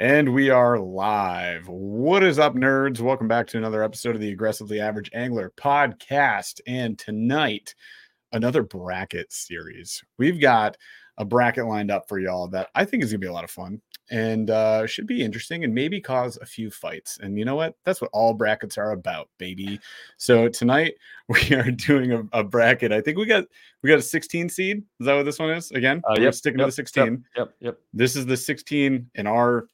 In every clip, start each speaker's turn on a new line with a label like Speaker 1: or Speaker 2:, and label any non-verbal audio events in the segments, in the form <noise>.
Speaker 1: And we are live. What is up, nerds? Welcome back to another episode of the Aggressively Average Angler podcast. And tonight, another bracket series. We've got a bracket lined up for y'all that I think is going to be a lot of fun and uh, should be interesting and maybe cause a few fights. And you know what? That's what all brackets are about, baby. So tonight <laughs> we are doing a, a bracket. I think we got we got a 16 seed. Is that what this one is? Again,
Speaker 2: Uh,
Speaker 1: We're
Speaker 2: yep,
Speaker 1: sticking
Speaker 2: yep,
Speaker 1: to the 16
Speaker 2: Yep, yep.
Speaker 1: this is the 16 in our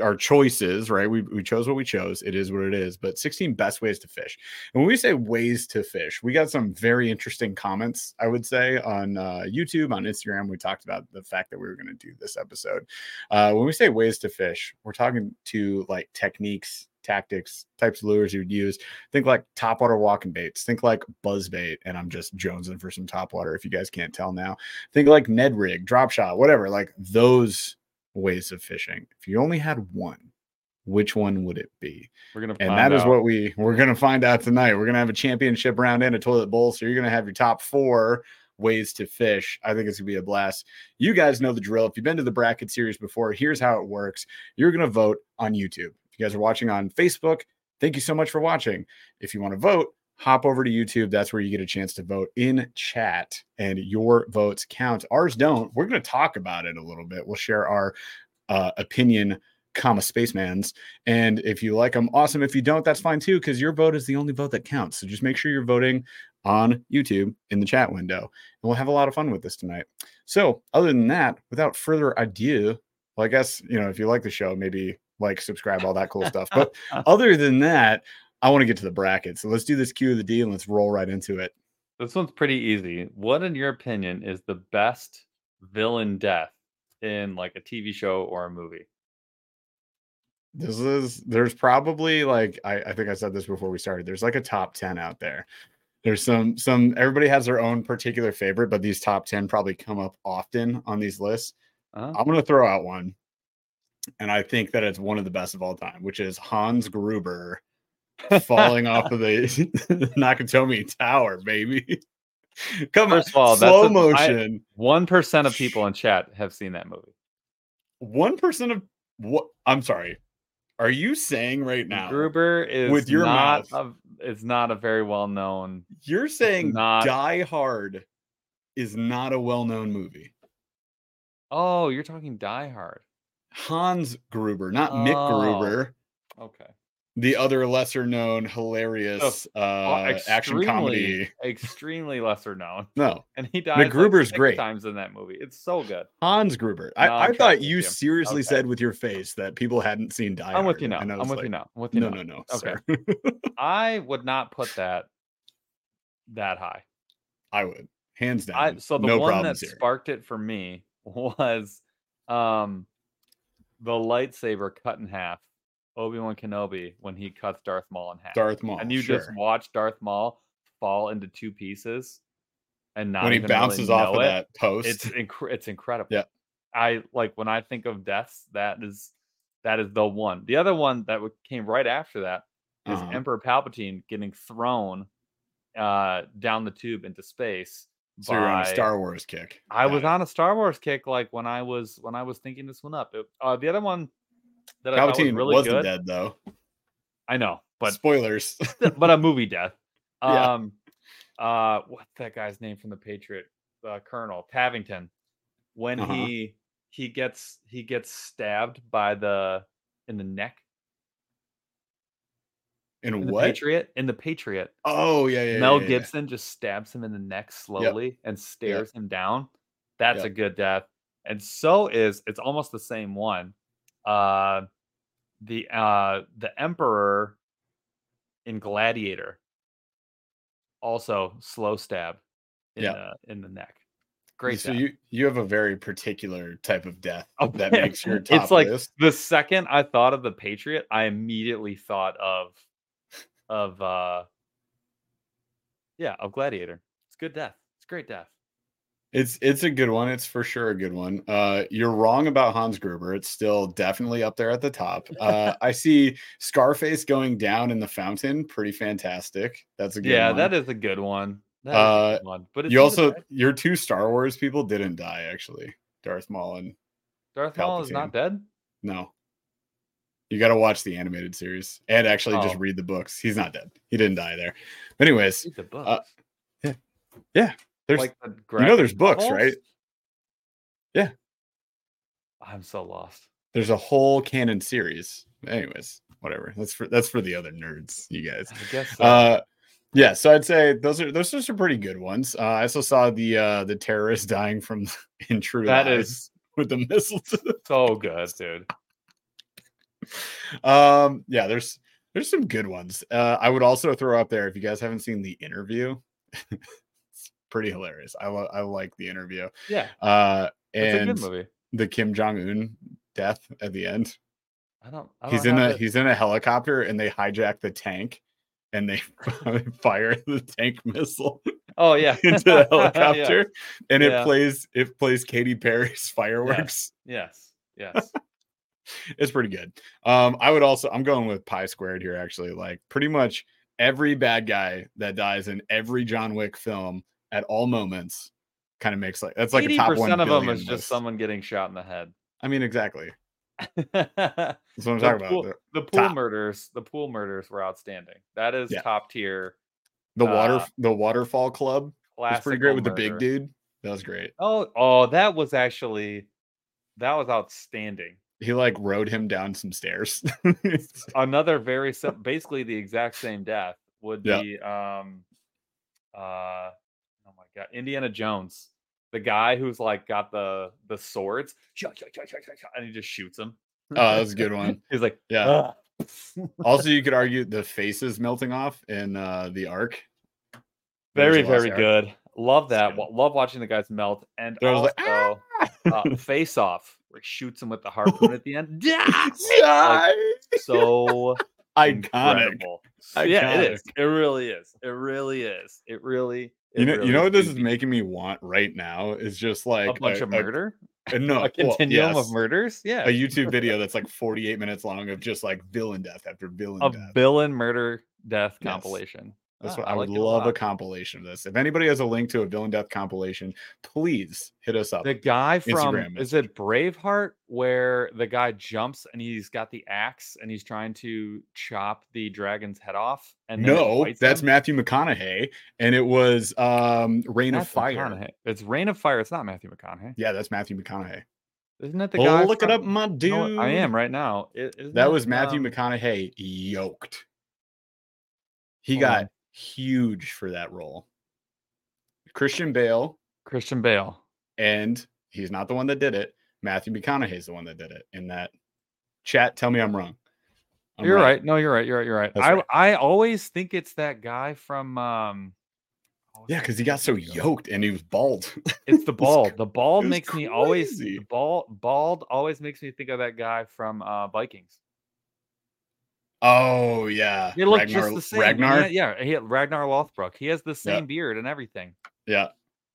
Speaker 1: our choices right we, we chose what we chose it is what it is but 16 best ways to fish and when we say ways to fish we got some very interesting comments i would say on uh, youtube on instagram we talked about the fact that we were going to do this episode uh, when we say ways to fish we're talking to like techniques tactics types of lures you would use think like topwater walking baits think like buzz bait and i'm just jonesing for some topwater if you guys can't tell now think like Ned Rig, drop shot, whatever, like those ways of fishing. If you only had one, which one would it be?
Speaker 2: We're gonna.
Speaker 1: And
Speaker 2: find
Speaker 1: that is
Speaker 2: out.
Speaker 1: what we we're gonna find out tonight. We're gonna have a championship round and a toilet bowl. So you're gonna have your top four ways to fish. I think it's gonna be a blast. You guys know the drill. If you've been to the bracket series before, here's how it works. You're gonna vote on YouTube. If you guys are watching on Facebook, thank you so much for watching. If you want to vote, hop over to YouTube. That's where you get a chance to vote in chat, and your votes count. Ours don't. We're gonna talk about it a little bit. We'll share our uh, opinion, comma spaceman's. And if you like them, awesome. If you don't, that's fine too, because your vote is the only vote that counts. So just make sure you're voting on YouTube in the chat window. And we'll have a lot of fun with this tonight. So, other than that, without further ado, well, I guess, you know, if you like the show, maybe like, subscribe, all that cool stuff. But other than that, I want to get to the bracket. So let's do this Q of the D and let's roll right into it.
Speaker 2: This one's pretty easy. What, in your opinion, is the best villain death in like a TV show or a movie?
Speaker 1: This is there's probably like I, I think I said this before we started. There's like a top 10 out there. There's some some everybody has their own particular favorite, but these top 10 probably come up often on these lists.
Speaker 2: Uh-huh.
Speaker 1: I'm gonna throw out one. And I think that it's one of the best of all time, which is Hans Gruber falling off of the <laughs> Nakatomi Tower, baby. <laughs> Come on,
Speaker 2: First of all, that's
Speaker 1: slow
Speaker 2: a- I-
Speaker 1: motion.
Speaker 2: One percent
Speaker 1: <laughs>
Speaker 2: of people in chat have seen that movie.
Speaker 1: One percent of what I'm sorry. Are you saying right now?
Speaker 2: Gruber is
Speaker 1: With your
Speaker 2: not A, it's not a very well known.
Speaker 1: You're saying
Speaker 2: not-
Speaker 1: Die Hard is not a well-known movie.
Speaker 2: Oh, you're talking Die Hard.
Speaker 1: Hans Gruber, not Mick
Speaker 2: Oh.
Speaker 1: Gruber,
Speaker 2: Okay.
Speaker 1: the other lesser-known hilarious uh, action
Speaker 2: extremely-
Speaker 1: comedy. <laughs>
Speaker 2: Extremely lesser known,
Speaker 1: No,
Speaker 2: and he dies. like,
Speaker 1: Gruber's
Speaker 2: six
Speaker 1: great.
Speaker 2: times in that movie. It's so good.
Speaker 1: Hans Gruber.
Speaker 2: No,
Speaker 1: I,
Speaker 2: I'm
Speaker 1: I thought
Speaker 2: tracking
Speaker 1: you
Speaker 2: with you.
Speaker 1: seriously
Speaker 2: Okay.
Speaker 1: said with your face that people hadn't seen Die
Speaker 2: I'm with
Speaker 1: Hard,
Speaker 2: you now.
Speaker 1: and I
Speaker 2: I'm
Speaker 1: was
Speaker 2: with you
Speaker 1: like,
Speaker 2: now. I'm with you
Speaker 1: No, no,
Speaker 2: now.
Speaker 1: no.
Speaker 2: Okay.
Speaker 1: Sir. <laughs>
Speaker 2: I would not put that that high.
Speaker 1: I would hands down.
Speaker 2: I so the
Speaker 1: no
Speaker 2: one that
Speaker 1: problems here.
Speaker 2: sparked it for me <laughs> was um the lightsaber cut in half, Obi-Wan Kenobi when he cuts Darth Maul in half.
Speaker 1: Darth Maul.
Speaker 2: and you
Speaker 1: sure.
Speaker 2: just watch Darth Maul fall into two pieces and not
Speaker 1: when he
Speaker 2: even really
Speaker 1: bounces off of
Speaker 2: know it,
Speaker 1: that post,
Speaker 2: It's inc- it's incredible.
Speaker 1: Yeah.
Speaker 2: I like when I think of deaths, that is that is the one. The other one that w- came right after that is
Speaker 1: Uh-huh.
Speaker 2: Emperor Palpatine getting thrown uh, down the tube into space.
Speaker 1: so you're on a
Speaker 2: by-
Speaker 1: Star Wars kick.
Speaker 2: I
Speaker 1: Got
Speaker 2: was
Speaker 1: it.
Speaker 2: on a Star Wars kick, like when I was when I was thinking this one up. It- uh, the other one that I thought was
Speaker 1: Palpatine
Speaker 2: really
Speaker 1: wasn't
Speaker 2: good.
Speaker 1: dead though. <laughs>
Speaker 2: I know, but
Speaker 1: spoilers.
Speaker 2: but a movie death.
Speaker 1: <laughs> Yeah.
Speaker 2: Um, uh, what's that guy's name from the Patriot? Uh, Colonel Tavington. When
Speaker 1: Uh-huh.
Speaker 2: he he gets he gets stabbed by the in the neck.
Speaker 1: In
Speaker 2: In the
Speaker 1: what?
Speaker 2: Patriot in the Patriot.
Speaker 1: Oh yeah, yeah.
Speaker 2: Mel
Speaker 1: yeah, yeah, yeah.
Speaker 2: Gibson just stabs him in the neck slowly and stares him down. That's
Speaker 1: Yep.
Speaker 2: a good death. And so is it's almost the same one. Uh the uh the emperor in Gladiator also slow stab in
Speaker 1: Yeah.
Speaker 2: the in the neck. Great.
Speaker 1: So
Speaker 2: death.
Speaker 1: you you have a very particular type of death
Speaker 2: Oh, <laughs>
Speaker 1: that makes your
Speaker 2: it's
Speaker 1: top
Speaker 2: like-
Speaker 1: list.
Speaker 2: the second I thought of the Patriot, I immediately thought of of uh yeah, of Gladiator. It's good death. It's great death.
Speaker 1: It's it's a good one. It's for sure a good one. Uh, you're wrong about Hans Gruber. It's still definitely up there at the top.
Speaker 2: <laughs>
Speaker 1: Uh, I see Scarface going down in the fountain. Pretty fantastic. That's a good
Speaker 2: yeah,
Speaker 1: one.
Speaker 2: that is a good one. That is a
Speaker 1: Uh,
Speaker 2: good one. But it's
Speaker 1: you
Speaker 2: not a
Speaker 1: also
Speaker 2: bad-
Speaker 1: your two Star Wars people didn't die actually. Darth Maul and
Speaker 2: Darth Maul is not
Speaker 1: Palpatine.
Speaker 2: dead.
Speaker 1: no, You got to watch the animated series and actually just
Speaker 2: Oh.
Speaker 1: read the books. He's not dead. He didn't die there. But anyways,
Speaker 2: Read the books.
Speaker 1: Uh, there's
Speaker 2: like the
Speaker 1: you know there's
Speaker 2: graphic
Speaker 1: books,
Speaker 2: novels?
Speaker 1: right? Yeah.
Speaker 2: I'm so lost.
Speaker 1: there's a whole canon series. Anyways, whatever. That's for that's for the other nerds, you
Speaker 2: <laughs>
Speaker 1: guys.
Speaker 2: I guess so.
Speaker 1: Uh yeah, so I'd say those are those are some pretty good ones. Uh, I also saw the uh the terrorist <laughs> dying from in true
Speaker 2: that
Speaker 1: Lies
Speaker 2: is
Speaker 1: with the missile to the
Speaker 2: so good, dude.
Speaker 1: <laughs> um yeah there's there's some good ones uh i would also throw up there if you guys haven't seen the interview <laughs> it's pretty hilarious i lo- i like the interview
Speaker 2: Yeah,
Speaker 1: uh
Speaker 2: it's a
Speaker 1: and
Speaker 2: good movie.
Speaker 1: the kim jong-un death at the end
Speaker 2: I don't. I don't
Speaker 1: he's in a
Speaker 2: have it.
Speaker 1: he's in a helicopter and they hijack the tank and they <laughs> fire the tank missile <laughs>
Speaker 2: Oh yeah, <laughs>
Speaker 1: into the
Speaker 2: Yeah,
Speaker 1: helicopter, and it
Speaker 2: Yeah.
Speaker 1: plays it plays Katy Perry's <laughs> fireworks.
Speaker 2: Yes. Yes.
Speaker 1: It's pretty good. Um, I would also I'm going with Pi Squared here actually. Like pretty much every bad guy that dies in every John Wick film at all moments kind of makes like that's like a
Speaker 2: Eighty
Speaker 1: top one.
Speaker 2: percent of them
Speaker 1: billion
Speaker 2: is
Speaker 1: list.
Speaker 2: just someone getting shot in the head. <laughs>
Speaker 1: I mean, exactly.
Speaker 2: the
Speaker 1: That's what I'm talking
Speaker 2: pool,
Speaker 1: about.
Speaker 2: the pool
Speaker 1: top.
Speaker 2: murders, the pool murders were outstanding. That is
Speaker 1: Yeah.
Speaker 2: top tier.
Speaker 1: The, the water
Speaker 2: uh,
Speaker 1: the waterfall club was
Speaker 2: Classic.
Speaker 1: pretty great with the big dude. That was great.
Speaker 2: Oh, oh, that was actually that was outstanding.
Speaker 1: He like rode him down some
Speaker 2: <laughs>
Speaker 1: stairs. <laughs>
Speaker 2: another very sim- basically the exact same death would
Speaker 1: Yeah.
Speaker 2: be um uh oh my god indiana jones the guy who's like got the the swords "Shot, shot, shot, shot, shot, shot," and he just shoots him
Speaker 1: oh, that was a good one.
Speaker 2: <laughs> he's like
Speaker 1: Yeah.
Speaker 2: "Ugh."
Speaker 1: also you could argue the faces melting off in uh the arc Raiders
Speaker 2: very
Speaker 1: of the Lost
Speaker 2: very
Speaker 1: Ark. <laughs>
Speaker 2: good love
Speaker 1: That's
Speaker 2: that
Speaker 1: good.
Speaker 2: Wa- love watching the guys melt and
Speaker 1: They're
Speaker 2: also
Speaker 1: like, "Ah!"
Speaker 2: uh, face off where he shoots him with the harpoon at
Speaker 1: <laughs>
Speaker 2: the end
Speaker 1: Die!
Speaker 2: so
Speaker 1: iconic
Speaker 2: incredible. Yeah, it
Speaker 1: Iconic.
Speaker 2: is. It really is. It really is. It really. it
Speaker 1: you know
Speaker 2: really
Speaker 1: you know what this
Speaker 2: do
Speaker 1: is
Speaker 2: be
Speaker 1: making me want right now is just like
Speaker 2: a bunch
Speaker 1: <laughs>
Speaker 2: of murder,
Speaker 1: a- no
Speaker 2: <laughs> a continuum
Speaker 1: well,
Speaker 2: of
Speaker 1: yes,
Speaker 2: murders. Yeah,
Speaker 1: a youtube video that's like 48 minutes long of just like villain death after villain
Speaker 2: a
Speaker 1: death
Speaker 2: villain murder death
Speaker 1: Yes.
Speaker 2: compilation.
Speaker 1: that's
Speaker 2: Ah,
Speaker 1: what i, would
Speaker 2: like it a
Speaker 1: love a,
Speaker 2: lot.
Speaker 1: compilation of this if anybody has a link to a villain death compilation please hit us up
Speaker 2: The guy from
Speaker 1: Instagram
Speaker 2: is it Braveheart where the guy jumps and he's got the axe and he's trying to chop the dragon's head off and then it
Speaker 1: no
Speaker 2: bites
Speaker 1: that's
Speaker 2: him?
Speaker 1: matthew mcconaughey and it was um rain of
Speaker 2: Matthew
Speaker 1: fire
Speaker 2: McConaughey. It's Rain of Fire. It's not Matthew McConaughey.
Speaker 1: yeah that's matthew mcconaughey
Speaker 2: Isn't it the guy?
Speaker 1: oh look it
Speaker 2: from-
Speaker 1: up my
Speaker 2: you
Speaker 1: dude
Speaker 2: know what? I am right now. It, isn't
Speaker 1: That
Speaker 2: it,
Speaker 1: was Matthew
Speaker 2: um,
Speaker 1: McConaughey yoked. He
Speaker 2: Hold
Speaker 1: got
Speaker 2: on.
Speaker 1: huge for that role. Christian Bale,
Speaker 2: Christian Bale.
Speaker 1: and he's not the one that did it. Matthew McConaughey's the one that did it in that chat. Tell me I'm wrong. I'm
Speaker 2: you're right. No, you're right. You're right. You're right.
Speaker 1: That's
Speaker 2: I
Speaker 1: right.
Speaker 2: I always think it's that guy from um what was
Speaker 1: Yeah,
Speaker 2: that
Speaker 1: because he got
Speaker 2: guy's
Speaker 1: so
Speaker 2: name?
Speaker 1: yoked and he was bald. <laughs>
Speaker 2: It's the
Speaker 1: was
Speaker 2: bald.
Speaker 1: cr-
Speaker 2: The bald
Speaker 1: it was
Speaker 2: makes me always
Speaker 1: crazy.
Speaker 2: the bald bald always makes me think of that guy from uh Vikings.
Speaker 1: oh yeah.
Speaker 2: They look
Speaker 1: Ragnar,
Speaker 2: just the same. and
Speaker 1: Ragnar.
Speaker 2: he- yeah, he Ragnar Lothbrok. He has the same beard and everything.
Speaker 1: Yeah.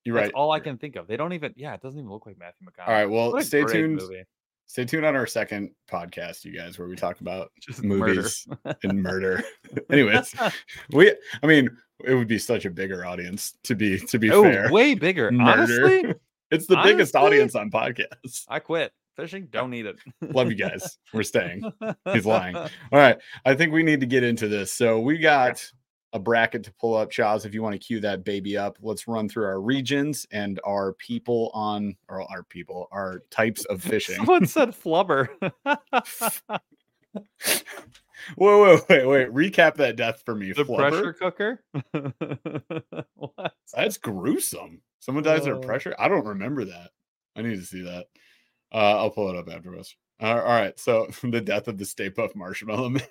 Speaker 1: You're
Speaker 2: That's
Speaker 1: right.
Speaker 2: all I
Speaker 1: you're right.
Speaker 2: can think of. They don't even yeah, it doesn't even look like Matthew McConaughey.
Speaker 1: All right. Well,
Speaker 2: What a
Speaker 1: stay
Speaker 2: great
Speaker 1: tuned.
Speaker 2: movie. <laughs>
Speaker 1: Stay tuned on our second podcast, you guys, where we talk about
Speaker 2: Just murder. <laughs>
Speaker 1: movies and murder. <laughs> Anyways, we i mean it would be such a bigger audience to be to be
Speaker 2: Oh,
Speaker 1: fair
Speaker 2: way bigger.
Speaker 1: Murder.
Speaker 2: Honestly,
Speaker 1: <laughs> it's the biggest
Speaker 2: honestly-
Speaker 1: audience on podcasts
Speaker 2: I quit. Fishing, don't need it.
Speaker 1: love you guys we're staying He's lying.
Speaker 2: <laughs>
Speaker 1: all right i think we need to get into this so we got a bracket to pull up Chaz. if you want to cue that baby up let's run through our regions and our people on or our people our types
Speaker 2: <laughs>
Speaker 1: of fishing
Speaker 2: Someone
Speaker 1: <laughs>
Speaker 2: said flubber. <laughs>
Speaker 1: wait wait wait wait recap that death for me
Speaker 2: the
Speaker 1: Flubber?
Speaker 2: pressure cooker. <laughs> what?
Speaker 1: That's gruesome. Someone dies under
Speaker 2: Uh,
Speaker 1: pressure. I don't remember that. I need to see that. Uh, I'll pull it up afterwards. Uh, all right. So <laughs> the death of the Stay Puff Marshmallow <laughs> Man.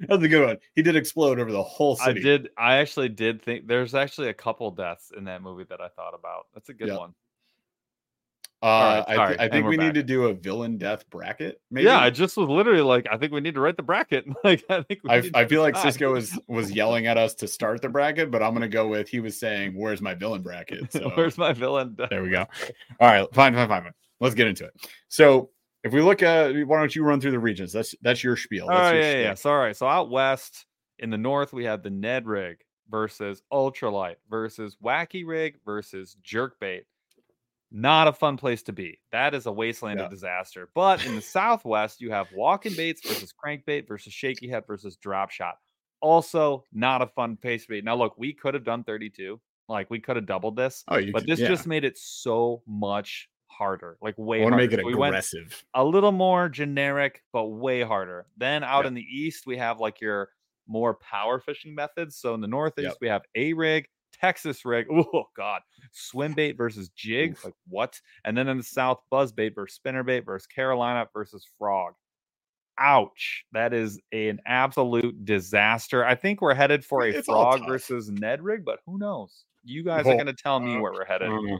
Speaker 1: That's a good one. He did explode over the whole
Speaker 2: I
Speaker 1: city.
Speaker 2: did. I actually did think there's actually a couple deaths in that movie that I thought about. That's a good
Speaker 1: Yeah.
Speaker 2: one.
Speaker 1: Uh,
Speaker 2: Alright,
Speaker 1: I,
Speaker 2: sorry,
Speaker 1: th- I
Speaker 2: and
Speaker 1: think
Speaker 2: we're
Speaker 1: we
Speaker 2: back.
Speaker 1: need to do a villain death bracket. Maybe.
Speaker 2: Yeah, I just was literally like, I think we need to write the bracket. <laughs> Like, I think we
Speaker 1: I,
Speaker 2: need <laughs>
Speaker 1: I
Speaker 2: to
Speaker 1: feel like
Speaker 2: decide.
Speaker 1: Cisco was was yelling at us to start the bracket, but I'm gonna go with he was saying, "Where's my villain bracket?"
Speaker 2: <laughs>
Speaker 1: So
Speaker 2: Where's my villain? death?
Speaker 1: There we go. All right, fine, fine, fine, fine. Let's get into it. So if we look at, why don't you run through the regions? That's that's your spiel.
Speaker 2: All
Speaker 1: That's
Speaker 2: right,
Speaker 1: your
Speaker 2: Oh, yeah, yeah.
Speaker 1: shtick.
Speaker 2: So, all right. So out west in the north, we had the Ned rig versus Ultralight versus Wacky rig versus Jerkbait. Not a fun place to be. That is a wasteland
Speaker 1: Yeah.
Speaker 2: of disaster. But
Speaker 1: <laughs>
Speaker 2: in the Southwest, you have walking baits versus crankbait versus shaky head versus drop shot. Also, not a fun place to be. Now, look, we could have done 32. Like, we could have doubled this,
Speaker 1: Oh, you
Speaker 2: but
Speaker 1: could-
Speaker 2: this
Speaker 1: yeah.
Speaker 2: just made it so much harder. Like,
Speaker 1: I
Speaker 2: way
Speaker 1: want to
Speaker 2: harder.
Speaker 1: make it
Speaker 2: So we went
Speaker 1: aggressive.
Speaker 2: a little more generic, but way harder. Then out
Speaker 1: Yep.
Speaker 2: in the east, we have like your more power fishing methods. So in the northeast,
Speaker 1: Yep.
Speaker 2: we have a rig, Texas rig. <laughs> Oh god, swim bait versus jig.
Speaker 1: Oof.
Speaker 2: Like what? And then in the south, buzz bait versus spinner bait versus Carolina versus frog. Ouch! That is an absolute disaster. I think we're headed for a
Speaker 1: It's all
Speaker 2: frog
Speaker 1: tough.
Speaker 2: versus Ned rig, but who knows? You guys
Speaker 1: Well,
Speaker 2: are going to tell me
Speaker 1: uh,
Speaker 2: where we're headed.
Speaker 1: Mm.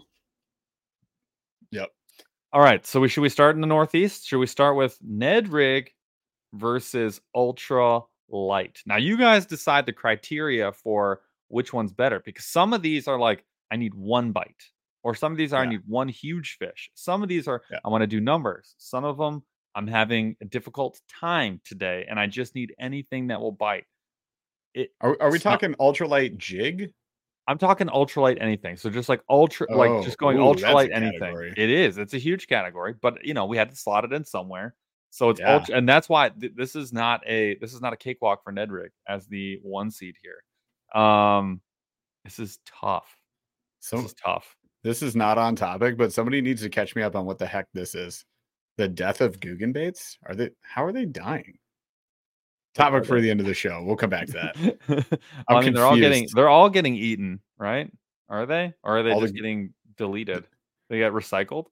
Speaker 2: All right. So we should we start in the Northeast? Should we start with Ned Rig versus Ultra Light? Now you guys decide the criteria for which one's better because some of these are like I need one bite, or some of these are I
Speaker 1: Yeah.
Speaker 2: need one huge fish. Some of these are
Speaker 1: Yeah.
Speaker 2: I want to do numbers. Some of them I'm having a difficult time today, and I just need anything that will bite.
Speaker 1: Are, are we
Speaker 2: It's not-
Speaker 1: talking ultralight jig?
Speaker 2: I'm talking ultralight anything. So just like ultra, like just
Speaker 1: Oh,
Speaker 2: going
Speaker 1: ooh, that's a
Speaker 2: ultralight anything.
Speaker 1: category.
Speaker 2: It is. It's a huge category, but you know we had to slot it in somewhere. So it's
Speaker 1: Yeah.
Speaker 2: ultra, and that's why th- this is not a this is not a cakewalk for Nedrick as the one seed here. Um, this is tough. This
Speaker 1: So
Speaker 2: is tough.
Speaker 1: this is not on topic, but somebody needs to catch me up on what the heck this is. The death of Guggenbaits? Are they how are they dying? Topic for the end of the show. We'll come back to that.
Speaker 2: <laughs>
Speaker 1: I'm
Speaker 2: Well, I mean, they're all getting
Speaker 1: confused.
Speaker 2: they're all getting eaten, right? Are they? Or are they
Speaker 1: All the
Speaker 2: just
Speaker 1: g-
Speaker 2: getting deleted? They got recycled.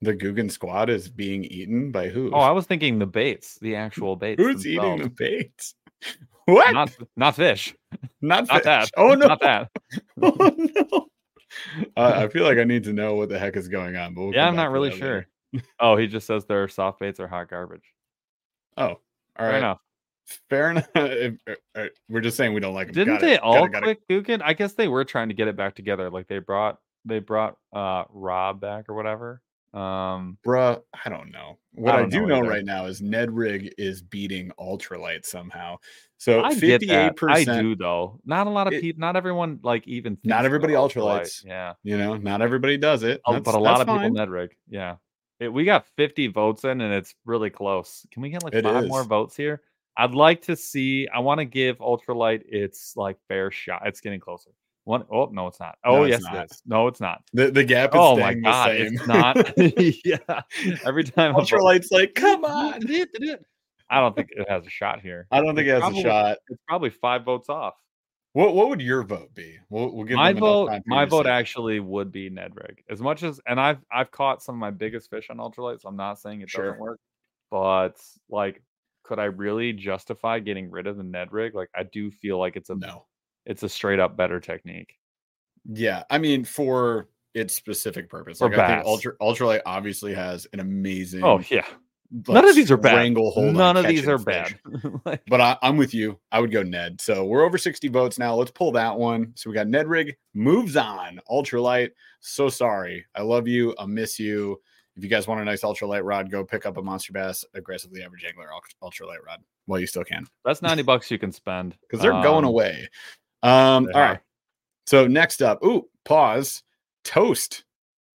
Speaker 1: The Guggen squad is being eaten by who?
Speaker 2: Oh, I was thinking the baits, the actual baits.
Speaker 1: Who's eating
Speaker 2: themselves.
Speaker 1: the baits? <laughs> What? Not,
Speaker 2: Not not fish.
Speaker 1: fish.
Speaker 2: not that.
Speaker 1: Oh <laughs> no.
Speaker 2: not that.
Speaker 1: <laughs> Oh, no. Uh, I feel like I need to know what the heck is going on. But we'll
Speaker 2: yeah,
Speaker 1: come
Speaker 2: I'm
Speaker 1: back
Speaker 2: not
Speaker 1: to
Speaker 2: really
Speaker 1: that
Speaker 2: sure.
Speaker 1: later.
Speaker 2: oh, he just says there are soft baits or hot garbage.
Speaker 1: Oh, all
Speaker 2: Fair
Speaker 1: right.
Speaker 2: enough.
Speaker 1: Fair enough. <laughs> If- uh, uh, We're just saying we don't like them.
Speaker 2: Didn't they all quit Gookin? I guess they were trying to get it back together. Like they brought they brought uh Rob back or whatever. Um
Speaker 1: Bruh, I don't know. What
Speaker 2: I
Speaker 1: I,
Speaker 2: don't
Speaker 1: do
Speaker 2: know
Speaker 1: know
Speaker 2: either.
Speaker 1: right now is Ned Rig is beating Ultralight somehow. So
Speaker 2: I get that.
Speaker 1: fifty-eight
Speaker 2: I
Speaker 1: percent.
Speaker 2: do though. Not a lot of
Speaker 1: It-
Speaker 2: people not everyone like even
Speaker 1: Not
Speaker 2: thinks
Speaker 1: everybody
Speaker 2: about
Speaker 1: ultralights.
Speaker 2: Yeah.
Speaker 1: You know, not everybody does it,
Speaker 2: Oh,
Speaker 1: That's-
Speaker 2: but a lot
Speaker 1: that's
Speaker 2: of people
Speaker 1: fine.
Speaker 2: Ned rig. Yeah. It- we got 50 votes in and it's really close. Can we get like
Speaker 1: It
Speaker 2: five more
Speaker 1: is.
Speaker 2: votes here? I'd like to see. I want to give Ultralight its like fair shot. It's getting closer. One oh no, it's not. Oh
Speaker 1: No, it's
Speaker 2: yes,
Speaker 1: not.
Speaker 2: it is. No, it's not.
Speaker 1: The, the gap is
Speaker 2: oh my
Speaker 1: staying
Speaker 2: god,
Speaker 1: the same.
Speaker 2: <laughs>
Speaker 1: <laughs>
Speaker 2: it's not. <laughs> yeah. Every time I vote-
Speaker 1: Ultralight's like, come on.
Speaker 2: I don't think it has a shot here.
Speaker 1: I don't think it has
Speaker 2: Probably-
Speaker 1: a shot.
Speaker 2: It's probably five votes off.
Speaker 1: What what would your vote be? We'll, we'll give
Speaker 2: my
Speaker 1: them enough
Speaker 2: vote
Speaker 1: time for
Speaker 2: my
Speaker 1: you to
Speaker 2: vote
Speaker 1: say.
Speaker 2: actually would be ned rig as much as and i've i've caught some of my biggest fish on ultralight so i'm not saying it
Speaker 1: Sure.
Speaker 2: doesn't work but like could i really justify getting rid of the ned rig like i do feel like it's a
Speaker 1: No.
Speaker 2: it's a straight up better technique
Speaker 1: Yeah, I mean for its specific purpose.
Speaker 2: For
Speaker 1: Like I think
Speaker 2: bass.
Speaker 1: Ultra Ultralight obviously has an amazing.
Speaker 2: oh yeah
Speaker 1: like,
Speaker 2: none of these are bad
Speaker 1: strangle hold on
Speaker 2: none of these
Speaker 1: catching
Speaker 2: are
Speaker 1: fish.
Speaker 2: bad <laughs>
Speaker 1: <laughs>
Speaker 2: like
Speaker 1: But I, I'm with you. I would go Ned. So we're over 60 votes now. Let's pull that one. So we got Ned Rig moves on. Ultralight. So sorry. I love you. I miss you. If you guys want a nice ultralight rod, go pick up a monster bass aggressively average angler ult- ultralight rod while you still can
Speaker 2: that's 90 bucks you can spend
Speaker 1: because they're going
Speaker 2: Um,
Speaker 1: away. Um,
Speaker 2: they
Speaker 1: all
Speaker 2: are.
Speaker 1: right. So next up, ooh, pause. Toast.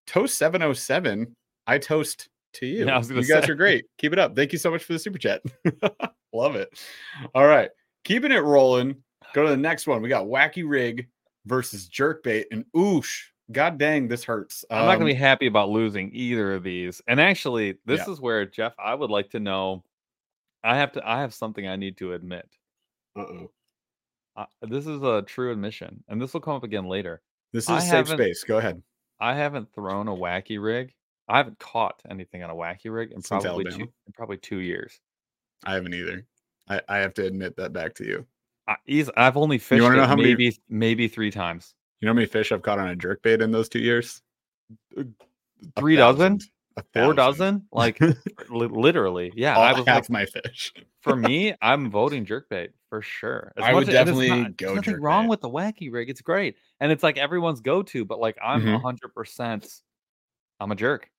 Speaker 1: Toast 707. I toast to you.
Speaker 2: Yeah, I was
Speaker 1: you
Speaker 2: gonna
Speaker 1: guys
Speaker 2: say.
Speaker 1: are great. Keep it up. Thank you so much for the super chat. <laughs> Love it. All right. Keeping it rolling. Go to the next one. We got Wacky Rig versus Jerkbait. And oosh, god dang, this hurts.
Speaker 2: I'm not
Speaker 1: Um,
Speaker 2: gonna be happy about losing either of these. And actually, this is where Jeff, I would like to know. I have to. I have something I need to admit.
Speaker 1: Um, uh-oh.
Speaker 2: Uh, this is a true admission, and this will come up again later.
Speaker 1: This is
Speaker 2: I
Speaker 1: a safe
Speaker 2: haven't-
Speaker 1: space. Go ahead.
Speaker 2: I haven't thrown a wacky rig. I haven't caught anything on a wacky rig in
Speaker 1: Since
Speaker 2: probably two,
Speaker 1: Alabama.
Speaker 2: in probably two years.
Speaker 1: I haven't either. I, I have to admit that back to you.
Speaker 2: I, eas- I've only fished
Speaker 1: wanna know
Speaker 2: it
Speaker 1: how many-
Speaker 2: maybe maybe three times.
Speaker 1: You know how many fish I've caught on a jerkbait in those two years? A
Speaker 2: Three dozen,
Speaker 1: thousand. A thousand.
Speaker 2: four dozen,
Speaker 1: <laughs>
Speaker 2: like li- literally. Yeah,
Speaker 1: All-
Speaker 2: I was
Speaker 1: half
Speaker 2: like,
Speaker 1: my fish. <laughs>
Speaker 2: for me, I'm voting jerkbait for sure.
Speaker 1: I would
Speaker 2: much as- and it's
Speaker 1: definitely
Speaker 2: not-
Speaker 1: go
Speaker 2: There's nothing wrong
Speaker 1: jerkbait.
Speaker 2: with the wacky rig. It's great, and it's like everyone's go-to. But like, I'm
Speaker 1: Mhm.
Speaker 2: 100. percent I'm a jerk.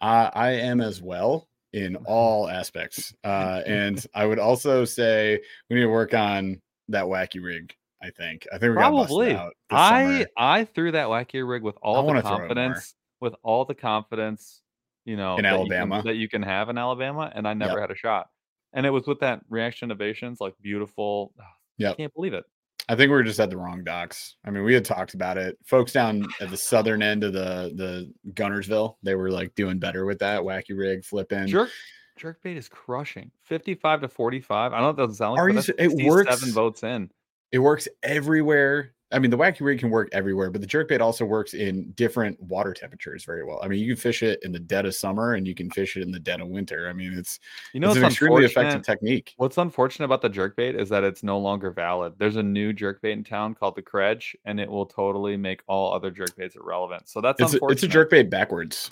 Speaker 1: I, I am as well in all aspects.
Speaker 2: <laughs>
Speaker 1: Uh, and I would also say we need to work on that wacky rig. I think. I think we got
Speaker 2: Probably.
Speaker 1: probably. Out this
Speaker 2: I
Speaker 1: summer.
Speaker 2: I threw that wacky rig with all the
Speaker 1: wanna throw it more.
Speaker 2: confidence, with all the confidence, you know,
Speaker 1: In
Speaker 2: that you can-
Speaker 1: Alabama.
Speaker 2: that you can have in Alabama, and I never had a shot. And it was with that reaction innovations, like beautiful. ah,
Speaker 1: Yep.
Speaker 2: can't believe it.
Speaker 1: I think we were just at the wrong docks. I mean, we had talked about it. Folks down at the southern end of the the Gunnersville, they were like doing better with that wacky rig flipping.
Speaker 2: Jerk jerk bait is crushing. 55 to 45. I know it doesn't sound like
Speaker 1: Are
Speaker 2: it,
Speaker 1: you
Speaker 2: but
Speaker 1: s-
Speaker 2: that's
Speaker 1: it works?
Speaker 2: 67 votes in.
Speaker 1: It works everywhere. I mean, the wacky rig can work everywhere, but the jerkbait also works in different water temperatures very well. I mean, you can fish it in the dead of summer and you can fish it in the dead of winter. I mean, it's
Speaker 2: You know
Speaker 1: it's an
Speaker 2: what's
Speaker 1: extremely
Speaker 2: unfortunate?
Speaker 1: effective technique.
Speaker 2: What's unfortunate about the jerkbait is that it's no longer valid. There's a new jerkbait in town called the Credge, and it will totally make all other jerkbaits irrelevant. So that's
Speaker 1: It's a,
Speaker 2: unfortunate.
Speaker 1: it's a jerkbait
Speaker 2: <laughs>
Speaker 1: backwards.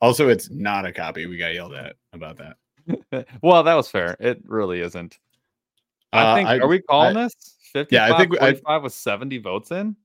Speaker 1: also, it's not a copy. We got yelled at about that.
Speaker 2: <laughs> well, that was fair. It really isn't. I
Speaker 1: Uh,
Speaker 2: think. are we calling this? 55,
Speaker 1: yeah, I think we- I-
Speaker 2: 45 with 70 votes in.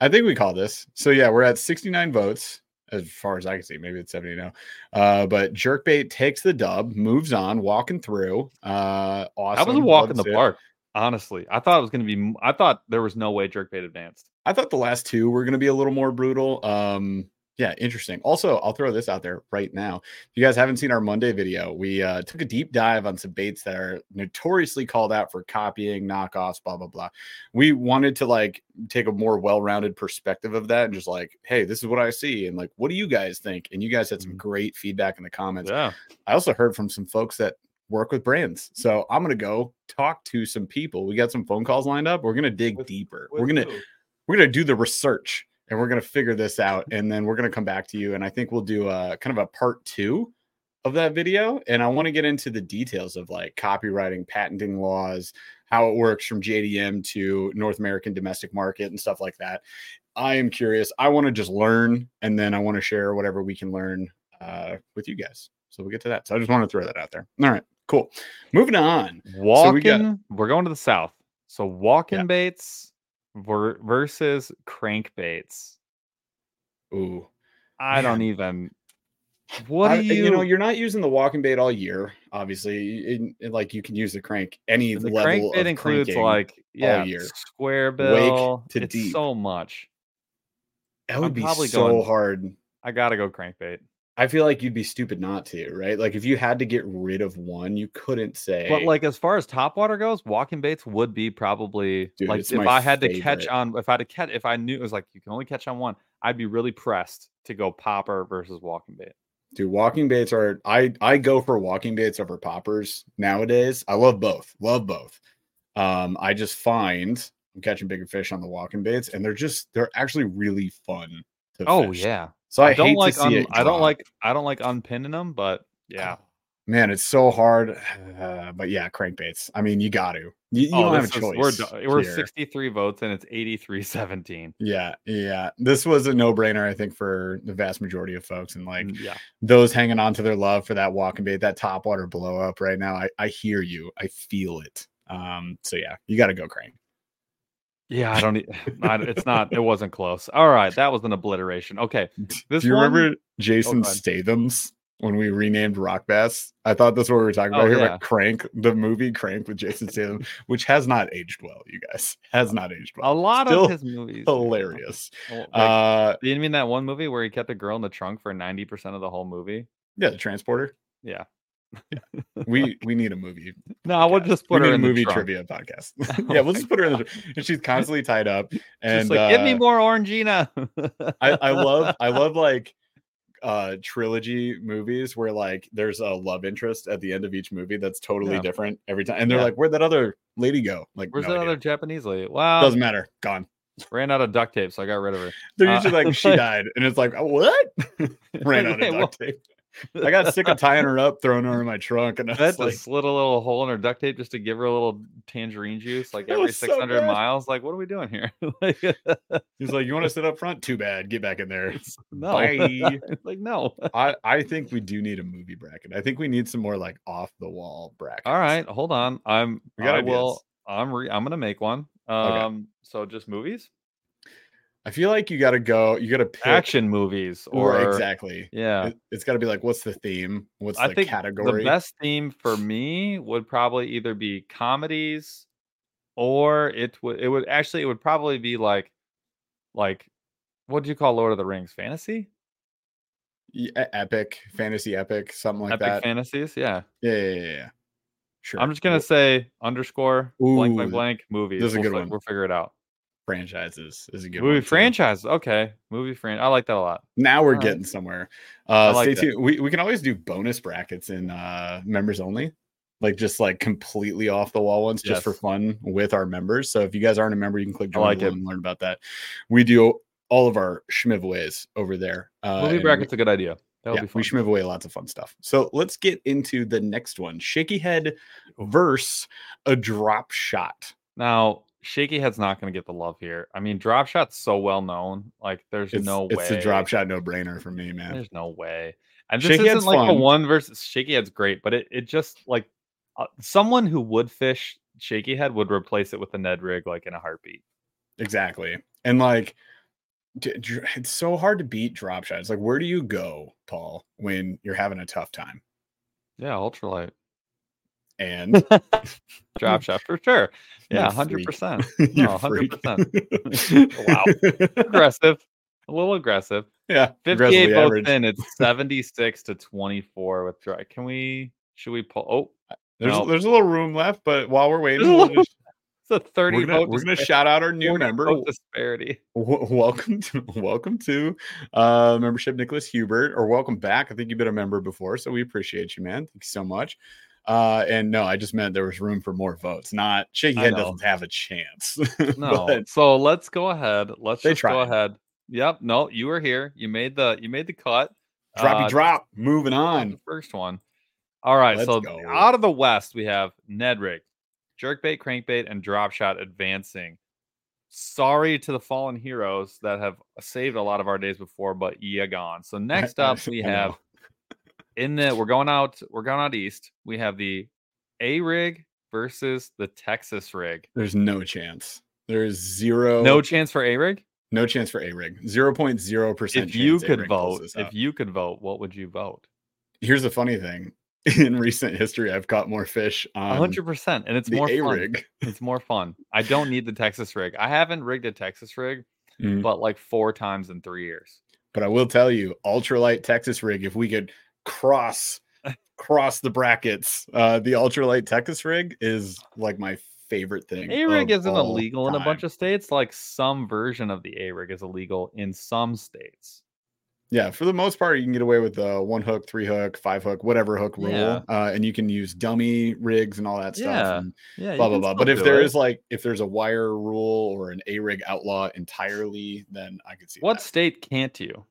Speaker 1: I think we call this. So yeah, we're at 69 votes as far as I can see. Maybe it's 70 now. Uh, but Jerkbait takes the dub, moves on, walking through. Uh, awesome.
Speaker 2: I was a walk in
Speaker 1: Loves
Speaker 2: the
Speaker 1: it.
Speaker 2: park. Honestly, I thought it was going to be. m- I thought there was no way jerkbait advanced.
Speaker 1: I thought the last two were going to be a little more brutal. Um, yeah, interesting. Also, I'll throw this out there right now. If you guys haven't seen our Monday video, we uh, took a deep dive on some baits that are notoriously called out for copying, knockoffs, blah blah blah. We wanted to like take a more well-rounded perspective of that and just like, hey, this is what I see, and like, what do you guys think? And you guys had some
Speaker 2: Mhm.
Speaker 1: great feedback in the comments.
Speaker 2: Yeah,
Speaker 1: I also heard from some folks that work with brands, so I'm gonna go talk to some people. We got some phone calls lined up. We're gonna dig
Speaker 2: With-
Speaker 1: deeper. We're gonna we're going to do the research and we're going to figure this out and then we're going to come back to you and i think we'll do a kind of a part two of that video and i want to get into the details of like copywriting patenting laws how it works from jdm to north american domestic market and stuff like that i am curious i want to just learn and then i want to share whatever we can learn uh, with you guys so we'll get to that so i just want to throw that out there all right cool moving on
Speaker 2: walking.
Speaker 1: we got-
Speaker 2: we're going to the south. So walking baits ver- versus crank baits.
Speaker 1: ooh
Speaker 2: I don't
Speaker 1: Man. <laughs>
Speaker 2: even. What
Speaker 1: I- and,
Speaker 2: do you,
Speaker 1: know, you're not using the walking bait all year, obviously. In, in, like you can use the crank any
Speaker 2: the
Speaker 1: level
Speaker 2: crank
Speaker 1: of
Speaker 2: bait includes
Speaker 1: cranking.
Speaker 2: like yeah
Speaker 1: year.
Speaker 2: square
Speaker 1: Wake
Speaker 2: bill
Speaker 1: to
Speaker 2: it's
Speaker 1: deep.
Speaker 2: so much.
Speaker 1: that would
Speaker 2: I'm
Speaker 1: be
Speaker 2: probably
Speaker 1: so
Speaker 2: going-
Speaker 1: hard.
Speaker 2: I gotta go crank bait.
Speaker 1: I feel like you'd be stupid not to, right? Like if you had to get rid of one, you couldn't say.
Speaker 2: But like as far as top water goes, walking baits would be probably
Speaker 1: Dude,
Speaker 2: like
Speaker 1: it's
Speaker 2: if
Speaker 1: my
Speaker 2: I had to catch
Speaker 1: favorite.
Speaker 2: on if I had to catch if I knew it was like you can only catch on one, I'd be really pressed to go popper versus walking bait.
Speaker 1: Dude, walking baits are I I go for walking baits over poppers nowadays. I love both. Love both. Um I just find I'm catching bigger fish on the walking baits and they're just they're actually really fun to
Speaker 2: Oh
Speaker 1: fish.
Speaker 2: yeah.
Speaker 1: So I,
Speaker 2: I, don't
Speaker 1: hate
Speaker 2: like
Speaker 1: to see
Speaker 2: un,
Speaker 1: it
Speaker 2: I don't
Speaker 1: drop.
Speaker 2: like I don't like unpinning them, but yeah.
Speaker 1: Man, it's so hard. Uh, but yeah, crankbaits. I mean, you got to. You, you
Speaker 2: oh,
Speaker 1: don't have a
Speaker 2: this
Speaker 1: choice.
Speaker 2: is- we're do- we're
Speaker 1: here.
Speaker 2: 63 votes and it's 83-17.
Speaker 1: Yeah, yeah. This was a no-brainer, I think, for the vast majority of folks, and like
Speaker 2: Mm, yeah.
Speaker 1: those hanging on to their love for that walking bait, that top water blow up right now. I, I hear you. I feel it. Um. So yeah, you got to go crank.
Speaker 2: Yeah,
Speaker 1: <laughs>
Speaker 2: I don't. e- I, it's not. It wasn't close. All right, that was an obliteration.
Speaker 1: <laughs>
Speaker 2: Okay, this
Speaker 1: Do you
Speaker 2: one- Oh,
Speaker 1: remember Jason
Speaker 2: go ahead.
Speaker 1: Statham's when we renamed Rock Bass? I thought that's what we were talking about
Speaker 2: Oh,
Speaker 1: here
Speaker 2: yeah.
Speaker 1: about Crank, the movie Crank with Jason Statham, which has not aged well. You guys has not aged well.
Speaker 2: a lot
Speaker 1: Still
Speaker 2: of his movies.
Speaker 1: Hilarious.
Speaker 2: Oh, like,
Speaker 1: Uh,
Speaker 2: do you mean that one movie where he kept a girl in the trunk for ninety percent of the whole movie?
Speaker 1: yeah, the transporter.
Speaker 2: Yeah. <laughs>
Speaker 1: We we need a movie.
Speaker 2: No, I would
Speaker 1: podcast.
Speaker 2: just put
Speaker 1: we
Speaker 2: her
Speaker 1: need
Speaker 2: in
Speaker 1: a movie
Speaker 2: the trunk. Oh
Speaker 1: trivia
Speaker 2: <laughs>
Speaker 1: podcast. yeah, we'll just put her in the. And she's constantly tied up,
Speaker 2: Just
Speaker 1: and
Speaker 2: like, give me
Speaker 1: uh,
Speaker 2: more Orangina.
Speaker 1: <laughs> I, I love I
Speaker 2: <laughs>
Speaker 1: love like uh trilogy movies where like there's a love interest at the end of each movie that's totally
Speaker 2: Yeah.
Speaker 1: different every time, and they're
Speaker 2: Yeah.
Speaker 1: like, "Where'd that other lady go?" Like,
Speaker 2: <laughs> Where's
Speaker 1: no
Speaker 2: that
Speaker 1: idea.
Speaker 2: other Japanese lady? Wow,
Speaker 1: Doesn't matter. Gone.
Speaker 2: ran out of duct tape, so I got rid of her.
Speaker 1: They're
Speaker 2: Uh,
Speaker 1: usually
Speaker 2: <laughs>
Speaker 1: like, "She
Speaker 2: like-
Speaker 1: died," and it's like, "Oh, "What?" <laughs>
Speaker 2: <laughs>
Speaker 1: Ran out
Speaker 2: Wait,
Speaker 1: of
Speaker 2: what?
Speaker 1: duct <laughs>
Speaker 2: <laughs>
Speaker 1: tape. I got sick of tying her up, throwing her in my trunk, and I
Speaker 2: That
Speaker 1: was like,
Speaker 2: just slit a little hole in her duct tape just to give her a little tangerine juice, like
Speaker 1: That
Speaker 2: every
Speaker 1: was so
Speaker 2: six hundred
Speaker 1: bad.
Speaker 2: miles. Like, what are we doing here? <laughs> like,
Speaker 1: He's like, "You want to sit up front? Too bad. Get back in there."
Speaker 2: no,
Speaker 1: Bye.
Speaker 2: <laughs> like no.
Speaker 1: I I think we do need a movie bracket. I think we need some more like off the wall brackets.
Speaker 2: All right, hold on. I'm.
Speaker 1: We got
Speaker 2: I
Speaker 1: ideas.
Speaker 2: will. I'm. Re, I'm gonna make one. Um. So just movies,
Speaker 1: I feel like you got to go. You got to pick
Speaker 2: action movies,
Speaker 1: or
Speaker 2: or
Speaker 1: exactly.
Speaker 2: Yeah.
Speaker 1: It, has got to be like, what's the theme? What's
Speaker 2: I
Speaker 1: the
Speaker 2: think
Speaker 1: category?
Speaker 2: the best theme for me would probably either be comedies, or it would. It would actually. It would probably be like, like, what do you call Lord of the Rings fantasy?
Speaker 1: E- e- epic fantasy epic something like
Speaker 2: Epic
Speaker 1: that.
Speaker 2: fantasies. Yeah.
Speaker 1: yeah, yeah, yeah, yeah. Sure.
Speaker 2: I'm just gonna say underscore blank
Speaker 1: Ooh,
Speaker 2: blank blank movies.
Speaker 1: this is a
Speaker 2: we'll
Speaker 1: good
Speaker 2: fi-
Speaker 1: one.
Speaker 2: We'll figure it out.
Speaker 1: franchises is a good
Speaker 2: movie
Speaker 1: one, too.
Speaker 2: franchise. Okay, movie franchise. I like that a lot.
Speaker 1: Now we're
Speaker 2: All right.
Speaker 1: getting somewhere. Uh,
Speaker 2: like
Speaker 1: stay
Speaker 2: that.
Speaker 1: tuned. We, we can always do bonus brackets in uh, members only, like just like completely off the wall ones, just for
Speaker 2: Yes.
Speaker 1: fun with our members. So if you guys aren't a member, you can click
Speaker 2: I
Speaker 1: join
Speaker 2: like
Speaker 1: below
Speaker 2: it.
Speaker 1: and learn about that. We do all of our schmivaways over there. Uh,
Speaker 2: Movie
Speaker 1: and
Speaker 2: brackets a good idea.
Speaker 1: We,
Speaker 2: That would
Speaker 1: yeah,
Speaker 2: be
Speaker 1: we
Speaker 2: fun.
Speaker 1: schmiv away lots of fun stuff. So let's get into the next one: shaky head versus a drop shot.
Speaker 2: now, Shaky Head's not gonna get the love here. I mean, Drop Shot's so well known. Like, there's
Speaker 1: It's,
Speaker 2: no way.
Speaker 1: it's a drop shot no brainer for me, man.
Speaker 2: There's no way. And this
Speaker 1: Shaky
Speaker 2: isn't
Speaker 1: Head's
Speaker 2: like a
Speaker 1: fun.
Speaker 2: one versus Shaky Head's great, but it, it just like uh, someone who would fish Shaky Head would replace it with a Ned rig like in a heartbeat.
Speaker 1: Exactly. And like, d- dr- it's so hard to beat drop shots. Like, where do you go, Paul, when you're having a tough time?
Speaker 2: Yeah, ultralight <laughs>
Speaker 1: And
Speaker 2: drop shot for sure.
Speaker 1: You're
Speaker 2: Yeah,
Speaker 1: a
Speaker 2: hundred
Speaker 1: freak.
Speaker 2: percent.
Speaker 1: <laughs> you're
Speaker 2: No,
Speaker 1: a freak.
Speaker 2: 100%. Oh, Wow. Aggressive, a little aggressive.
Speaker 1: <laughs> Yeah.
Speaker 2: 58
Speaker 1: aggressively
Speaker 2: votes
Speaker 1: average. <laughs>
Speaker 2: in. It's 76 to 24 with dry. Can we? Should we pull? Oh,
Speaker 1: There's,
Speaker 2: No.
Speaker 1: there's a little room left, but while we're waiting,
Speaker 2: There's a
Speaker 1: we'll
Speaker 2: little-
Speaker 1: just-
Speaker 2: it's a 30
Speaker 1: we're gonna,
Speaker 2: vote.
Speaker 1: we're gonna
Speaker 2: dispar-
Speaker 1: shout out our new
Speaker 2: 40
Speaker 1: member. <laughs>
Speaker 2: vote disparity.
Speaker 1: W- welcome to <laughs> welcome to uh membership nicholas hubert or welcome back i think you've been a member before so we appreciate you man thank you so much uh and no i just meant there was room for more votes not shaky
Speaker 2: I
Speaker 1: head
Speaker 2: know.
Speaker 1: doesn't have a chance <laughs>
Speaker 2: No.
Speaker 1: But
Speaker 2: so let's go ahead. Let's
Speaker 1: They
Speaker 2: just go
Speaker 1: tried.
Speaker 2: ahead. Yep. No, you were here. You made the you made the cut.
Speaker 1: droppy
Speaker 2: Uh,
Speaker 1: drop moving
Speaker 2: on
Speaker 1: on
Speaker 2: the first one. All right,
Speaker 1: Let's
Speaker 2: so
Speaker 1: go.
Speaker 2: out of the West we have Nedrick, Jerkbait, Crankbait, and Drop Shot advancing. Sorry to the fallen heroes that have saved a lot of our days before, but yeah, gone.
Speaker 1: <laughs>
Speaker 2: So next up we
Speaker 1: I know.
Speaker 2: have in the we're going out we're going out east. We have the A rig versus the Texas rig.
Speaker 1: there's no chance there's zero
Speaker 2: No chance for A rig.
Speaker 1: no chance for a rig 0.0 percent
Speaker 2: If you could vote, if you could vote, what would you vote?
Speaker 1: here's the funny thing <laughs> in recent history i've caught more fish on
Speaker 2: hundred percent, and it's
Speaker 1: Um, the
Speaker 2: more
Speaker 1: a
Speaker 2: fun.
Speaker 1: rig <laughs>
Speaker 2: It's more fun. I don't need the Texas rig. I haven't rigged a Texas rig,
Speaker 1: Mm.
Speaker 2: but like four times in three years.
Speaker 1: But I will tell you, ultralight Texas rig, if we could
Speaker 2: <laughs>
Speaker 1: cross cross the brackets, uh the ultralight Texas rig is like my favorite thing.
Speaker 2: A rig
Speaker 1: of
Speaker 2: isn't
Speaker 1: all
Speaker 2: illegal in a bunch
Speaker 1: time.
Speaker 2: of states. Like some version of the A rig is illegal in some states.
Speaker 1: yeah. For the most part, you can get away with the one hook, three hook, five hook, whatever hook rule,
Speaker 2: Yeah.
Speaker 1: uh, and you can use dummy rigs and all that stuff.
Speaker 2: Yeah,
Speaker 1: and
Speaker 2: Yeah, you
Speaker 1: blah blah
Speaker 2: can
Speaker 1: blah.
Speaker 2: still
Speaker 1: But if
Speaker 2: do
Speaker 1: there is
Speaker 2: it.
Speaker 1: like if there's a wire rule or an A rig outlaw entirely, then I could see that.
Speaker 2: what state can't you?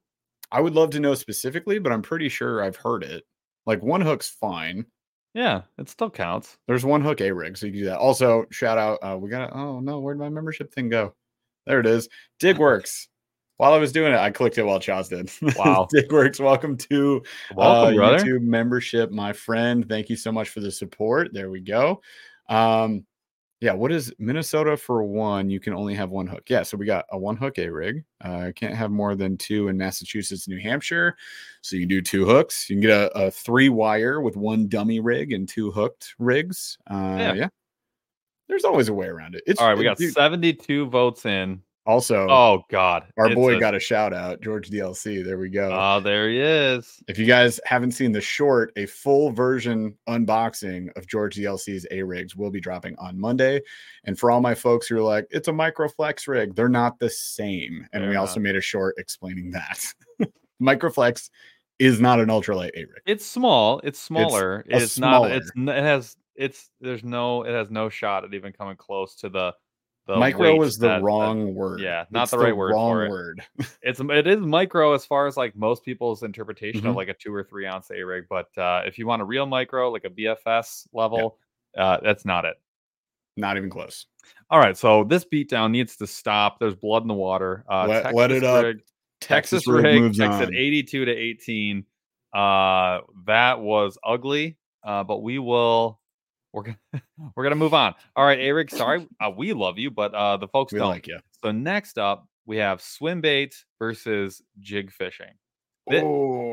Speaker 1: I would love to know specifically, but I'm pretty sure I've heard it. Like one hook's fine.
Speaker 2: Yeah, it still counts.
Speaker 1: There's one hook A rig, so you can do that. Also, shout out. Uh, we got. Oh no, where'd my membership thing go? There it is. Digworks. While I was doing it, I clicked it while Chaz did. <laughs>
Speaker 2: Wow.
Speaker 1: Digworks, welcome to
Speaker 2: Welcome,
Speaker 1: uh,
Speaker 2: brother.
Speaker 1: YouTube membership, my friend. Thank you so much for the support. There we go. Um, yeah, what is Minnesota for one? You can only have one hook. Yeah, so we got a one hook A rig. Uh, can't have more than two in Massachusetts, New Hampshire. So you can do two hooks. You can get a, a three wire with one dummy rig and two hooked rigs. Uh,
Speaker 2: Yeah.
Speaker 1: yeah. There's always a way around it. It's
Speaker 2: <laughs> All right, we got
Speaker 1: dude,
Speaker 2: 72 votes in.
Speaker 1: also
Speaker 2: Oh God,
Speaker 1: our
Speaker 2: it's
Speaker 1: boy
Speaker 2: a-
Speaker 1: got a shout out, George DLC. There we go.
Speaker 2: Oh, there he is.
Speaker 1: If you guys haven't seen the short, a full version unboxing of George DLC's A rigs will be dropping on Monday. And for all my folks who are like, it's a microflex rig, they're not the same. And
Speaker 2: They're
Speaker 1: we also made a short explaining that <laughs> microflex is not an ultralight A rig.
Speaker 2: It's small. It's smaller.
Speaker 1: a
Speaker 2: it's not. It's n- it has. It's there's no. It has no shot at even coming close to the. the
Speaker 1: Micro
Speaker 2: weight
Speaker 1: is the
Speaker 2: that- that-
Speaker 1: wrong word.
Speaker 2: yeah, not the right word
Speaker 1: Wrong
Speaker 2: for it.
Speaker 1: word.
Speaker 2: It's it is micro as far as like most people's interpretation of
Speaker 1: Mhm.
Speaker 2: like a two or three ounce a rig, but uh, if you want a real micro, like a BFS level, uh, that's not it.
Speaker 1: Not even close.
Speaker 2: All right, so this beatdown needs to stop. There's blood in the water. Uh,
Speaker 1: Let- let it
Speaker 2: Texas
Speaker 1: up.
Speaker 2: rig-
Speaker 1: Texas,
Speaker 2: Texas rig
Speaker 1: moves
Speaker 2: takes
Speaker 1: on.
Speaker 2: it 82 to 18. Uh, that was ugly, uh, but we will. We're gonna <laughs> we're gonna move on. All right,
Speaker 1: <laughs>
Speaker 2: Eric. Sorry, uh, we love you, but uh, the folks
Speaker 1: We
Speaker 2: don't.
Speaker 1: like you.
Speaker 2: So next up, we have swim bait versus jig fishing. Thi-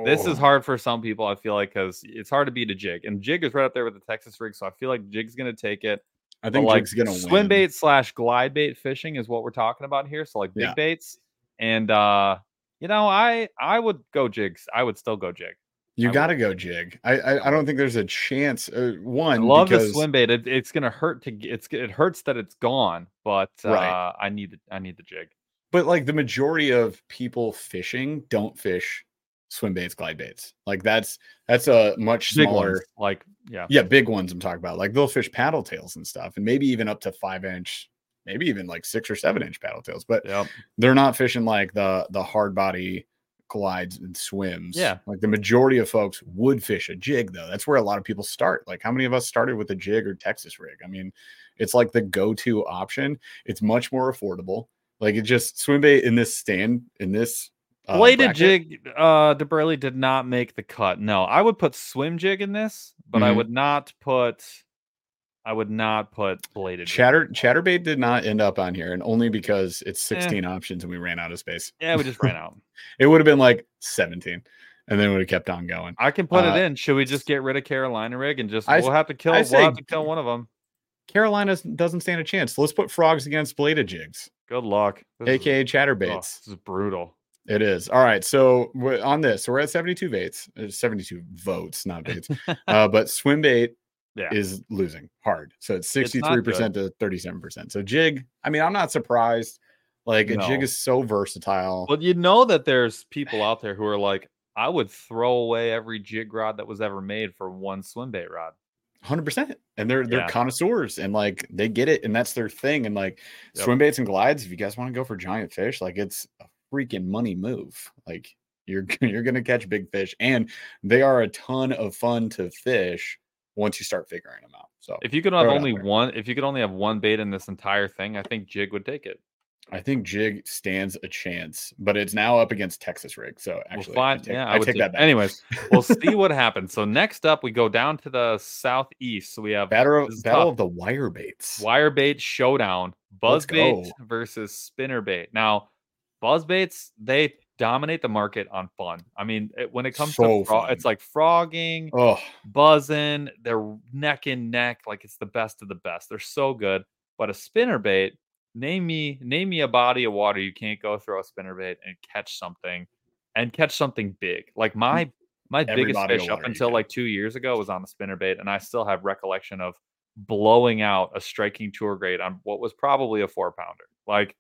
Speaker 2: This
Speaker 1: Oh.
Speaker 2: is hard for some people. I feel like because it's hard to beat a jig, and jig is right up there with the Texas rig. So I feel like jig's gonna take it.
Speaker 1: I
Speaker 2: But
Speaker 1: think
Speaker 2: like
Speaker 1: Jake's gonna
Speaker 2: swim
Speaker 1: win.
Speaker 2: bait slash glide bait fishing is what we're talking about here. So like big
Speaker 1: Yeah.
Speaker 2: baits and uh You know, I I would go jigs. I would still go jig.
Speaker 1: You
Speaker 2: I
Speaker 1: got to go jig. I, I I don't think there's a chance. Uh,
Speaker 2: I
Speaker 1: one,
Speaker 2: love the
Speaker 1: because
Speaker 2: swim bait. It, it's gonna hurt to g- it's it hurts that it's gone, but uh,
Speaker 1: Right.
Speaker 2: I need the I need the jig.
Speaker 1: but like the majority of people fishing don't fish swim baits, glide baits. Like that's that's a much
Speaker 2: Big
Speaker 1: smaller.
Speaker 2: ones, like yeah.
Speaker 1: Yeah, big ones I'm talking about. Like they'll fish paddle tails and stuff, and maybe even up to five inch, maybe even like six or seven inch paddle tails. But
Speaker 2: Yep.
Speaker 1: they're not fishing like the the hard body glides and swims.
Speaker 2: Yeah.
Speaker 1: Like the majority of folks would fish a jig though. That's where a lot of people start. Like how many of us started with a jig or Texas rig? I mean, it's like the go-to option. It's much more affordable. Like it just swim bait in this stand in this uh,
Speaker 2: Bladed
Speaker 1: bracket,
Speaker 2: jig, uh, DeBurley did not make the cut. No, I would put swim jig in this, but I
Speaker 1: Mhm.
Speaker 2: would not put, I would not put bladed. jig.
Speaker 1: Chatter Chatterbait did not end up on here, and only because it's
Speaker 2: Eh.
Speaker 1: 16 options and we ran out of space.
Speaker 2: Yeah, we just ran out.
Speaker 1: It would have been like 17, and then would have kept on going.
Speaker 2: I can put
Speaker 1: Uh,
Speaker 2: it in. Should we just get rid of Carolina rig and just
Speaker 1: I s-
Speaker 2: we'll have to kill
Speaker 1: I
Speaker 2: we'll
Speaker 1: say-
Speaker 2: have to kill one of them.
Speaker 1: Carolina doesn't stand a chance. Let's put frogs against bladed jigs.
Speaker 2: Good luck. This is-
Speaker 1: aka
Speaker 2: oh,
Speaker 1: chatterbaits.
Speaker 2: this is brutal.
Speaker 1: It is all right. So we're- on this, so we're at seventy-two baits, uh, seventy-two votes, not
Speaker 2: <laughs>
Speaker 1: baits. uh, but swim bait
Speaker 2: Yeah.
Speaker 1: is losing hard. So it's
Speaker 2: It's not
Speaker 1: sixty-three percent to thirty-seven percent. So jig. I mean, I'm not surprised. Like a jig
Speaker 2: No.
Speaker 1: is so versatile.
Speaker 2: Well, you know that there's people out there who are like, I would throw away every jig rod that was ever made for one swim bait rod.
Speaker 1: hundred percent. And they're they're
Speaker 2: Yeah.
Speaker 1: connoisseurs and like they get it and that's their thing. And like
Speaker 2: Yep.
Speaker 1: swim baits and glides, if you guys want to go for giant fish, like it's a freaking money move. Like you're <laughs> you're gonna catch big fish, and they are a ton of fun to fish once you start figuring them out. So
Speaker 2: If you could
Speaker 1: Throw
Speaker 2: have
Speaker 1: it out
Speaker 2: only
Speaker 1: there.
Speaker 2: one, if you could only have one bait in this entire thing, I think jig would take it.
Speaker 1: I think jig stands a chance, but it's now up against Texas rig. So actually,
Speaker 2: we'll
Speaker 1: I
Speaker 2: find,
Speaker 1: take,
Speaker 2: yeah,
Speaker 1: I
Speaker 2: would
Speaker 1: take
Speaker 2: do-
Speaker 1: that back.
Speaker 2: Anyways, we'll see what happens. So next up, we go down to the southeast. So we have
Speaker 1: battle
Speaker 2: this is
Speaker 1: battle
Speaker 2: tough.
Speaker 1: of the wire baits.
Speaker 2: wire bait showdown, buzz bait
Speaker 1: go.
Speaker 2: versus spinner bait. Now, buzz baits they dominate the market on fun. I mean, it, when it comes
Speaker 1: So
Speaker 2: to fro- it's
Speaker 1: fun.
Speaker 2: like frogging,
Speaker 1: Oh,
Speaker 2: buzzing. They're neck and neck, like it's the best of the best. They're so good. But a spinner bait, name me name me a body of water you can't go throw a spinner bait and catch something, and catch something big. Like my my
Speaker 1: Mm, every
Speaker 2: biggest
Speaker 1: body of
Speaker 2: fish up
Speaker 1: water you
Speaker 2: until
Speaker 1: can.
Speaker 2: like two years ago was on the spinner bait, and I still have recollection of blowing out a striking tour grade on what was probably a four pounder. Like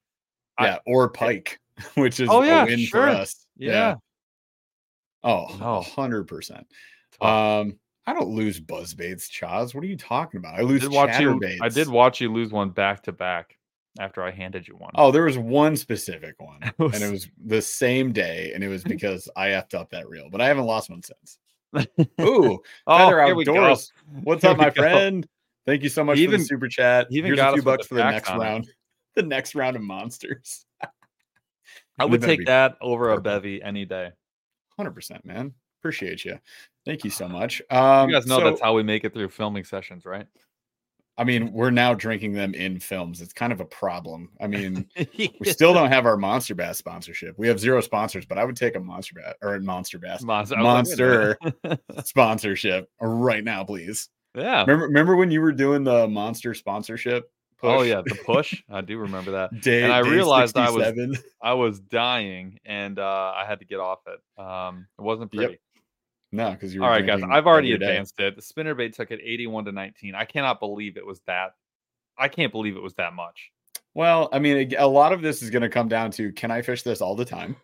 Speaker 2: I-
Speaker 1: yeah, or pike, <laughs> which is
Speaker 2: Oh, yeah,
Speaker 1: a win
Speaker 2: sure.
Speaker 1: for us.
Speaker 2: yeah,
Speaker 1: Oh,
Speaker 2: No.
Speaker 1: 100%.
Speaker 2: tough.
Speaker 1: Um, I don't lose buzz baits, Chaz. What are you talking about? I lose
Speaker 2: I did watch you. I
Speaker 1: chatterbaits.
Speaker 2: did watch you lose one back to back after I handed you one.
Speaker 1: Oh, there was one specific
Speaker 2: <laughs>
Speaker 1: one,
Speaker 2: was-
Speaker 1: and it was the same day, and it
Speaker 2: <laughs>
Speaker 1: was because I effed up that reel, but I haven't lost one since. Ooh, Feather
Speaker 2: Oh, here we go.
Speaker 1: Outdoors. what's
Speaker 2: <laughs> Here
Speaker 1: up,
Speaker 2: we
Speaker 1: my
Speaker 2: go.
Speaker 1: friend? Thank you so much
Speaker 2: He
Speaker 1: for
Speaker 2: even-
Speaker 1: the super chat.
Speaker 2: he even
Speaker 1: Here's
Speaker 2: got
Speaker 1: a few
Speaker 2: us with
Speaker 1: bucks
Speaker 2: the
Speaker 1: for the
Speaker 2: facts
Speaker 1: next
Speaker 2: on it.
Speaker 1: round. <laughs> The next round of monsters.
Speaker 2: I
Speaker 1: Wouldn't
Speaker 2: would
Speaker 1: that be
Speaker 2: take that over a
Speaker 1: purple?
Speaker 2: bevy any day.
Speaker 1: Hundred percent, man. Appreciate you. Thank you so much. Um,
Speaker 2: you guys know
Speaker 1: so-
Speaker 2: that's how we make it through filming sessions, <laughs> right?
Speaker 1: I mean, we're now drinking them in films. It's kind of a problem. I mean, We
Speaker 2: <laughs>
Speaker 1: still don't have our Monster Bass sponsorship. We have zero sponsors, but I would take a Monster Bass or a Monster Bass
Speaker 2: Monster. I was like, wait a
Speaker 1: <laughs>
Speaker 2: minute.
Speaker 1: sponsorship right now, please.
Speaker 2: yeah.
Speaker 1: Remember, remember when you were doing the Monster sponsorship?
Speaker 2: Oh
Speaker 1: push?
Speaker 2: yeah, the <laughs> push. I do remember that.
Speaker 1: Day,
Speaker 2: And I
Speaker 1: day
Speaker 2: realized I was-
Speaker 1: 67?
Speaker 2: I was dying, and uh, I had to get off it. Um, it wasn't
Speaker 1: Yep,
Speaker 2: pretty.
Speaker 1: <laughs> no, because you. Were
Speaker 2: All right, guys.
Speaker 1: drinking
Speaker 2: I've already
Speaker 1: every day.
Speaker 2: advanced it. The spinnerbait took it eighty-one to nineteen. I cannot believe it was that. I can't believe it was that much.
Speaker 1: Well, I mean, ag- a lot of this is going to come down to can I fish this all the time?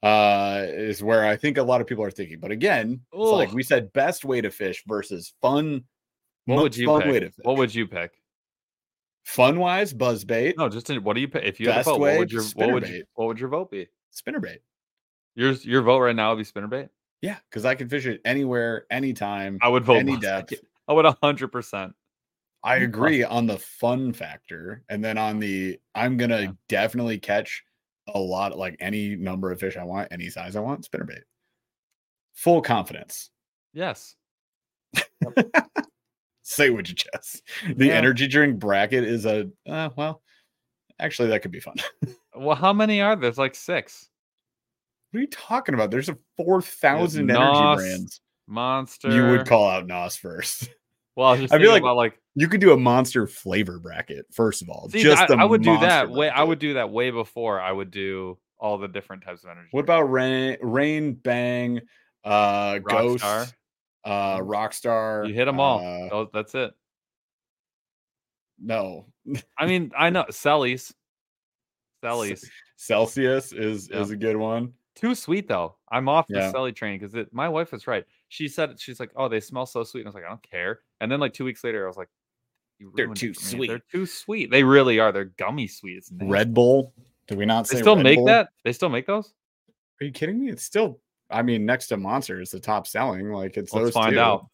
Speaker 1: Uh, is where I think a lot of people are thinking. But again, it's like
Speaker 2: Ugh.
Speaker 1: we said, best way to fish versus fun.
Speaker 2: What
Speaker 1: mo-
Speaker 2: would you
Speaker 1: fun
Speaker 2: pick?
Speaker 1: way to fish.
Speaker 2: What would you pick?
Speaker 1: fun wise buzz bait,
Speaker 2: No, just in, what do you pick? If you had
Speaker 1: Best
Speaker 2: to vote,
Speaker 1: way,
Speaker 2: what would your what would, you,
Speaker 1: spinnerbait.
Speaker 2: what would your vote be?
Speaker 1: spinner bait.
Speaker 2: Yours your vote right now would be spinnerbait.
Speaker 1: Yeah, because I can fish it anywhere, anytime,
Speaker 2: I would vote
Speaker 1: any
Speaker 2: Buzz
Speaker 1: depth.
Speaker 2: Lightyear. I would Oh, hundred percent.
Speaker 1: I
Speaker 2: Yeah.
Speaker 1: agree on the fun factor, and then on the I'm gonna
Speaker 2: Yeah.
Speaker 1: definitely catch a lot, like any number of fish I want, any size I want, spinnerbait. Full confidence. <laughs>
Speaker 2: Yes.
Speaker 1: Say what you chest. The
Speaker 2: Yeah.
Speaker 1: energy drink bracket is a uh, well, actually that could be fun. <laughs> what
Speaker 2: Well, how many are there? There's like six.
Speaker 1: are you talking about? There's a four thousand energy
Speaker 2: Nos,
Speaker 1: brands.
Speaker 2: Monster.
Speaker 1: You would call out Nos first.
Speaker 2: Well, I was just
Speaker 1: I feel
Speaker 2: thinking
Speaker 1: like
Speaker 2: about like
Speaker 1: You could do a monster flavor bracket first of all.
Speaker 2: see,
Speaker 1: just
Speaker 2: I,
Speaker 1: the
Speaker 2: I would do
Speaker 1: monster
Speaker 2: that way. I
Speaker 1: bracket.
Speaker 2: would do that way before I would do all the different types of energy.
Speaker 1: What about rain? Rain, bang, uh, ghost,
Speaker 2: Rockstar. Mm.
Speaker 1: uh, rockstar.
Speaker 2: You hit 'em all.
Speaker 1: uh,
Speaker 2: Those- That's it.
Speaker 1: no,
Speaker 2: I mean, I know Sellies. Sellies.
Speaker 1: Celsius is
Speaker 2: Yeah.
Speaker 1: is a good one.
Speaker 2: Too sweet though. I'm off the
Speaker 1: Yeah.
Speaker 2: Selly train because my wife is right. She said she's like, oh, they smell so sweet. And I was like, I don't care. And then like two weeks later, I was like, you
Speaker 1: They're
Speaker 2: ruined
Speaker 1: too
Speaker 2: it for me. They're too sweet. They really are. They're gummy sweet. It's nasty.
Speaker 1: Red Bull. Do we not
Speaker 2: They
Speaker 1: say
Speaker 2: still
Speaker 1: Red
Speaker 2: make
Speaker 1: Bull?
Speaker 2: that. They still make those.
Speaker 1: Are you kidding me? It's still. I mean, next to Monster is the top selling. Like it's
Speaker 2: Let's
Speaker 1: those
Speaker 2: find
Speaker 1: two.
Speaker 2: out.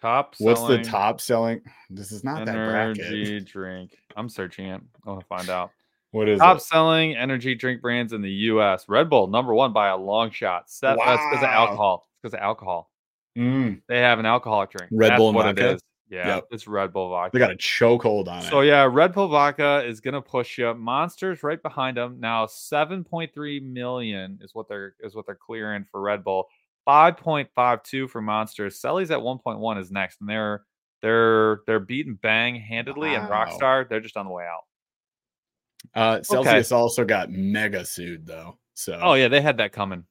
Speaker 2: Top.
Speaker 1: What's
Speaker 2: selling
Speaker 1: the top selling? This is not that bracket.
Speaker 2: energy drink? I'm searching it. I want to find out.
Speaker 1: What is
Speaker 2: Top
Speaker 1: it?
Speaker 2: selling energy drink brands in the U.S. Red Bull number one by a long shot. Set, That's because of
Speaker 1: Wow.
Speaker 2: alcohol. Because of alcohol.
Speaker 1: Mm,
Speaker 2: They have an alcoholic drink.
Speaker 1: Red
Speaker 2: That's
Speaker 1: Bull and
Speaker 2: what
Speaker 1: vodka?
Speaker 2: it is. Yeah,
Speaker 1: Yep.
Speaker 2: it's Red Bull vodka.
Speaker 1: they got a chokehold on it.
Speaker 2: So yeah, Red Bull Vodka is gonna push you. Monsters right behind them now. Seven point three million is what they're is what they're clearing for Red Bull. Five point five two for Monsters. Selly's at one point one is next, and they're they're they're beating Bang handedly and
Speaker 1: Wow.
Speaker 2: Rockstar. They're just on the way out.
Speaker 1: Uh, Celsius also got mega sued though. So
Speaker 2: Oh yeah, they had that coming.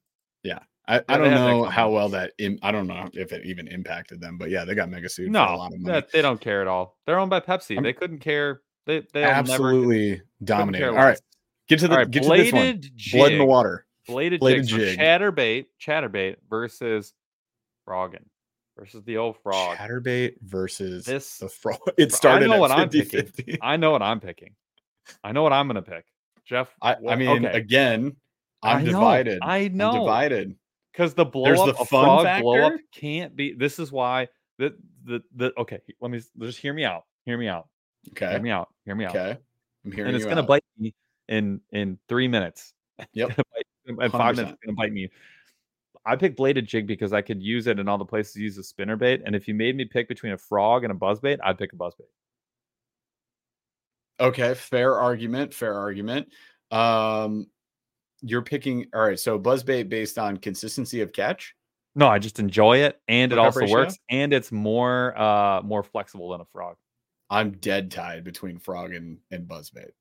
Speaker 1: I, I
Speaker 2: they
Speaker 1: don't
Speaker 2: had that
Speaker 1: know how
Speaker 2: coming.
Speaker 1: well that Im- I don't know if it even impacted them, but yeah, they got mega sued for a
Speaker 2: No,
Speaker 1: lot of money.
Speaker 2: that, they don't care at all. They're owned by Pepsi.
Speaker 1: I'm-
Speaker 2: they couldn't care. They they
Speaker 1: Absolutely dominated. All right, get to the
Speaker 2: all right.
Speaker 1: get to this
Speaker 2: bladed
Speaker 1: one. Blood in the
Speaker 2: jig.
Speaker 1: water.
Speaker 2: Bladed,
Speaker 1: Bladed
Speaker 2: jig. So
Speaker 1: jig.
Speaker 2: chatterbait, chatterbait versus Froggen versus the old frog.
Speaker 1: Chatterbait versus
Speaker 2: This-
Speaker 1: the frog. <laughs> It started
Speaker 2: know
Speaker 1: at
Speaker 2: what I'm
Speaker 1: 50,
Speaker 2: picking. I know what I'm picking. I know what I'm gonna pick. Jeff,
Speaker 1: I, I
Speaker 2: what-
Speaker 1: mean,
Speaker 2: okay.
Speaker 1: again, I'm
Speaker 2: I know,
Speaker 1: divided.
Speaker 2: I
Speaker 1: I'm
Speaker 2: know
Speaker 1: divided.
Speaker 2: because the blow
Speaker 1: There's
Speaker 2: up,
Speaker 1: the
Speaker 2: a
Speaker 1: fun
Speaker 2: frog blow up
Speaker 1: factor.
Speaker 2: can't be. This is why the the the okay. Let me s- just hear me out. Hear me out. Hear
Speaker 1: Okay.
Speaker 2: me out. Hear me out.
Speaker 1: Okay. I'm hearing
Speaker 2: and it's
Speaker 1: you
Speaker 2: gonna
Speaker 1: out.
Speaker 2: bite me in in three minutes. <laughs> It's
Speaker 1: Yep.
Speaker 2: gonna bite- in five
Speaker 1: 100%.
Speaker 2: minutes, it's gonna bite me. I picked bladed jig because I could use it in all the places you use a spinner bait. And if you made me pick between a frog and a buzzbait, I'd pick a buzzbait.
Speaker 1: Okay, fair argument, fair argument. Um you're picking all right, so buzzbait based on consistency of catch.
Speaker 2: No, I just enjoy it, and it
Speaker 1: Hookup
Speaker 2: also
Speaker 1: ratio?
Speaker 2: works, and it's more uh more flexible than a frog.
Speaker 1: I'm dead tied between frog and, and buzzbait.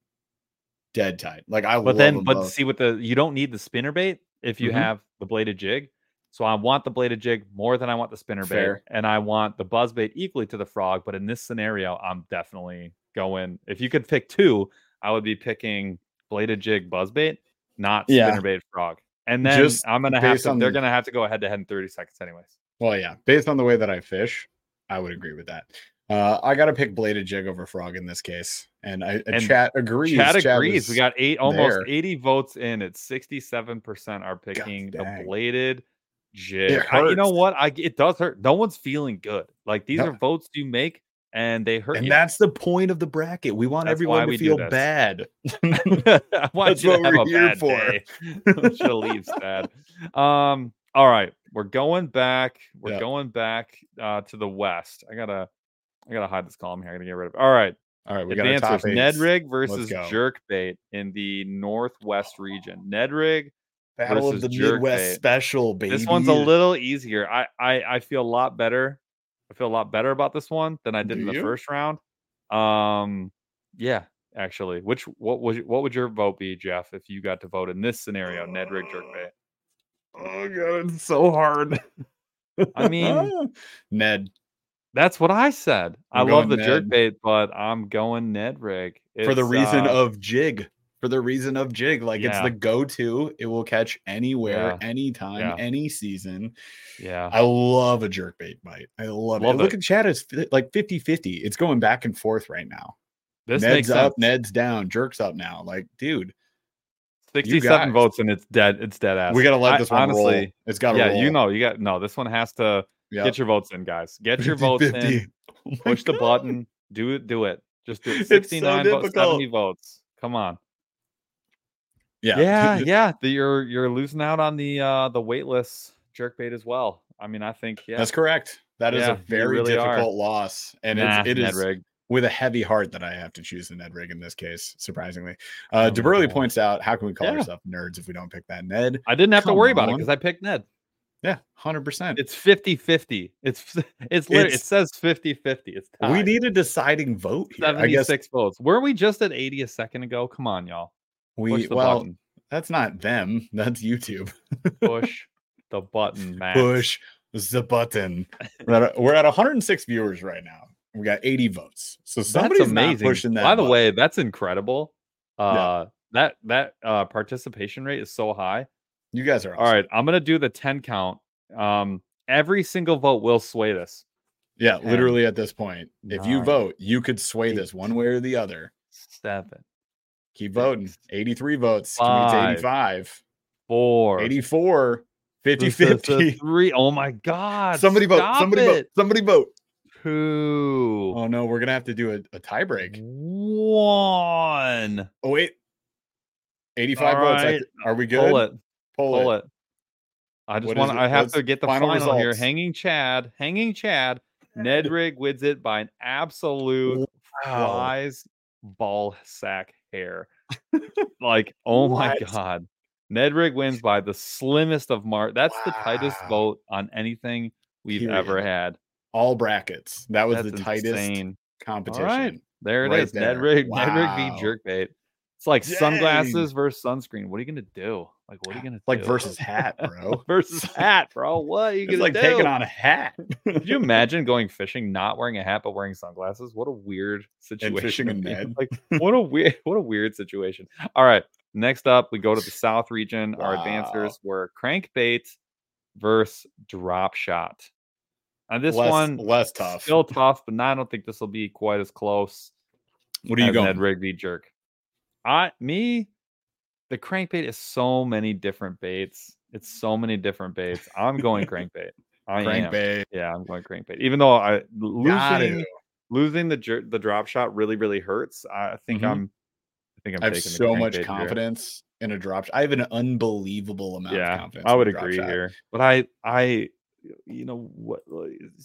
Speaker 1: Dead tied. Like I
Speaker 2: But
Speaker 1: love
Speaker 2: then,
Speaker 1: them
Speaker 2: but
Speaker 1: both.
Speaker 2: see, with the you don't need the spinner bait if you
Speaker 1: Mhm.
Speaker 2: have the bladed jig. So I want the bladed jig more than I want the spinner bait,
Speaker 1: Fair.
Speaker 2: and I want the buzzbait equally to the frog. But in this scenario, I'm definitely going. If you could pick two, I would be picking bladed jig buzzbait, not
Speaker 1: Yeah.
Speaker 2: spinner bait frog. And then
Speaker 1: Just
Speaker 2: I'm gonna have
Speaker 1: based
Speaker 2: to.
Speaker 1: on
Speaker 2: They're
Speaker 1: the-
Speaker 2: gonna have to go head to head in 30 seconds, anyways.
Speaker 1: well, yeah, based on the way that I fish, I would agree with that. Uh I gotta pick bladed jig over frog in this case. And I and
Speaker 2: And
Speaker 1: chat agrees.
Speaker 2: Chad agrees.
Speaker 1: was-
Speaker 2: We got eight, almost
Speaker 1: there.
Speaker 2: 80 votes in. It's 67% are picking the
Speaker 1: dang.
Speaker 2: bladed jig.
Speaker 1: It
Speaker 2: I- you know
Speaker 1: hurts.
Speaker 2: what? I it does hurt. No one's feeling good. Like these
Speaker 1: No.
Speaker 2: are votes you make, and they hurt.
Speaker 1: and
Speaker 2: you.
Speaker 1: that's the point of the bracket. We want
Speaker 2: That's why
Speaker 1: everyone
Speaker 2: we
Speaker 1: to
Speaker 2: do
Speaker 1: feel
Speaker 2: this.
Speaker 1: bad.
Speaker 2: <laughs> I want
Speaker 1: <laughs> That's
Speaker 2: you
Speaker 1: what
Speaker 2: to
Speaker 1: we're
Speaker 2: have a
Speaker 1: here
Speaker 2: bad
Speaker 1: for.
Speaker 2: day. <laughs> I want you to leave sad. Um. All right, we're going back. We're
Speaker 1: Yep.
Speaker 2: going back uh, to the west. I gotta, I gotta hide this column here. I gotta get rid of. It. All right.
Speaker 1: All right, we got a top
Speaker 2: Advancers,
Speaker 1: eight.
Speaker 2: Nedrig versus
Speaker 1: go.
Speaker 2: Jerkbait in the Northwest region. Nedrig,
Speaker 1: Battle of the
Speaker 2: versus Jerk
Speaker 1: Midwest
Speaker 2: Bait.
Speaker 1: special, baby.
Speaker 2: this one's a little easier. I, I I feel a lot better. I feel a lot better about this one than I did
Speaker 1: Do
Speaker 2: in the
Speaker 1: you?
Speaker 2: first round. Um, yeah, actually, which what was what would your vote be, Jeff, if you got to vote in this scenario, Nedrig Jerkbait?
Speaker 1: Oh god, it's so hard. <laughs>
Speaker 2: I mean,
Speaker 1: Ned
Speaker 2: that's what I said. i
Speaker 1: I'm
Speaker 2: love the
Speaker 1: going Ned.
Speaker 2: Jerkbait, but I'm going Nedrig
Speaker 1: for the
Speaker 2: It's,
Speaker 1: reason
Speaker 2: uh,
Speaker 1: of jig. For the reason of jig, like it's
Speaker 2: Yeah.
Speaker 1: the go-to. It will catch anywhere, anytime,
Speaker 2: Yeah.
Speaker 1: any season.
Speaker 2: yeah.
Speaker 1: I love a jerkbait bite. I love,
Speaker 2: Love
Speaker 1: it. Look
Speaker 2: it.
Speaker 1: at Chad; it's fi- like 50-50. It's going back and forth right now.
Speaker 2: This
Speaker 1: Ned's
Speaker 2: makes sense.
Speaker 1: up, Ned's down, jerks up now. Like, dude,
Speaker 2: 67
Speaker 1: guys.
Speaker 2: votes and it's dead. It's dead ass.
Speaker 1: we gotta
Speaker 2: I-
Speaker 1: let this one
Speaker 2: honestly,
Speaker 1: roll. It's got to
Speaker 2: Yeah,
Speaker 1: roll.
Speaker 2: you know, you got no. This one has to
Speaker 1: Yep.
Speaker 2: get your votes in, guys. Get
Speaker 1: <laughs>
Speaker 2: your votes
Speaker 1: 50-50.
Speaker 2: in.
Speaker 1: Oh my
Speaker 2: Push the
Speaker 1: God.
Speaker 2: button. Do it. Do it. Just do it.
Speaker 1: so
Speaker 2: 69 votes, 70
Speaker 1: difficult.
Speaker 2: votes. Come on.
Speaker 1: Yeah, <laughs>
Speaker 2: yeah. yeah. The- you're you're losing out on the uh the weightless jerk bait as well. I mean, I think yeah.
Speaker 1: That's correct. That is
Speaker 2: Yeah,
Speaker 1: a
Speaker 2: you
Speaker 1: very
Speaker 2: really are.
Speaker 1: difficult loss, and
Speaker 2: nah,
Speaker 1: it's, it
Speaker 2: Ned
Speaker 1: is
Speaker 2: Rigg.
Speaker 1: with a heavy heart that I have to choose the Ned Rig in this case. Surprisingly,
Speaker 2: Oh
Speaker 1: uh,
Speaker 2: my
Speaker 1: DeBurley
Speaker 2: God.
Speaker 1: points out, "How can we call
Speaker 2: Yeah.
Speaker 1: ourselves nerds if we don't pick that Ned?"
Speaker 2: I didn't have to
Speaker 1: Come
Speaker 2: worry about it
Speaker 1: on.
Speaker 2: because I picked Ned.
Speaker 1: Yeah, hundred percent.
Speaker 2: It's 50 50. It's <laughs> it's literally it
Speaker 1: It's-
Speaker 2: says 50 50. It's tied.
Speaker 1: We need a deciding vote here. I guess
Speaker 2: 76 votes. Were we just at 80 a second ago? Come on, y'all.
Speaker 1: we
Speaker 2: Push the
Speaker 1: well,
Speaker 2: button.
Speaker 1: That's not them. That's YouTube.
Speaker 2: Push
Speaker 1: <laughs>
Speaker 2: the button, Matt.
Speaker 1: Push the button. We're at, we're at 106 viewers right now. We got 80 votes. So
Speaker 2: That's
Speaker 1: somebody's not
Speaker 2: amazing.
Speaker 1: pushing that.
Speaker 2: By the
Speaker 1: button.
Speaker 2: way, that's incredible. Uh, that that uh, participation rate is so high.
Speaker 1: you guys are
Speaker 2: All
Speaker 1: awesome.
Speaker 2: right, I'm gonna do the 10 count. Um, every single vote will sway this.
Speaker 1: Yeah,
Speaker 2: 10,
Speaker 1: literally at this point, if you
Speaker 2: nine,
Speaker 1: vote, you could sway this one way or the other.
Speaker 2: Seven,
Speaker 1: Keep voting. 83 votes.
Speaker 2: Five.
Speaker 1: Commutes 85.
Speaker 2: four,
Speaker 1: 84. 50 <laughs> 50.
Speaker 2: three. Oh my god!
Speaker 1: Somebody vote.
Speaker 2: stop
Speaker 1: Somebody vote.
Speaker 2: it.
Speaker 1: Somebody vote.
Speaker 2: Two,
Speaker 1: Oh no, we're gonna have to do a, a tiebreak.
Speaker 2: one.
Speaker 1: Oh wait. 85
Speaker 2: All
Speaker 1: votes. I
Speaker 2: right,
Speaker 1: th- Are we good?
Speaker 2: Pull it.
Speaker 1: Pull
Speaker 2: Pull
Speaker 1: it.
Speaker 2: it. I just
Speaker 1: What
Speaker 2: want
Speaker 1: is
Speaker 2: to.
Speaker 1: it?
Speaker 2: I have
Speaker 1: What's
Speaker 2: to get the
Speaker 1: final
Speaker 2: final, here.
Speaker 1: results?
Speaker 2: Hanging Chad,
Speaker 1: <laughs>
Speaker 2: hanging Chad. Nedrig wins it by an absolute
Speaker 1: Wow.
Speaker 2: flies ball sack
Speaker 1: <laughs>
Speaker 2: hair. like, oh my
Speaker 1: What?
Speaker 2: god. Nedrig wins by the slimmest of mar. That's the tightest
Speaker 1: Wow.
Speaker 2: vote on anything we've ever
Speaker 1: Period.
Speaker 2: had.
Speaker 1: All brackets. That was
Speaker 2: That's
Speaker 1: the tightest
Speaker 2: insane.
Speaker 1: competition.
Speaker 2: There it
Speaker 1: right
Speaker 2: is.
Speaker 1: there.
Speaker 2: Nedrig, Nedrig
Speaker 1: Wow.
Speaker 2: v jerkbait. It's like
Speaker 1: Dang.
Speaker 2: sunglasses versus sunscreen. What are you gonna do? Like,
Speaker 1: <sighs>
Speaker 2: what are you gonna
Speaker 1: Like
Speaker 2: do?
Speaker 1: versus hat,
Speaker 2: <laughs>
Speaker 1: bro.
Speaker 2: versus hat, bro. What are you
Speaker 1: it's
Speaker 2: gonna
Speaker 1: like
Speaker 2: do?
Speaker 1: taking on a hat.
Speaker 2: Could you imagine going fishing, not wearing a hat but wearing sunglasses? What a weird situation.
Speaker 1: fishing a
Speaker 2: <laughs> you know,
Speaker 1: net. <laughs>
Speaker 2: Like what a weird what a weird situation. All right. Next up, we go to the South region. Our
Speaker 1: Wow.
Speaker 2: advancers were crankbait versus drop shot. And this
Speaker 1: less,
Speaker 2: one
Speaker 1: less tough.
Speaker 2: still tough, but not- I don't think this will be quite as close
Speaker 1: what are you
Speaker 2: as
Speaker 1: going?
Speaker 2: Ned Rigby jerk. I me, the crankbait is so many different baits. It's so many different baits.
Speaker 1: <laughs>
Speaker 2: I'm going crankbait. I am.
Speaker 1: Crankbait.
Speaker 2: Yeah, I'm going crankbait. Even though I
Speaker 1: Got
Speaker 2: losing
Speaker 1: to.
Speaker 2: losing the jer- the drop shot really really hurts. I I think
Speaker 1: Mhm.
Speaker 2: I'm. I think I'm.
Speaker 1: I have
Speaker 2: taking the
Speaker 1: so much
Speaker 2: crankbait here.
Speaker 1: confidence in a drop. sh- I have an unbelievable amount of
Speaker 2: Yeah,
Speaker 1: confidence.
Speaker 2: I
Speaker 1: in a
Speaker 2: would
Speaker 1: drop
Speaker 2: agree
Speaker 1: shot.
Speaker 2: here, but I I, you know what?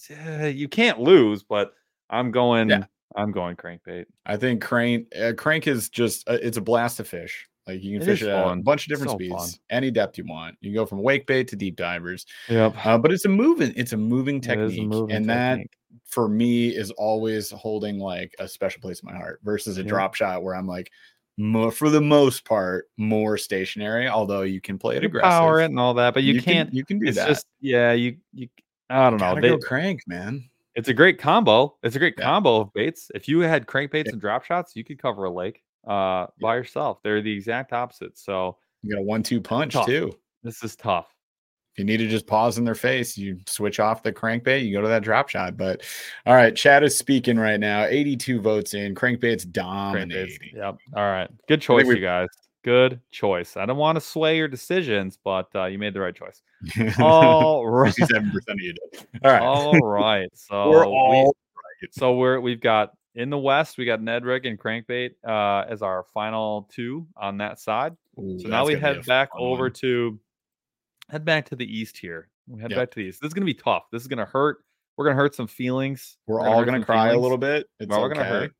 Speaker 2: eh, You can't lose, but I'm going.
Speaker 1: Yeah.
Speaker 2: I'm going crankbait.
Speaker 1: I think crank uh, crank is just uh, it's a blast to fish. Like you can
Speaker 2: It
Speaker 1: fish
Speaker 2: is
Speaker 1: it at a
Speaker 2: fun.
Speaker 1: bunch of different
Speaker 2: So
Speaker 1: speeds,
Speaker 2: fun.
Speaker 1: any depth you want. You can go from wake bait to deep
Speaker 2: <sighs>
Speaker 1: divers.
Speaker 2: Yep.
Speaker 1: Uh, but it's a moving, it's a moving technique, and that for me is always holding like a special place in my heart versus a
Speaker 2: Yeah.
Speaker 1: drop shot where I'm like, mo- for the most part, more stationary. Although you can play it
Speaker 2: you
Speaker 1: aggressive,
Speaker 2: power it and all that, but you,
Speaker 1: can-
Speaker 2: can't.
Speaker 1: you can do
Speaker 2: it's
Speaker 1: that.
Speaker 2: just yeah, you you. I don't know.
Speaker 1: Gotta
Speaker 2: They,
Speaker 1: go crank, man.
Speaker 2: it's a great combo. It's a great
Speaker 1: Yeah.
Speaker 2: combo of baits. If you had crankbaits
Speaker 1: Yeah.
Speaker 2: and drop shots, you could cover a lake uh by yourself. They're the exact opposites. So
Speaker 1: You got a one-two punch
Speaker 2: Tough.
Speaker 1: too.
Speaker 2: this is tough.
Speaker 1: if you need to just pause in their face, you switch off the crankbait, you go to that drop shot. But all right, Chad is speaking right now. 82 votes in. Crankbait's
Speaker 2: Crankbaits.
Speaker 1: dominating.
Speaker 2: Yep. All right. Good choice,
Speaker 1: we-
Speaker 2: you guys. Good choice. I don't want to sway your decisions, but uh, you made the
Speaker 1: <laughs>
Speaker 2: right choice. All right.
Speaker 1: 67% of you did. All right. <laughs>
Speaker 2: All right. So
Speaker 1: We're
Speaker 2: Oh, we-
Speaker 1: all
Speaker 2: so we're we've got in the West, we got Nedrick and Crankbait uh as our final two on that side.
Speaker 1: Ooh,
Speaker 2: So now
Speaker 1: that's
Speaker 2: we
Speaker 1: gonna be
Speaker 2: head
Speaker 1: a
Speaker 2: back
Speaker 1: fun
Speaker 2: over
Speaker 1: one.
Speaker 2: to head back to the east here. We head
Speaker 1: Yep.
Speaker 2: back to the east. This is gonna be tough. This is gonna hurt. We're gonna hurt some feelings.
Speaker 1: We're
Speaker 2: We're
Speaker 1: all
Speaker 2: hurt
Speaker 1: going to
Speaker 2: some
Speaker 1: cry a
Speaker 2: feelings.
Speaker 1: little bit. It's
Speaker 2: We're all
Speaker 1: okay.
Speaker 2: gonna hurt.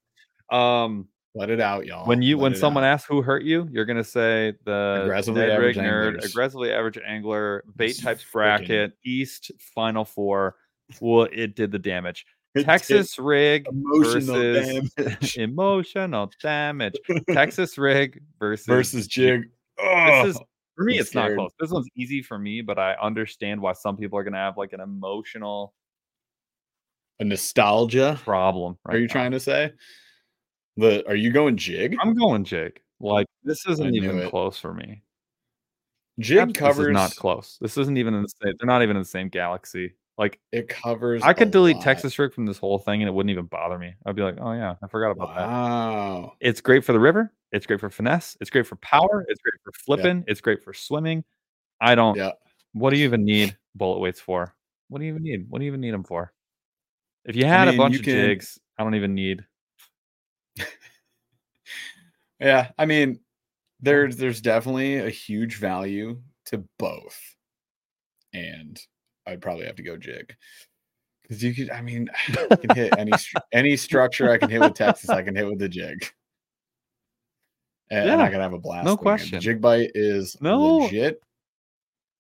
Speaker 2: Um
Speaker 1: Let it out, y'all.
Speaker 2: when you
Speaker 1: Let
Speaker 2: when
Speaker 1: it
Speaker 2: someone
Speaker 1: out.
Speaker 2: asks who hurt you, you're gonna say the
Speaker 1: Aggressively
Speaker 2: Ned
Speaker 1: average
Speaker 2: Rig nerd,
Speaker 1: anglers.
Speaker 2: aggressively average angler, bait
Speaker 1: This
Speaker 2: types
Speaker 1: freaking-
Speaker 2: bracket, east final four. Well, it did the damage.
Speaker 1: It's-
Speaker 2: Texas rig
Speaker 1: it's emotional
Speaker 2: <laughs> versus
Speaker 1: damage
Speaker 2: emotional
Speaker 1: <laughs>
Speaker 2: damage. Texas rig versus
Speaker 1: versus jig. Oh,
Speaker 2: This is for me.
Speaker 1: I'm
Speaker 2: It's
Speaker 1: scared.
Speaker 2: not close. This one's easy for me, but I understand why some people are gonna have like an emotional
Speaker 1: a nostalgia.
Speaker 2: problem. Right
Speaker 1: are you
Speaker 2: now.
Speaker 1: trying to say? The are you going jig?
Speaker 2: I'm going Jake. Like this isn't
Speaker 1: knew
Speaker 2: even
Speaker 1: it.
Speaker 2: close for me.
Speaker 1: Jig
Speaker 2: Abs- this
Speaker 1: covers
Speaker 2: is not close. This isn't even in the same. They're not even in the same galaxy. Like
Speaker 1: It covers.
Speaker 2: I could
Speaker 1: a
Speaker 2: delete
Speaker 1: lot.
Speaker 2: Texas rig from this whole thing and it wouldn't even bother me. I'd be like, oh yeah, I forgot about that.
Speaker 1: Wow.
Speaker 2: It's great for the river. It's great for finesse. It's great for power. It's great for flipping. It's great for swimming. I don't.
Speaker 1: Yeah.
Speaker 2: What do you even need bullet weights for? What do you even need? What do you even need them for? If you had
Speaker 1: mean,
Speaker 2: a bunch
Speaker 1: you
Speaker 2: of
Speaker 1: can-
Speaker 2: jigs, I don't even need.
Speaker 1: Yeah. I mean, there's there's definitely a huge value to both, and I'd probably have to go jig because you could. I mean, <sighs> I can hit any
Speaker 2: <laughs>
Speaker 1: str- any structure I can hit with Texas. I can hit with the jig. And I'm
Speaker 2: Yeah,
Speaker 1: not gonna have a blast. doing it. The
Speaker 2: question.
Speaker 1: Jig bite is
Speaker 2: No.
Speaker 1: legit.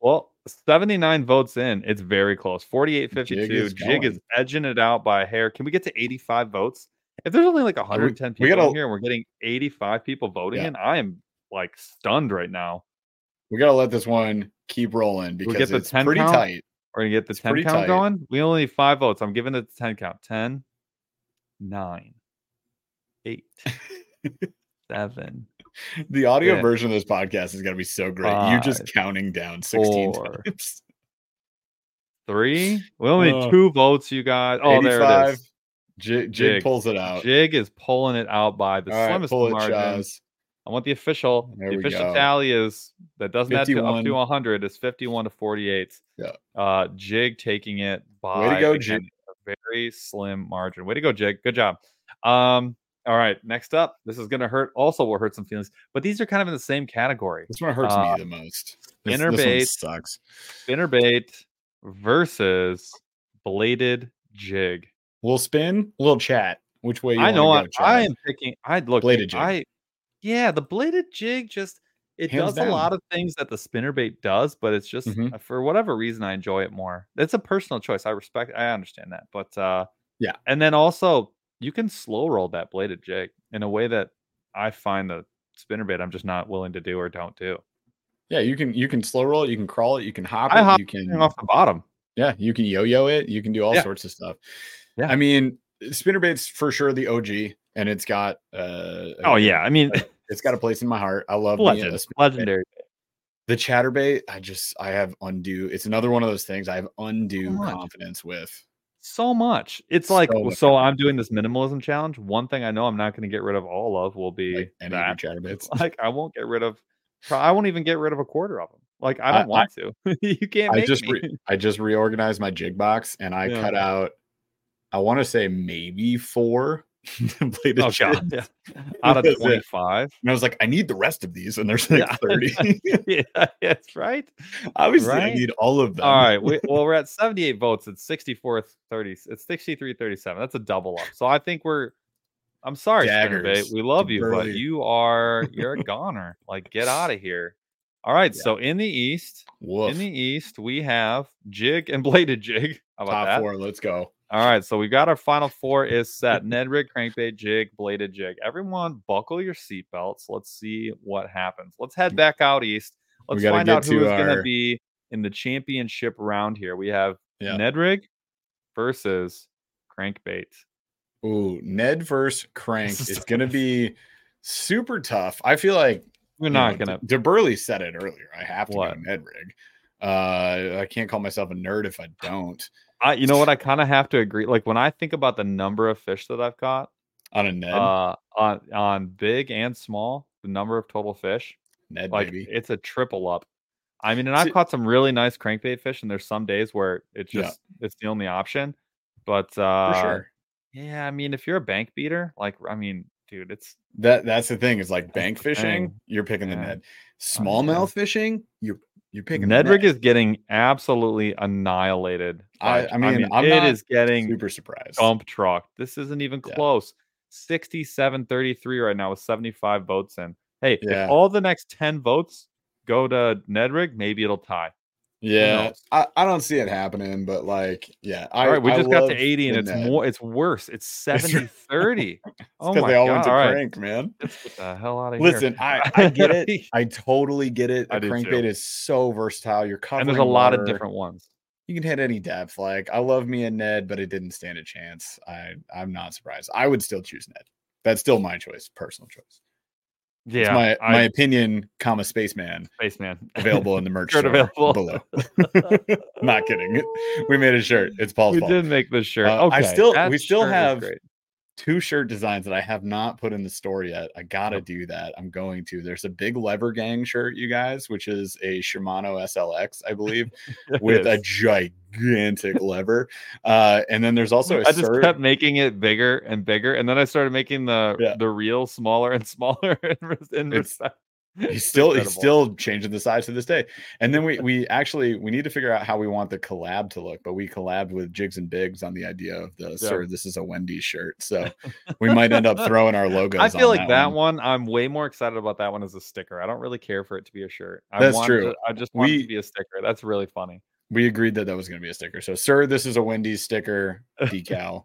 Speaker 2: Well, 79 votes in. It's very close. 48
Speaker 1: Jig
Speaker 2: 52.
Speaker 1: is
Speaker 2: Jig, is
Speaker 1: going.
Speaker 2: edging it out by a hair. Can we get to 85 votes? If there's only like 110
Speaker 1: we
Speaker 2: people in
Speaker 1: gotta-
Speaker 2: here and we're getting 85 people voting
Speaker 1: Yeah.
Speaker 2: in, I am like stunned right now.
Speaker 1: We gotta let this one keep rolling
Speaker 2: We'll
Speaker 1: because
Speaker 2: get the
Speaker 1: it's
Speaker 2: 10
Speaker 1: pretty
Speaker 2: count?
Speaker 1: tight.
Speaker 2: We're gonna get the
Speaker 1: It's
Speaker 2: 10
Speaker 1: pretty
Speaker 2: count
Speaker 1: tight.
Speaker 2: going. We only need five votes. I'm giving it the 10 count. 10, 9, <laughs> 8, 7,
Speaker 1: The audio
Speaker 2: Yeah.
Speaker 1: version of this podcast is gonna be so great. you You just
Speaker 2: Five,
Speaker 1: counting down 16
Speaker 2: four,
Speaker 1: times.
Speaker 2: 3. We only need
Speaker 1: Uh,
Speaker 2: two votes, you guys. Oh, there it is.
Speaker 1: J- Jig,
Speaker 2: Jig.
Speaker 1: pulls it out.
Speaker 2: Jig is pulling it out by the
Speaker 1: All right,
Speaker 2: slimmest
Speaker 1: pull it,
Speaker 2: margin.
Speaker 1: Chaz.
Speaker 2: I want the official.
Speaker 1: There
Speaker 2: the
Speaker 1: we
Speaker 2: official
Speaker 1: go.
Speaker 2: tally is that doesn't add to up
Speaker 1: 51.
Speaker 2: to 100 is 51 to 48.
Speaker 1: Yeah.
Speaker 2: Uh, Jig taking it by
Speaker 1: go, Jig.
Speaker 2: again, a very slim margin. Way to go, Jig. Good job. Um, all right. Next up, this is gonna hurt. Also, will hurt some feelings, but these are kind of in the same category.
Speaker 1: This one hurts
Speaker 2: Uh,
Speaker 1: me the most. This,
Speaker 2: Spinner
Speaker 1: this one
Speaker 2: bait
Speaker 1: sucks.
Speaker 2: spinnerbait versus bladed jig.
Speaker 1: We'll spin, we'll chat. Which way you
Speaker 2: I
Speaker 1: wanna
Speaker 2: know.
Speaker 1: go,
Speaker 2: I, I
Speaker 1: Chaz?
Speaker 2: am picking. I
Speaker 1: Bladed
Speaker 2: look. Bladed
Speaker 1: jig.
Speaker 2: I yeah, the bladed jig just it
Speaker 1: Hands
Speaker 2: does a lot of things that the spinnerbait does, but it's just
Speaker 1: Mhm.
Speaker 2: uh, for whatever reason I enjoy it more. It's a personal choice. I respect. I understand that, but uh
Speaker 1: Yeah.
Speaker 2: And then also you can slow roll that bladed jig in a way that I find the spinnerbait I'm just not willing to do or don't do.
Speaker 1: Yeah, you can you can slow roll it, you can crawl it, you can hop
Speaker 2: I
Speaker 1: it,
Speaker 2: hop
Speaker 1: you can
Speaker 2: Hang off the bottom.
Speaker 1: yeah, you can yo-yo it, you can do all
Speaker 2: Yeah.
Speaker 1: sorts of stuff.
Speaker 2: Yeah.
Speaker 1: I mean, spinnerbait's for sure the OG, and it's got uh
Speaker 2: Oh yeah, I <laughs> mean
Speaker 1: it's got a place in my heart. I love me a
Speaker 2: legend,
Speaker 1: spin-
Speaker 2: legendary.
Speaker 1: the chatterbait. I just I have undue. It's another one of those things I have undue
Speaker 2: much.
Speaker 1: confidence with.
Speaker 2: so much. It's like
Speaker 1: So
Speaker 2: so,
Speaker 1: much.
Speaker 2: I'm doing this minimalism challenge. One thing I know I'm not going to get rid of all of will be
Speaker 1: Like any
Speaker 2: that.
Speaker 1: of your chatterbaits.
Speaker 2: <laughs> Like I won't get rid of. pro- I won't even get rid of a quarter of them. Like I don't
Speaker 1: I-
Speaker 2: want to. <laughs> you can't.
Speaker 1: I
Speaker 2: Make
Speaker 1: just
Speaker 2: me.
Speaker 1: re- <laughs> I just reorganized my jig box and I
Speaker 2: Yeah.
Speaker 1: cut out. I want to say maybe four <laughs> bladed
Speaker 2: oh
Speaker 1: jigs.
Speaker 2: god. Yeah.
Speaker 1: <laughs>
Speaker 2: Out of
Speaker 1: That's it.
Speaker 2: 25.
Speaker 1: <laughs> And I was like, I need the rest of these, and there's like
Speaker 2: Yeah.
Speaker 1: thirty.
Speaker 2: <laughs>
Speaker 1: <laughs>
Speaker 2: yeah, that's right.
Speaker 1: Obviously, I
Speaker 2: Right?
Speaker 1: need all of them.
Speaker 2: All right. We, well, we're at 78 votes. It's 64 30. It's 63 37. That's a double up. So I think we're. I'm sorry, Spinnerbait.
Speaker 1: Daggers
Speaker 2: We love
Speaker 1: to
Speaker 2: you, but
Speaker 1: Burley.
Speaker 2: you are
Speaker 1: <laughs>
Speaker 2: you're a goner. Like get out of here. All right.
Speaker 1: Yeah.
Speaker 2: So in the East,
Speaker 1: Woof.
Speaker 2: in the East, we have Jig and <laughs> Bladed Jig. How about
Speaker 1: Top
Speaker 2: that?
Speaker 1: four. Let's go.
Speaker 2: All right. So we've got our
Speaker 1: <laughs>
Speaker 2: final four is set. Ned Rig, Crankbait, Jig, Bladed Jig. Everyone, buckle your seatbelts. Let's see what happens. Let's head back out east.
Speaker 1: We
Speaker 2: Let's
Speaker 1: gotta
Speaker 2: find
Speaker 1: get
Speaker 2: out
Speaker 1: to
Speaker 2: who's going
Speaker 1: our-
Speaker 2: to be in the championship round here. We have
Speaker 1: Yeah.
Speaker 2: Ned Rig versus Crankbait.
Speaker 1: Ooh, Ned versus Crank
Speaker 2: This is
Speaker 1: is
Speaker 2: tough.
Speaker 1: going to be super tough. I feel like
Speaker 2: We're
Speaker 1: you
Speaker 2: not
Speaker 1: know,
Speaker 2: going to.
Speaker 1: De- DeBurley said it earlier. I have to go
Speaker 2: What?
Speaker 1: Ned rig. Uh, I can't call myself a nerd if I don't
Speaker 2: I, you
Speaker 1: <laughs>
Speaker 2: know what? I kind of have to agree. Like when I think about the number of fish that I've caught
Speaker 1: on a Ned.
Speaker 2: uh, on on big and small, the number of total fish,
Speaker 1: Ned
Speaker 2: like
Speaker 1: baby.
Speaker 2: it's a triple up. I mean, and
Speaker 1: See-
Speaker 2: I've caught some really nice crankbait fish, and there's some days where it's
Speaker 1: Yeah.
Speaker 2: just it's the only option. But
Speaker 1: For
Speaker 2: uh,
Speaker 1: sure.
Speaker 2: yeah, I mean, if you're a bank beater, like I mean, dude, it's
Speaker 1: That that's the thing is like
Speaker 2: the
Speaker 1: bank fishing,
Speaker 2: thing.
Speaker 1: you're picking the
Speaker 2: Yeah.
Speaker 1: Ned. Smallmouth fishing, you you're picking the
Speaker 2: Nedrick is getting absolutely annihilated.
Speaker 1: I-
Speaker 2: by-
Speaker 1: I mean, I'm
Speaker 2: it
Speaker 1: not
Speaker 2: is getting
Speaker 1: super surprised.
Speaker 2: dump truck. This isn't even
Speaker 1: Yeah.
Speaker 2: close. 67 33 right now with 75 votes in. Hey,
Speaker 1: Yeah.
Speaker 2: if all the next 10 votes go to Nedrig, maybe it'll tie.
Speaker 1: yeah,
Speaker 2: knows?
Speaker 1: I, I don't see it happening, but like yeah, I,
Speaker 2: All right, we
Speaker 1: I
Speaker 2: just got
Speaker 1: love
Speaker 2: to 80 and
Speaker 1: the
Speaker 2: it's
Speaker 1: Ned.
Speaker 2: more it's worse.
Speaker 1: <laughs>
Speaker 2: It's 70 30. oh
Speaker 1: 'Cause
Speaker 2: my
Speaker 1: they all
Speaker 2: god.
Speaker 1: went to
Speaker 2: all right.
Speaker 1: crank,
Speaker 2: <laughs>
Speaker 1: man.
Speaker 2: Let's get the hell out of here.
Speaker 1: Listen,
Speaker 2: <laughs>
Speaker 1: I I get it. I totally get it.
Speaker 2: I
Speaker 1: A
Speaker 2: do too.
Speaker 1: crankbait is so versatile. You're covering
Speaker 2: and there's a lot of
Speaker 1: water.
Speaker 2: different ones.
Speaker 1: You can hit any depth. Like I love me and Ned, but it didn't stand a chance. I I'm not surprised. I would still choose Ned. That's still my choice, personal choice.
Speaker 2: Yeah.
Speaker 1: It's my
Speaker 2: I,
Speaker 1: my opinion, comma spaceman.
Speaker 2: <laughs> spaceman.
Speaker 1: available in the merch
Speaker 2: Shirt
Speaker 1: store
Speaker 2: available.
Speaker 1: below.
Speaker 2: <laughs>
Speaker 1: <laughs> Not kidding. <laughs> We made a shirt. It's Paul's
Speaker 2: We
Speaker 1: fault.
Speaker 2: did make this shirt.
Speaker 1: Uh,
Speaker 2: okay.
Speaker 1: I still-
Speaker 2: that
Speaker 1: we still
Speaker 2: shirt is
Speaker 1: have-
Speaker 2: great. <laughs>
Speaker 1: Two shirt designs that I have not put in the store yet. I gotta do that. I'm going to. There's a big lever gang shirt, you guys, which is a Shimano SLX, I believe,
Speaker 2: <laughs> It
Speaker 1: with a
Speaker 2: is.
Speaker 1: gigantic lever. Uh, and then there's
Speaker 2: <laughs>
Speaker 1: also a
Speaker 2: I just
Speaker 1: shirt.
Speaker 2: kept making it bigger and bigger, and then I started making the
Speaker 1: Yeah.
Speaker 2: the reel smaller and <laughs> smaller. In, res- in
Speaker 1: It's-
Speaker 2: respect.
Speaker 1: he's
Speaker 2: It's
Speaker 1: still he's
Speaker 2: incredible.
Speaker 1: still changing the size to this day and then we we actually we need to figure out how we want the collab to look but we collabed with jigs and bigs on the idea of the sir this is a wendy's shirt so we might end up throwing our logos
Speaker 2: <laughs> I feel
Speaker 1: on
Speaker 2: like that one. I'm way more excited about that one as a sticker. I don't really care for it to be a shirt. I
Speaker 1: That's
Speaker 2: want
Speaker 1: true.
Speaker 2: It, I just want it
Speaker 1: We-
Speaker 2: to be a sticker. That's really funny. <laughs>
Speaker 1: we agreed that that was going to be a sticker so sir this is a wendy's sticker decal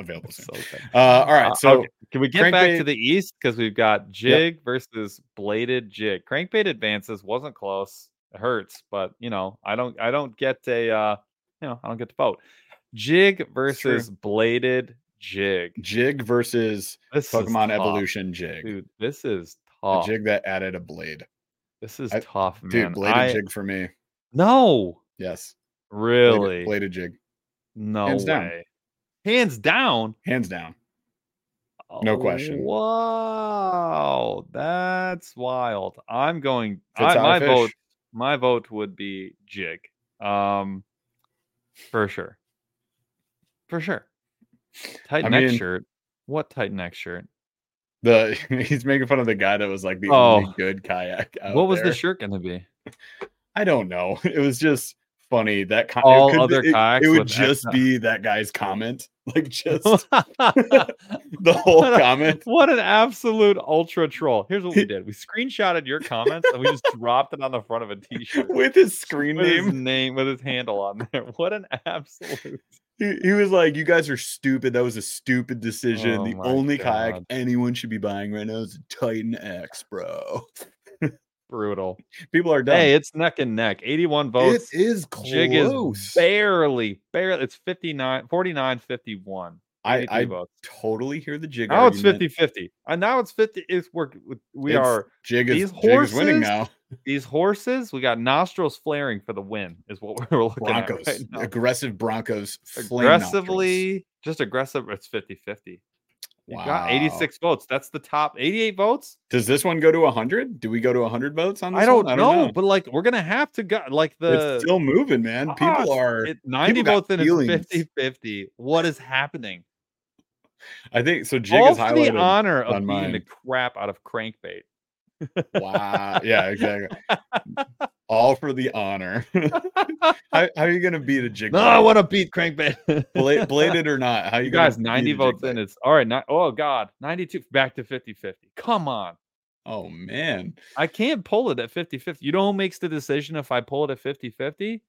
Speaker 1: available soon.
Speaker 2: So good.
Speaker 1: Uh, all
Speaker 2: Uh,
Speaker 1: right, so
Speaker 2: okay, can we get back to
Speaker 1: crankbait-
Speaker 2: the east because we've got jig versus bladed jig. Crankbait advances wasn't close. It hurts, but you know I don't I don't get a uh, you know I don't get to vote. Jig
Speaker 1: true.
Speaker 2: versus bladed jig.
Speaker 1: Jig versus
Speaker 2: This is
Speaker 1: Pokemon
Speaker 2: tough,
Speaker 1: Evolution Jig.
Speaker 2: dude. This is
Speaker 1: The
Speaker 2: tough.
Speaker 1: jig that added a blade.
Speaker 2: This is
Speaker 1: I-
Speaker 2: tough, man.
Speaker 1: Dude, bladed
Speaker 2: I-
Speaker 1: jig for me.
Speaker 2: No,
Speaker 1: Yes. Bladed-
Speaker 2: really,
Speaker 1: Bladed jig.
Speaker 2: no
Speaker 1: hands
Speaker 2: way.
Speaker 1: down.
Speaker 2: Hands down. Oh,
Speaker 1: Hands down. No question.
Speaker 2: Wow, that's wild. I'm going.
Speaker 1: That's
Speaker 2: I,
Speaker 1: how I
Speaker 2: my
Speaker 1: fish.
Speaker 2: vote. My vote would be Jig, um, for sure. For sure. Tight
Speaker 1: I
Speaker 2: neck
Speaker 1: mean-
Speaker 2: shirt. What tight neck shirt?
Speaker 1: The <laughs> he's making fun of the guy that was like the
Speaker 2: Oh.
Speaker 1: only good kayak. out
Speaker 2: What was
Speaker 1: there.
Speaker 2: the shirt gonna be?
Speaker 1: <laughs> I don't know. <laughs> It was just funny that co- it
Speaker 2: All
Speaker 1: could be-
Speaker 2: other
Speaker 1: it- It,
Speaker 2: kayaks
Speaker 1: would
Speaker 2: with
Speaker 1: just
Speaker 2: X-
Speaker 1: be that guy's comment, <laughs>
Speaker 2: <laughs>
Speaker 1: like just
Speaker 2: what
Speaker 1: the whole comment.
Speaker 2: an absolute ultra troll! Here's
Speaker 1: <laughs>
Speaker 2: what we did: we screenshotted your comments and we just dropped it on the front of a T-shirt.
Speaker 1: With his screen
Speaker 2: with his
Speaker 1: name,
Speaker 2: name with
Speaker 1: <laughs>
Speaker 2: his handle on there. <laughs> What an absolute <laughs>
Speaker 1: he, he was like, "You guys are stupid. That was a stupid decision.
Speaker 2: Oh
Speaker 1: the
Speaker 2: my
Speaker 1: only kayak
Speaker 2: God.
Speaker 1: anyone should be buying right now is a Titan X, bro. <laughs>
Speaker 2: brutal.
Speaker 1: People are dumb.
Speaker 2: Hey, it's neck and neck. 81
Speaker 1: it
Speaker 2: votes.
Speaker 1: is
Speaker 2: Jig is
Speaker 1: close.
Speaker 2: barely, barely. It's 59, 49, 51.
Speaker 1: I,
Speaker 2: 53
Speaker 1: I
Speaker 2: votes.
Speaker 1: totally hear the jig.
Speaker 2: Now it's
Speaker 1: argument.
Speaker 2: 50 50. And now it's 50. It's we're, we
Speaker 1: It's-
Speaker 2: are
Speaker 1: Jig is,
Speaker 2: These
Speaker 1: jig is winning
Speaker 2: horses
Speaker 1: now.
Speaker 2: these horses. We got nostrils flaring for the win, is what <laughs> we're looking
Speaker 1: Broncos,
Speaker 2: at. Right now.
Speaker 1: aggressive Broncos, flame nostrils.
Speaker 2: Aggressively, just aggressive. It's 50 50. You got
Speaker 1: Wow.
Speaker 2: 86 votes. That's the top 88 votes.
Speaker 1: Does this one go to 100? Do we go to 100 votes on this?
Speaker 2: I don't,
Speaker 1: one?
Speaker 2: know, but like we're gonna have to go like the
Speaker 1: it's still moving, man. People
Speaker 2: odds,
Speaker 1: are.
Speaker 2: it- 90
Speaker 1: got
Speaker 2: votes and
Speaker 1: feelings.
Speaker 2: it's 50 50. What is happening?
Speaker 1: I think so. Jig
Speaker 2: All
Speaker 1: is
Speaker 2: for the
Speaker 1: highlighted.
Speaker 2: honor of
Speaker 1: on
Speaker 2: beating the
Speaker 1: mine.
Speaker 2: crap out of crankbait.
Speaker 1: wow. Yeah,
Speaker 2: <laughs>
Speaker 1: exactly. All for the honor. how, how are you gonna beat a jig?
Speaker 2: No, I want to beat crankbait.
Speaker 1: Bla- bladed or not? How you,
Speaker 2: you
Speaker 1: gonna
Speaker 2: guys 90
Speaker 1: beat a
Speaker 2: votes
Speaker 1: jig
Speaker 2: in.
Speaker 1: bait?
Speaker 2: It's all right. Not, oh god, 92 back to 50 50. Come on.
Speaker 1: Oh man,
Speaker 2: I can't pull it at 50 50. You know who makes the decision if I pull it at 50 50?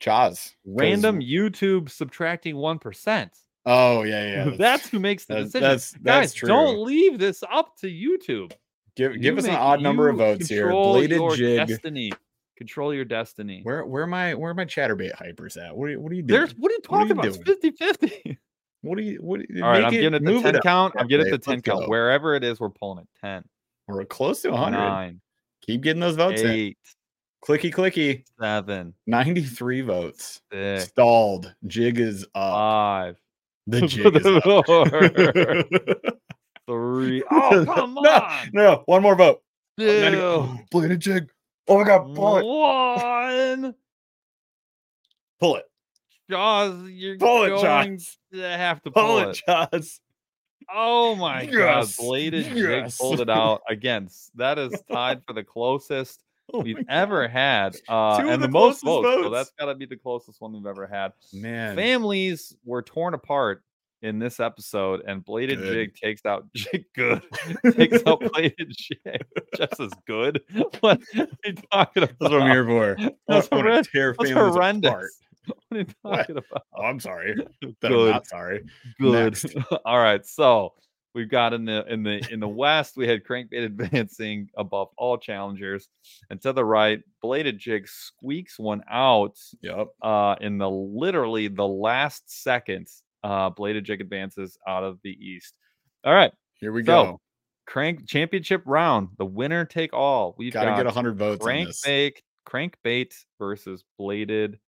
Speaker 1: Chaz. 'cause-
Speaker 2: Random YouTube subtracting 1%.
Speaker 1: Oh yeah, yeah.
Speaker 2: <laughs> that's, who makes the
Speaker 1: that's
Speaker 2: decision.
Speaker 1: that's,
Speaker 2: Guys,
Speaker 1: that's true.
Speaker 2: don't leave this up to YouTube.
Speaker 1: give give
Speaker 2: You
Speaker 1: us an
Speaker 2: make-
Speaker 1: odd number of
Speaker 2: you
Speaker 1: votes here.
Speaker 2: control
Speaker 1: Bladed
Speaker 2: your
Speaker 1: jig.
Speaker 2: Destiny. Control your destiny.
Speaker 1: Where where my where my chatterbait hypers at? What are you, what are you doing?
Speaker 2: There's what are you
Speaker 1: What are you
Speaker 2: talking about? It's 50 50.
Speaker 1: what are you what? Are you,
Speaker 2: <laughs> All right,
Speaker 1: make
Speaker 2: I'm giving it the
Speaker 1: move
Speaker 2: 10
Speaker 1: up.
Speaker 2: count. I'm giving it the
Speaker 1: Let's
Speaker 2: 10 count.
Speaker 1: go.
Speaker 2: Wherever it is, we're pulling it 10,
Speaker 1: We're close to 100.
Speaker 2: 9,
Speaker 1: Keep getting those votes in.
Speaker 2: 8,
Speaker 1: Clicky clicky.
Speaker 2: 7,
Speaker 1: 93 votes.
Speaker 2: 6,
Speaker 1: Stalled. Jig is up.
Speaker 2: 5, <laughs>
Speaker 1: the jig is up. <laughs>
Speaker 2: 4, 3. Oh, come
Speaker 1: No,
Speaker 2: on.
Speaker 1: No, one more vote. Oh, 90
Speaker 2: Two,
Speaker 1: oh, Bladed jig. Oh my god, <laughs> pull it.
Speaker 2: one.
Speaker 1: Pull it.
Speaker 2: Jaws, you're
Speaker 1: Pull it,
Speaker 2: going
Speaker 1: Jaws.
Speaker 2: to have to pull,
Speaker 1: Pull
Speaker 2: it.
Speaker 1: it, Jaws.
Speaker 2: Oh my
Speaker 1: Yes.
Speaker 2: god, bladed jig
Speaker 1: Yes.
Speaker 2: pulled it out again. s-
Speaker 1: <laughs>
Speaker 2: That is tied for the closest
Speaker 1: <laughs> Oh
Speaker 2: we've
Speaker 1: my
Speaker 2: ever had. Uh
Speaker 1: Two of
Speaker 2: and
Speaker 1: the
Speaker 2: the most
Speaker 1: closest
Speaker 2: votes. So
Speaker 1: votes.
Speaker 2: that's gotta be the closest one we've ever had.
Speaker 1: God. man.
Speaker 2: Families were torn apart in this episode, and bladed
Speaker 1: Good.
Speaker 2: jig takes out <laughs> jig good, takes
Speaker 1: <laughs>
Speaker 2: out bladed jig. <laughs> Just as good. <laughs> What are you talking about?
Speaker 1: That's what I'm here
Speaker 2: <laughs>
Speaker 1: for.
Speaker 2: That's
Speaker 1: I wanna
Speaker 2: horrend-
Speaker 1: tear
Speaker 2: That's
Speaker 1: families
Speaker 2: horrendous.
Speaker 1: apart.
Speaker 2: <laughs> What are you
Speaker 1: What?
Speaker 2: talking about?
Speaker 1: Oh, I'm sorry. <laughs> That I'm
Speaker 2: Good.
Speaker 1: not sorry.
Speaker 2: good.
Speaker 1: Next.
Speaker 2: All right, so we've got in the in the in the west we had crankbait <laughs> advancing above all challengers, and to the right, bladed jig squeaks one out
Speaker 1: Yep.
Speaker 2: uh, in the literally the last seconds. Uh, bladed jig advances out of the east. All right,
Speaker 1: Here we
Speaker 2: So,
Speaker 1: go.
Speaker 2: crank championship round, the winner take all. We've
Speaker 1: Gotta
Speaker 2: got
Speaker 1: get 100 votes on this.
Speaker 2: crankbait crankbait versus bladed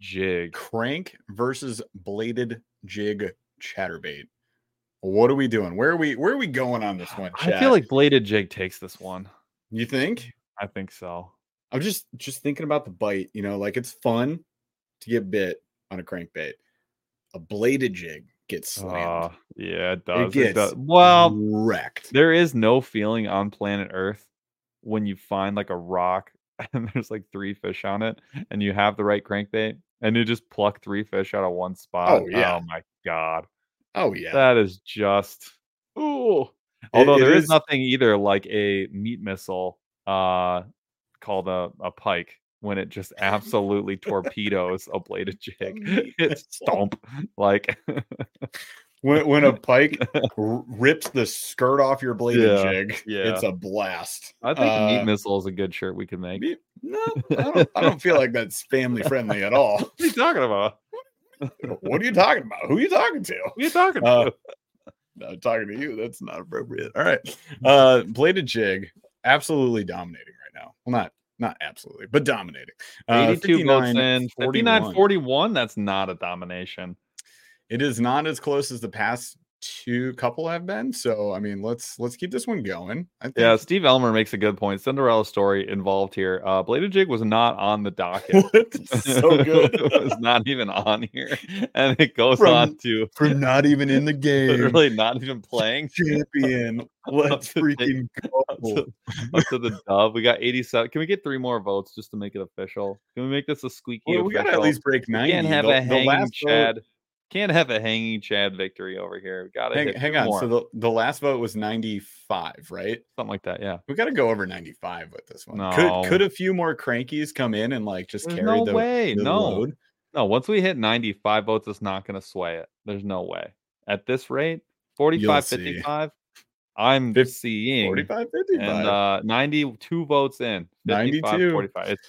Speaker 2: jig.
Speaker 1: Crank versus bladed jig chatterbait. What are we doing? Where are we where are we going on this one?
Speaker 2: I
Speaker 1: Chad?
Speaker 2: feel like bladed jig takes this one.
Speaker 1: you think?
Speaker 2: I think so.
Speaker 1: I'm just just thinking about the bite, you know, like it's fun to get bit on a crankbait. A bladed jig gets slammed.
Speaker 2: Uh, yeah, it does. It
Speaker 1: gets
Speaker 2: does. Well,
Speaker 1: wrecked.
Speaker 2: there is no feeling on planet Earth when you find like a rock <laughs> and there's like three fish on it, and you have the right crankbait, and you just pluck three fish out of one spot.
Speaker 1: yeah.
Speaker 2: Oh my god,
Speaker 1: Oh yeah.
Speaker 2: that is just ooh. Although
Speaker 1: it
Speaker 2: there is
Speaker 1: is-
Speaker 2: nothing either like a meat missile, uh, called a, a pike when
Speaker 1: <laughs>
Speaker 2: it just <laughs> absolutely torpedoes a bladed jig.
Speaker 1: meat
Speaker 2: It's <laughs>
Speaker 1: missile.
Speaker 2: stomp like
Speaker 1: <laughs> When, when
Speaker 2: <laughs>
Speaker 1: a pike r- rips the skirt off your bladed
Speaker 2: Yeah,
Speaker 1: jig,
Speaker 2: yeah.
Speaker 1: it's a blast.
Speaker 2: I think meat
Speaker 1: Uh,
Speaker 2: missile is a good shirt we could make.
Speaker 1: me- No, I don't,
Speaker 2: <laughs>
Speaker 1: I don't feel like that's family friendly at all.
Speaker 2: What are you talking about?
Speaker 1: <laughs> What are you talking about? Who are you talking to?
Speaker 2: What are you talking
Speaker 1: Uh,
Speaker 2: about?
Speaker 1: No, talking to you. That's not appropriate. All right. Uh bladed jig, absolutely dominating right now. Well, not not absolutely, but dominating. Uh,
Speaker 2: 82 votes
Speaker 1: 59,
Speaker 2: in. 59
Speaker 1: 41.
Speaker 2: 41. That's not a domination.
Speaker 1: It is not as close as the past two couple have been. So I mean, let's let's keep this one going. I think
Speaker 2: Yeah, Steve Elmer makes a good point. Cinderella story involved here. Uh, Bladed Jig was not on the docket.
Speaker 1: <laughs> What? <laughs>
Speaker 2: <laughs>
Speaker 1: so good.
Speaker 2: it was not even on here. And it goes
Speaker 1: From-
Speaker 2: on to
Speaker 1: From not even in the game.
Speaker 2: literally not even playing <laughs>
Speaker 1: Champion. Let's
Speaker 2: to take-
Speaker 1: freaking
Speaker 2: <laughs> up
Speaker 1: go.
Speaker 2: to, up
Speaker 1: <laughs>
Speaker 2: to the dove. We got 87. Can we get three more votes just to make it official? Can we make this a squeaky
Speaker 1: Well, we
Speaker 2: official?
Speaker 1: gotta at least break
Speaker 2: We
Speaker 1: 90.
Speaker 2: can't have
Speaker 1: The-
Speaker 2: a
Speaker 1: the
Speaker 2: hanging
Speaker 1: last vote-
Speaker 2: Chad. Can't have a hanging Chad victory over here. We gotta
Speaker 1: Hang,
Speaker 2: hit
Speaker 1: hang
Speaker 2: two
Speaker 1: on.
Speaker 2: more.
Speaker 1: So the, the last vote was 95, right?
Speaker 2: something like that. Yeah.
Speaker 1: We got to go over 95 with this one.
Speaker 2: No.
Speaker 1: Could could a few more crankies come in and like just
Speaker 2: There's
Speaker 1: carry
Speaker 2: no
Speaker 1: the,
Speaker 2: way.
Speaker 1: the
Speaker 2: No.
Speaker 1: load?
Speaker 2: No. Once we hit 95 votes, it's not gonna sway it. There's no way. At this rate, 45,
Speaker 1: see.
Speaker 2: 55. I'm
Speaker 1: Fif-
Speaker 2: seeing
Speaker 1: 45,
Speaker 2: and
Speaker 1: 55.
Speaker 2: uh 92 votes in 55,
Speaker 1: 92.
Speaker 2: 45 it's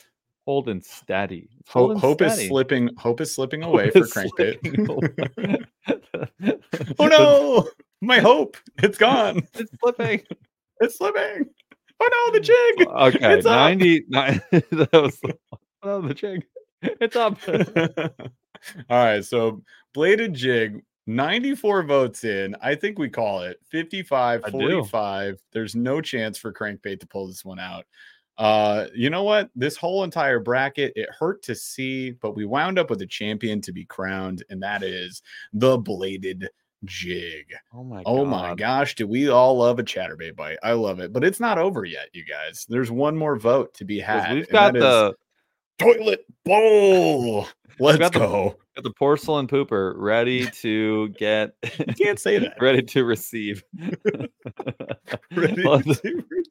Speaker 2: holding steady it's
Speaker 1: Ho-
Speaker 2: holding
Speaker 1: hope is
Speaker 2: steady.
Speaker 1: slipping. Hope is slipping
Speaker 2: <laughs> Hope
Speaker 1: away for
Speaker 2: is
Speaker 1: crankbait.
Speaker 2: slipping <laughs> away.
Speaker 1: <laughs> oh no, my hope it's gone.
Speaker 2: <laughs> it's slipping
Speaker 1: It's slipping. Oh no,
Speaker 2: <laughs>
Speaker 1: the jig.
Speaker 2: okay
Speaker 1: It's up.
Speaker 2: 90 nine- <laughs> that was oh, the jig it's up
Speaker 1: <laughs> All right, so bladed jig, 94 votes in. I think we call it 55
Speaker 2: I do.
Speaker 1: 45. There's no chance for crankbait to pull this one out. Uh, you know what? This whole entire bracket, it hurt to see, but we wound up with a champion to be crowned, and that is the bladed jig.
Speaker 2: <laughs> oh my
Speaker 1: Oh my gosh, do we all love a chatterbait bite? I love it, but it's not over yet, you guys. There's one more vote to be
Speaker 2: 'Cause
Speaker 1: had.
Speaker 2: we've
Speaker 1: and that
Speaker 2: got
Speaker 1: is
Speaker 2: the
Speaker 1: toilet bowl.
Speaker 2: <laughs>
Speaker 1: Let's
Speaker 2: got the-
Speaker 1: go.
Speaker 2: got the porcelain pooper
Speaker 1: <laughs>
Speaker 2: ready to get <laughs>
Speaker 1: You <laughs> can't say that.
Speaker 2: ready to receive
Speaker 1: Ready <laughs>
Speaker 2: <laughs> Well,
Speaker 1: to do it.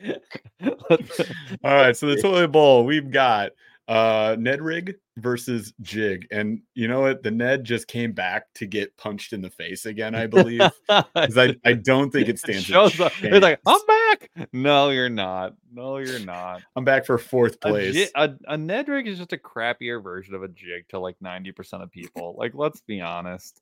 Speaker 2: Let <laughs> the-
Speaker 1: All right, so the toilet bowl we've got uh Ned Rig versus Jig, and you know what? The Ned just came back to get punched in the face again, I
Speaker 2: <laughs>
Speaker 1: believe, because I, I don't think it stands. a
Speaker 2: shows up. It's like, I'm
Speaker 1: chance.
Speaker 2: back. No, you're not. No, you're not.
Speaker 1: I'm back for fourth
Speaker 2: A,
Speaker 1: place.
Speaker 2: jig, a, a Ned rig is just a crappier version of a jig to like 90% of people. Like, let's be honest.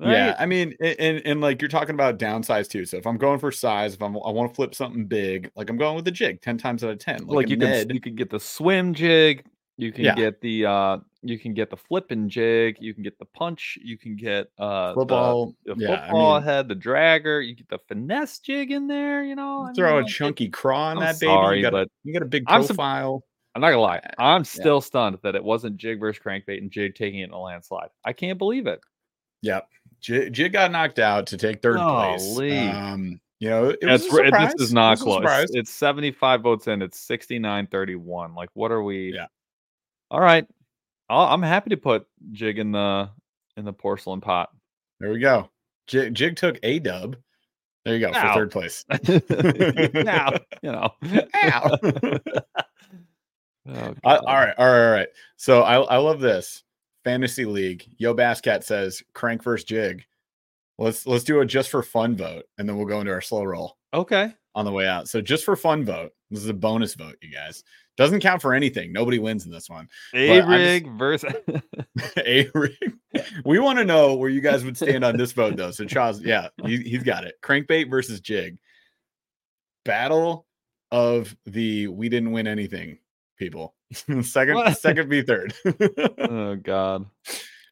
Speaker 1: Yeah,
Speaker 2: Right?
Speaker 1: I mean, a- and, and like you're talking about downsize too. So if I'm going for size, if I'm, I want to flip something big, like I'm going with the jig ten times out of ten.
Speaker 2: Like,
Speaker 1: a
Speaker 2: you can s-
Speaker 1: Ned.
Speaker 2: you can get the swim jig, you can
Speaker 1: Yeah.
Speaker 2: get the uh you can get the flipping jig, you can get the punch, you can get uh the-
Speaker 1: football.
Speaker 2: the,
Speaker 1: yeah,
Speaker 2: football
Speaker 1: I mean,
Speaker 2: head, the dragger, you get the finesse jig in there, you know. I
Speaker 1: throw
Speaker 2: mean,
Speaker 1: a
Speaker 2: like,
Speaker 1: chunky craw on
Speaker 2: I'm
Speaker 1: that baby.
Speaker 2: sorry,
Speaker 1: you, got
Speaker 2: but
Speaker 1: a, you got a big
Speaker 2: I'm sup-
Speaker 1: profile.
Speaker 2: I'm not gonna lie. I'm still stunned that it wasn't Jig versus Crankbait and Jig taking it in a landslide. I can't believe it.
Speaker 1: Yep. Jig, Jig got knocked out to take third
Speaker 2: Golly.
Speaker 1: place. Um, you know, it was
Speaker 2: That's
Speaker 1: a
Speaker 2: r- it-
Speaker 1: surprise.
Speaker 2: this is
Speaker 1: It
Speaker 2: not
Speaker 1: was a
Speaker 2: close.
Speaker 1: surprise.
Speaker 2: It's 75 votes in. It's 69 31. Like, what are we?
Speaker 1: Yeah.
Speaker 2: All right. I'll, I'm happy to put Jig in the in the porcelain pot.
Speaker 1: There we go. Jig, Jig took a dub. There you go
Speaker 2: Ow.
Speaker 1: for third
Speaker 2: <laughs>
Speaker 1: place. <laughs>
Speaker 2: now you know. <laughs>
Speaker 1: Ow.
Speaker 2: Oh,
Speaker 1: I- all
Speaker 2: God.
Speaker 1: right, all right, all right. So I, I love this fantasy league. Yo, Bascat says crank versus jig. Let's let's do a just for fun vote, and then we'll go into our slow roll
Speaker 2: Okay.
Speaker 1: on the way out. So just for fun vote. This is a bonus vote, you guys. Doesn't count for anything. Nobody wins in this one. I'm
Speaker 2: A
Speaker 1: just- <laughs>
Speaker 2: rig versus.
Speaker 1: A ring. We want to know where you guys
Speaker 2: <laughs>
Speaker 1: would stand on this vote, though. So Charles, yeah, he, he's got it. Crankbait versus Jig. Battle of the we didn't win anything people. <laughs> second,
Speaker 2: What?
Speaker 1: second be
Speaker 2: <laughs>
Speaker 1: third.
Speaker 2: oh God.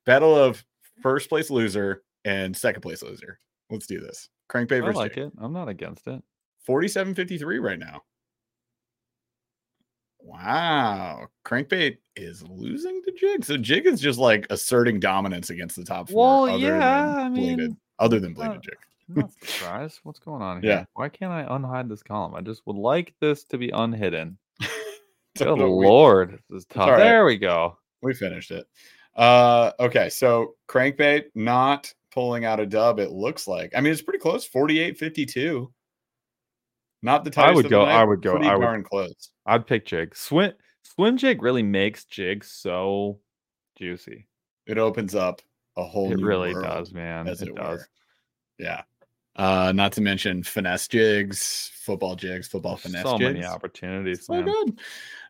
Speaker 1: Battle of first place loser and second place loser. Let's do this. Crankbait
Speaker 2: I
Speaker 1: versus
Speaker 2: like
Speaker 1: Jig.
Speaker 2: it. I'm not against it.
Speaker 1: Forty-seven fifty-three right now. Wow, Crankbait is losing to Jig. So Jig is just like asserting dominance against the top four.
Speaker 2: Well, yeah, I
Speaker 1: Bladed-
Speaker 2: mean,
Speaker 1: other than
Speaker 2: uh,
Speaker 1: Bladed Jig. <laughs>
Speaker 2: I'm not surprised. What's going on here?
Speaker 1: Yeah.
Speaker 2: Why can't I unhide this column? I just would like this to
Speaker 1: <laughs>
Speaker 2: be unhidden.
Speaker 1: So
Speaker 2: Good
Speaker 1: we-
Speaker 2: lord. This is tough.
Speaker 1: all right.
Speaker 2: There we go.
Speaker 1: We, finished it. Uh, okay, so Crankbait not pulling out a dub. It looks like. I mean, it's pretty close. 48-52. Not the
Speaker 2: I
Speaker 1: tightest
Speaker 2: would
Speaker 1: of the
Speaker 2: go-
Speaker 1: night,
Speaker 2: I
Speaker 1: but
Speaker 2: would go-
Speaker 1: Pretty
Speaker 2: I would-
Speaker 1: darn close.
Speaker 2: I'd pick Jig. Swim swim jig really makes jig so juicy.
Speaker 1: It opens up a whole
Speaker 2: It
Speaker 1: new
Speaker 2: really
Speaker 1: world,
Speaker 2: does, man.
Speaker 1: as
Speaker 2: It,
Speaker 1: it
Speaker 2: does.
Speaker 1: were. Yeah. Uh, not to mention finesse jigs, football jigs, football finesse
Speaker 2: so
Speaker 1: jigs.
Speaker 2: many opportunities.
Speaker 1: so
Speaker 2: man.
Speaker 1: good.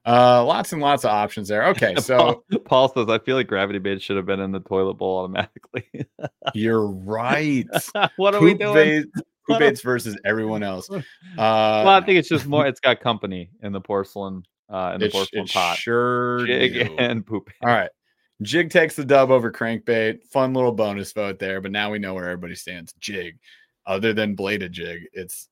Speaker 1: Uh, lots and lots of options there.
Speaker 2: <laughs>
Speaker 1: Okay, so
Speaker 2: Paul, Paul says, "I feel like Gravity Bait should have been in the toilet bowl automatically." <laughs>
Speaker 1: you're right.
Speaker 2: what are we
Speaker 1: Poop
Speaker 2: doing?
Speaker 1: baits-
Speaker 2: What
Speaker 1: poop
Speaker 2: are-
Speaker 1: baits versus everyone else. Uh,
Speaker 2: <laughs> well, I think it's just more. It's got company in the porcelain, uh, in the
Speaker 1: it, sh-
Speaker 2: porcelain
Speaker 1: it
Speaker 2: pot,
Speaker 1: sure
Speaker 2: jig
Speaker 1: do.
Speaker 2: and poop.
Speaker 1: All right. Jig takes the dub over crankbait. Fun little bonus vote there, but now we know where everybody stands. Jig, other than bladed jig, it's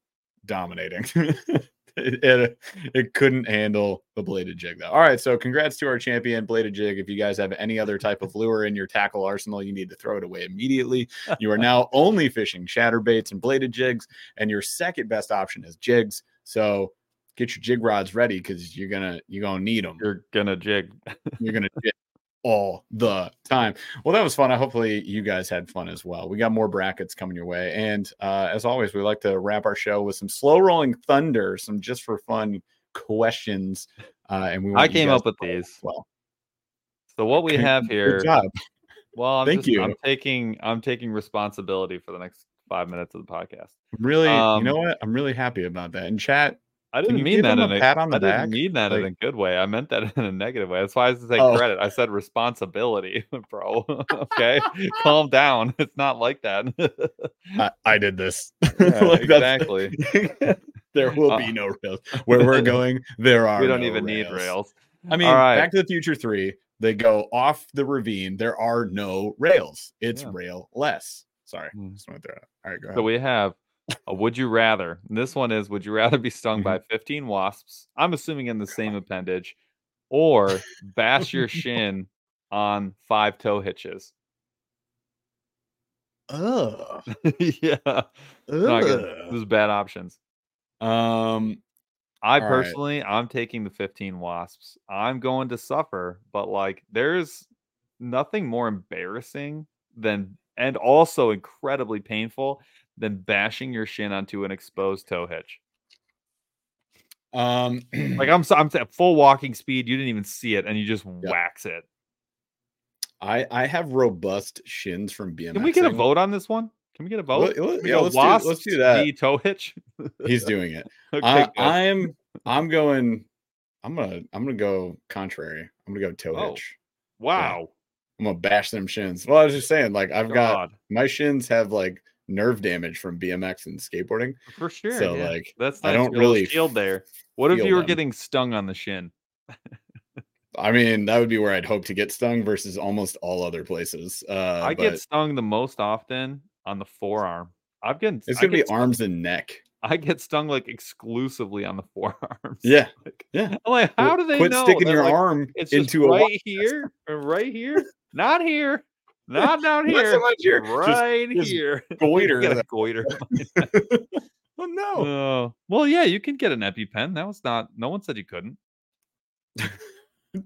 Speaker 1: dominating. <laughs> it, it, it couldn't handle the bladed jig though. All right, so congrats to our champion bladed jig. If you guys have any other type of lure in your tackle arsenal, you need to throw it away immediately. You are now only fishing chatterbaits and bladed jigs, and your second best option is jigs. So get your jig rods ready because you're gonna you're gonna need them
Speaker 2: You're gonna jig.
Speaker 1: you're gonna do it all the time. Well, that was fun. I hopefully you guys had fun as well. We got more brackets coming your way, and uh, as always, we like to wrap our show with some slow rolling thunder, some just for fun questions. Uh, and we
Speaker 2: I
Speaker 1: want you
Speaker 2: came
Speaker 1: guys
Speaker 2: up with
Speaker 1: to vote as
Speaker 2: these.
Speaker 1: Well,
Speaker 2: So what we
Speaker 1: <laughs> Con-
Speaker 2: have here.
Speaker 1: good job.
Speaker 2: Well, I'm
Speaker 1: Thank
Speaker 2: just, I'm
Speaker 1: you.
Speaker 2: taking I'm taking responsibility for the next five minutes of the podcast.
Speaker 1: I'm really,
Speaker 2: Um,
Speaker 1: you know what? I'm really happy about that. And chat,
Speaker 2: I
Speaker 1: Can
Speaker 2: didn't
Speaker 1: you
Speaker 2: mean
Speaker 1: give
Speaker 2: that
Speaker 1: him
Speaker 2: in
Speaker 1: a
Speaker 2: a
Speaker 1: pat on the
Speaker 2: I didn't
Speaker 1: back?
Speaker 2: mean that in
Speaker 1: Like-
Speaker 2: a good way. I meant that in a negative way. That's why I said
Speaker 1: Oh.
Speaker 2: credit. I said responsibility, <laughs> bro. okay, calm down. It's not like that. <laughs>
Speaker 1: I, I did this. <laughs>
Speaker 2: Yeah,
Speaker 1: Like, that's-
Speaker 2: exactly.
Speaker 1: <laughs> there will
Speaker 2: Uh,
Speaker 1: be no rails. Where
Speaker 2: <laughs>
Speaker 1: we're going, there are.
Speaker 2: We don't
Speaker 1: no
Speaker 2: even need rails.
Speaker 1: I mean,
Speaker 2: right.
Speaker 1: Back to the Future 3, they go off the ravine. There are no rails. It's
Speaker 2: Yeah.
Speaker 1: rail less. Sorry.
Speaker 2: Mm.
Speaker 1: Just wanna throw it out. All right, go ahead.
Speaker 2: So we have a would you rather. And this one is would you rather be stung
Speaker 1: Mhm.
Speaker 2: by 15 wasps? I'm assuming in the same appendage, or bash your shin on five toe hitches.
Speaker 1: Ugh.
Speaker 2: <laughs> yeah, not good.
Speaker 1: Ugh.
Speaker 2: This is bad options.
Speaker 1: Um,
Speaker 2: I
Speaker 1: All right.
Speaker 2: personally, I'm taking the 15 wasps. I'm going to suffer, but like there's nothing more embarrassing than and also incredibly painful than bashing your shin onto an exposed toe hitch.
Speaker 1: um, <clears throat>
Speaker 2: Like I'm so I'm at full walking speed, you didn't even see it and you just wax it.
Speaker 1: I, I have robust shins from BMX.
Speaker 2: Can we get a vote on this one? Can we get a vote?
Speaker 1: Let- let-
Speaker 2: Can we
Speaker 1: yeah,
Speaker 2: go
Speaker 1: let's do- let's
Speaker 2: wasps
Speaker 1: do that.
Speaker 2: v toe hitch. <laughs>
Speaker 1: He's doing it.
Speaker 2: Okay,
Speaker 1: I,
Speaker 2: good.
Speaker 1: I'm, I'm going, I'm gonna, I'm gonna go contrary. I'm gonna go toe
Speaker 2: Oh.
Speaker 1: hitch.
Speaker 2: wow.
Speaker 1: I'm gonna bash them shins. Well, I was just saying, like, I've got
Speaker 2: God.
Speaker 1: my shins have like nerve damage from BMX and skateboarding.
Speaker 2: for sure.
Speaker 1: so,
Speaker 2: yeah.
Speaker 1: like,
Speaker 2: that's
Speaker 1: I
Speaker 2: nice.
Speaker 1: don't
Speaker 2: Your little
Speaker 1: really
Speaker 2: shield there. What if
Speaker 1: feel
Speaker 2: you were
Speaker 1: them.
Speaker 2: getting stung on the shin?
Speaker 1: I mean, that would be where I'd hope to get stung versus almost all other places. Uh,
Speaker 2: I
Speaker 1: but
Speaker 2: get stung the most often on the forearm. I've getting
Speaker 1: it's
Speaker 2: I
Speaker 1: gonna be
Speaker 2: get stung-
Speaker 1: arms and neck.
Speaker 2: <laughs> I get stung like exclusively on the forearms.
Speaker 1: Yeah,
Speaker 2: Like,
Speaker 1: yeah.
Speaker 2: I'm <laughs> like, how do they
Speaker 1: quit
Speaker 2: know?
Speaker 1: sticking
Speaker 2: They're
Speaker 1: your
Speaker 2: like,
Speaker 1: arm
Speaker 2: It's just
Speaker 1: into a
Speaker 2: right
Speaker 1: wire.
Speaker 2: here, and
Speaker 1: <laughs>
Speaker 2: right here, not here, not down
Speaker 1: Not so
Speaker 2: <laughs> here,
Speaker 1: much your- just
Speaker 2: right
Speaker 1: just
Speaker 2: here. <laughs>
Speaker 1: goiter
Speaker 2: You got a
Speaker 1: that-
Speaker 2: goiter.
Speaker 1: <laughs> Oh no!
Speaker 2: Oh, well, yeah, you can get an EpiPen. That was not. No one said
Speaker 1: <laughs>
Speaker 2: you couldn't.
Speaker 1: <laughs>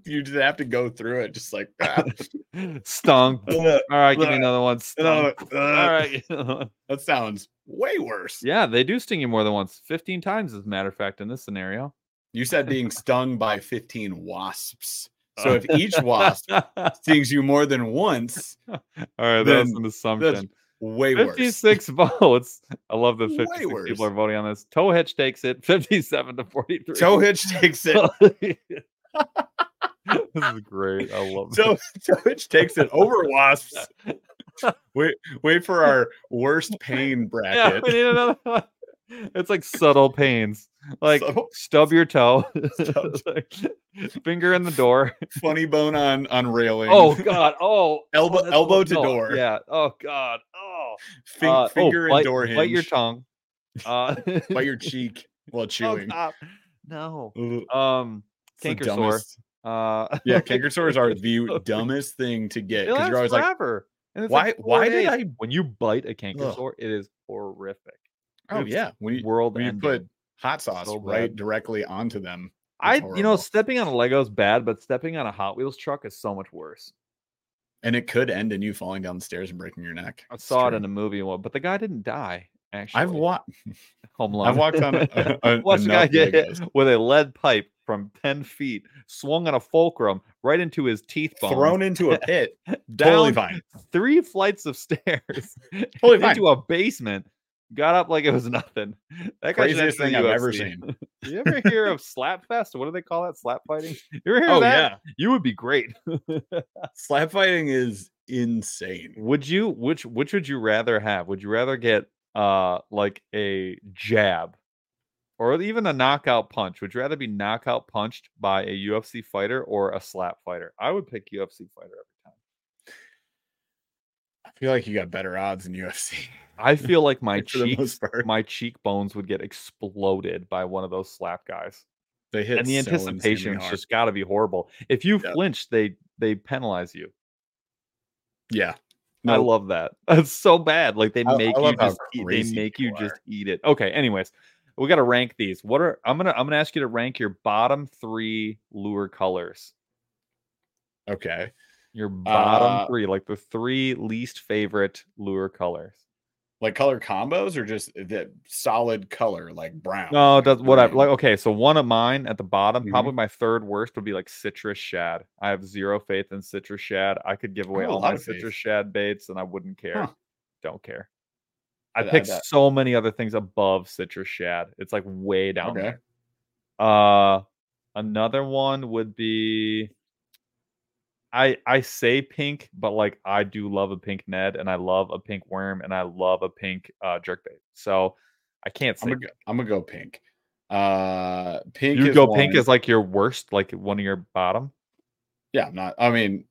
Speaker 1: You just have to go through it, just like ah,
Speaker 2: <laughs> Stung. All
Speaker 1: uh,
Speaker 2: right, give me another one. Stung.
Speaker 1: uh,
Speaker 2: All right. <laughs>
Speaker 1: That sounds way worse.
Speaker 2: Yeah, they do sting you more than once. 15 times, as a matter of fact, in this scenario. <laughs>
Speaker 1: You said being stung by 15 wasps.
Speaker 2: Uh,
Speaker 1: So if each
Speaker 2: <laughs>
Speaker 1: wasp
Speaker 2: All right,
Speaker 1: stings you more than once,
Speaker 2: that was
Speaker 1: Then
Speaker 2: an assumption.
Speaker 1: way worse.
Speaker 2: 56 <laughs> votes. I love that
Speaker 1: Way
Speaker 2: 56
Speaker 1: worse.
Speaker 2: people are voting on this. Toe Hitch takes it 57 to 43.
Speaker 1: Toe
Speaker 2: <laughs>
Speaker 1: hitch takes it.
Speaker 2: this is great. I love it.
Speaker 1: So Twitch takes it over wasps. Wait, wait for our
Speaker 2: <laughs>
Speaker 1: worst pain
Speaker 2: <laughs> Yeah, we
Speaker 1: bracket.
Speaker 2: need another <laughs> one. It's like subtle pains. Like
Speaker 1: Subtle-
Speaker 2: stub
Speaker 1: <laughs>
Speaker 2: your toe. <laughs>
Speaker 1: Stub-
Speaker 2: Like, Finger
Speaker 1: <laughs>
Speaker 2: in the door.
Speaker 1: Funny bone on on railing.
Speaker 2: Oh god. Oh
Speaker 1: Elbow-
Speaker 2: oh, that's
Speaker 1: elbow
Speaker 2: what-
Speaker 1: to
Speaker 2: no,
Speaker 1: door.
Speaker 2: Yeah. Oh god. Oh.
Speaker 1: Fin-
Speaker 2: Uh, oh,
Speaker 1: finger
Speaker 2: bite-
Speaker 1: and door hinge.
Speaker 2: Bite your tongue. Uh, <laughs>
Speaker 1: Bite your cheek while
Speaker 2: Oh,
Speaker 1: chewing.
Speaker 2: stop. No.
Speaker 1: Ugh,
Speaker 2: Um.
Speaker 1: it's the
Speaker 2: canker sore.
Speaker 1: dumbest-
Speaker 2: Uh. <laughs>
Speaker 1: Yeah, canker sores are the
Speaker 2: Sorry.
Speaker 1: dumbest thing to get
Speaker 2: It
Speaker 1: because
Speaker 2: lasts
Speaker 1: you're always like,
Speaker 2: forever. and it's
Speaker 1: why?
Speaker 2: like four
Speaker 1: Why did I?
Speaker 2: days. When you bite a canker
Speaker 1: Ugh.
Speaker 2: sore, it is horrific.
Speaker 1: Oh
Speaker 2: It's
Speaker 1: yeah, when you,
Speaker 2: World
Speaker 1: when you
Speaker 2: ending.
Speaker 1: put hot sauce
Speaker 2: So
Speaker 1: right
Speaker 2: bad.
Speaker 1: directly onto them.
Speaker 2: I, you know,
Speaker 1: horrible.
Speaker 2: stepping on a Lego is bad, but stepping on a Hot Wheels truck is so much worse.
Speaker 1: And it could end in you falling down the stairs and breaking your neck.
Speaker 2: I saw it in a movie, one, but the guy didn't die, Actually,
Speaker 1: I've walked.
Speaker 2: home alone.
Speaker 1: I've walked <laughs> on. A,
Speaker 2: <laughs>
Speaker 1: a,
Speaker 2: Watch a guy
Speaker 1: enough
Speaker 2: get hit
Speaker 1: videos.
Speaker 2: with a lead pipe from ten feet, swung on a fulcrum right into his teeth bone,
Speaker 1: Thrown into a <laughs> pit.
Speaker 2: down
Speaker 1: Totally fine.
Speaker 2: three flights of <laughs> stairs,
Speaker 1: Totally fine.
Speaker 2: into a basement, got up like it was nothing. That guy should
Speaker 1: Craziest
Speaker 2: enter
Speaker 1: thing
Speaker 2: the
Speaker 1: I've ever
Speaker 2: UFC.
Speaker 1: seen.
Speaker 2: You ever hear of slapfest? What do they call that? Slap fighting? You ever hear
Speaker 1: Oh
Speaker 2: of that?
Speaker 1: yeah,
Speaker 2: You would be great.
Speaker 1: slap fighting is insane.
Speaker 2: would you which which would you rather have would you rather get uh like a jab or even a knockout punch would you rather be knockout punched by a ufc fighter or a slap fighter i would pick ufc fighter every time
Speaker 1: I feel like you got better odds in <laughs> UFC
Speaker 2: i feel like <laughs> my
Speaker 1: for the
Speaker 2: cheeks
Speaker 1: most part.
Speaker 2: my cheekbones would get exploded by one of those slap guys
Speaker 1: <laughs> They hit
Speaker 2: and the
Speaker 1: so insanely
Speaker 2: anticipation's
Speaker 1: hard.
Speaker 2: just got to be horrible if you
Speaker 1: Yeah.
Speaker 2: flinch they they penalize you
Speaker 1: yeah.
Speaker 2: I
Speaker 1: No.
Speaker 2: love that. <laughs> That's so bad. Like they
Speaker 1: I- I
Speaker 2: make
Speaker 1: love
Speaker 2: you
Speaker 1: how
Speaker 2: just eat, they
Speaker 1: crazy
Speaker 2: make you
Speaker 1: people
Speaker 2: just eat it. Okay. Anyways, we got to rank these. What are I'm gonna I'm gonna ask you to rank your bottom three lure colors.
Speaker 1: Okay.
Speaker 2: Your bottom
Speaker 1: Uh,
Speaker 2: three, like the three least favorite lure colors.
Speaker 1: Like color combos or just the solid color, like brown.
Speaker 2: No, that's whatever.
Speaker 1: green.
Speaker 2: Like okay, so one of mine at the bottom,
Speaker 1: Mhm.
Speaker 2: probably my third worst would be like citrus shad. I have zero faith in citrus shad. I could give away
Speaker 1: have a
Speaker 2: all
Speaker 1: lot
Speaker 2: my
Speaker 1: of faith.
Speaker 2: citrus shad baits, and I wouldn't care.
Speaker 1: Huh.
Speaker 2: Don't care. I
Speaker 1: I- I
Speaker 2: picked
Speaker 1: bet.
Speaker 2: so many other things above citrus shad. It's like way down
Speaker 1: Okay.
Speaker 2: there. Uh, another one would be. I I say pink, but like I do love a pink Ned, and I love a pink worm, and I love a pink uh, jerkbait. So I can't
Speaker 1: I'm
Speaker 2: say
Speaker 1: gonna go, I'm gonna go pink. Uh, pink.
Speaker 2: you
Speaker 1: is
Speaker 2: go pink
Speaker 1: one.
Speaker 2: as like your worst, like one of your bottom.
Speaker 1: yeah. I'm not. I mean,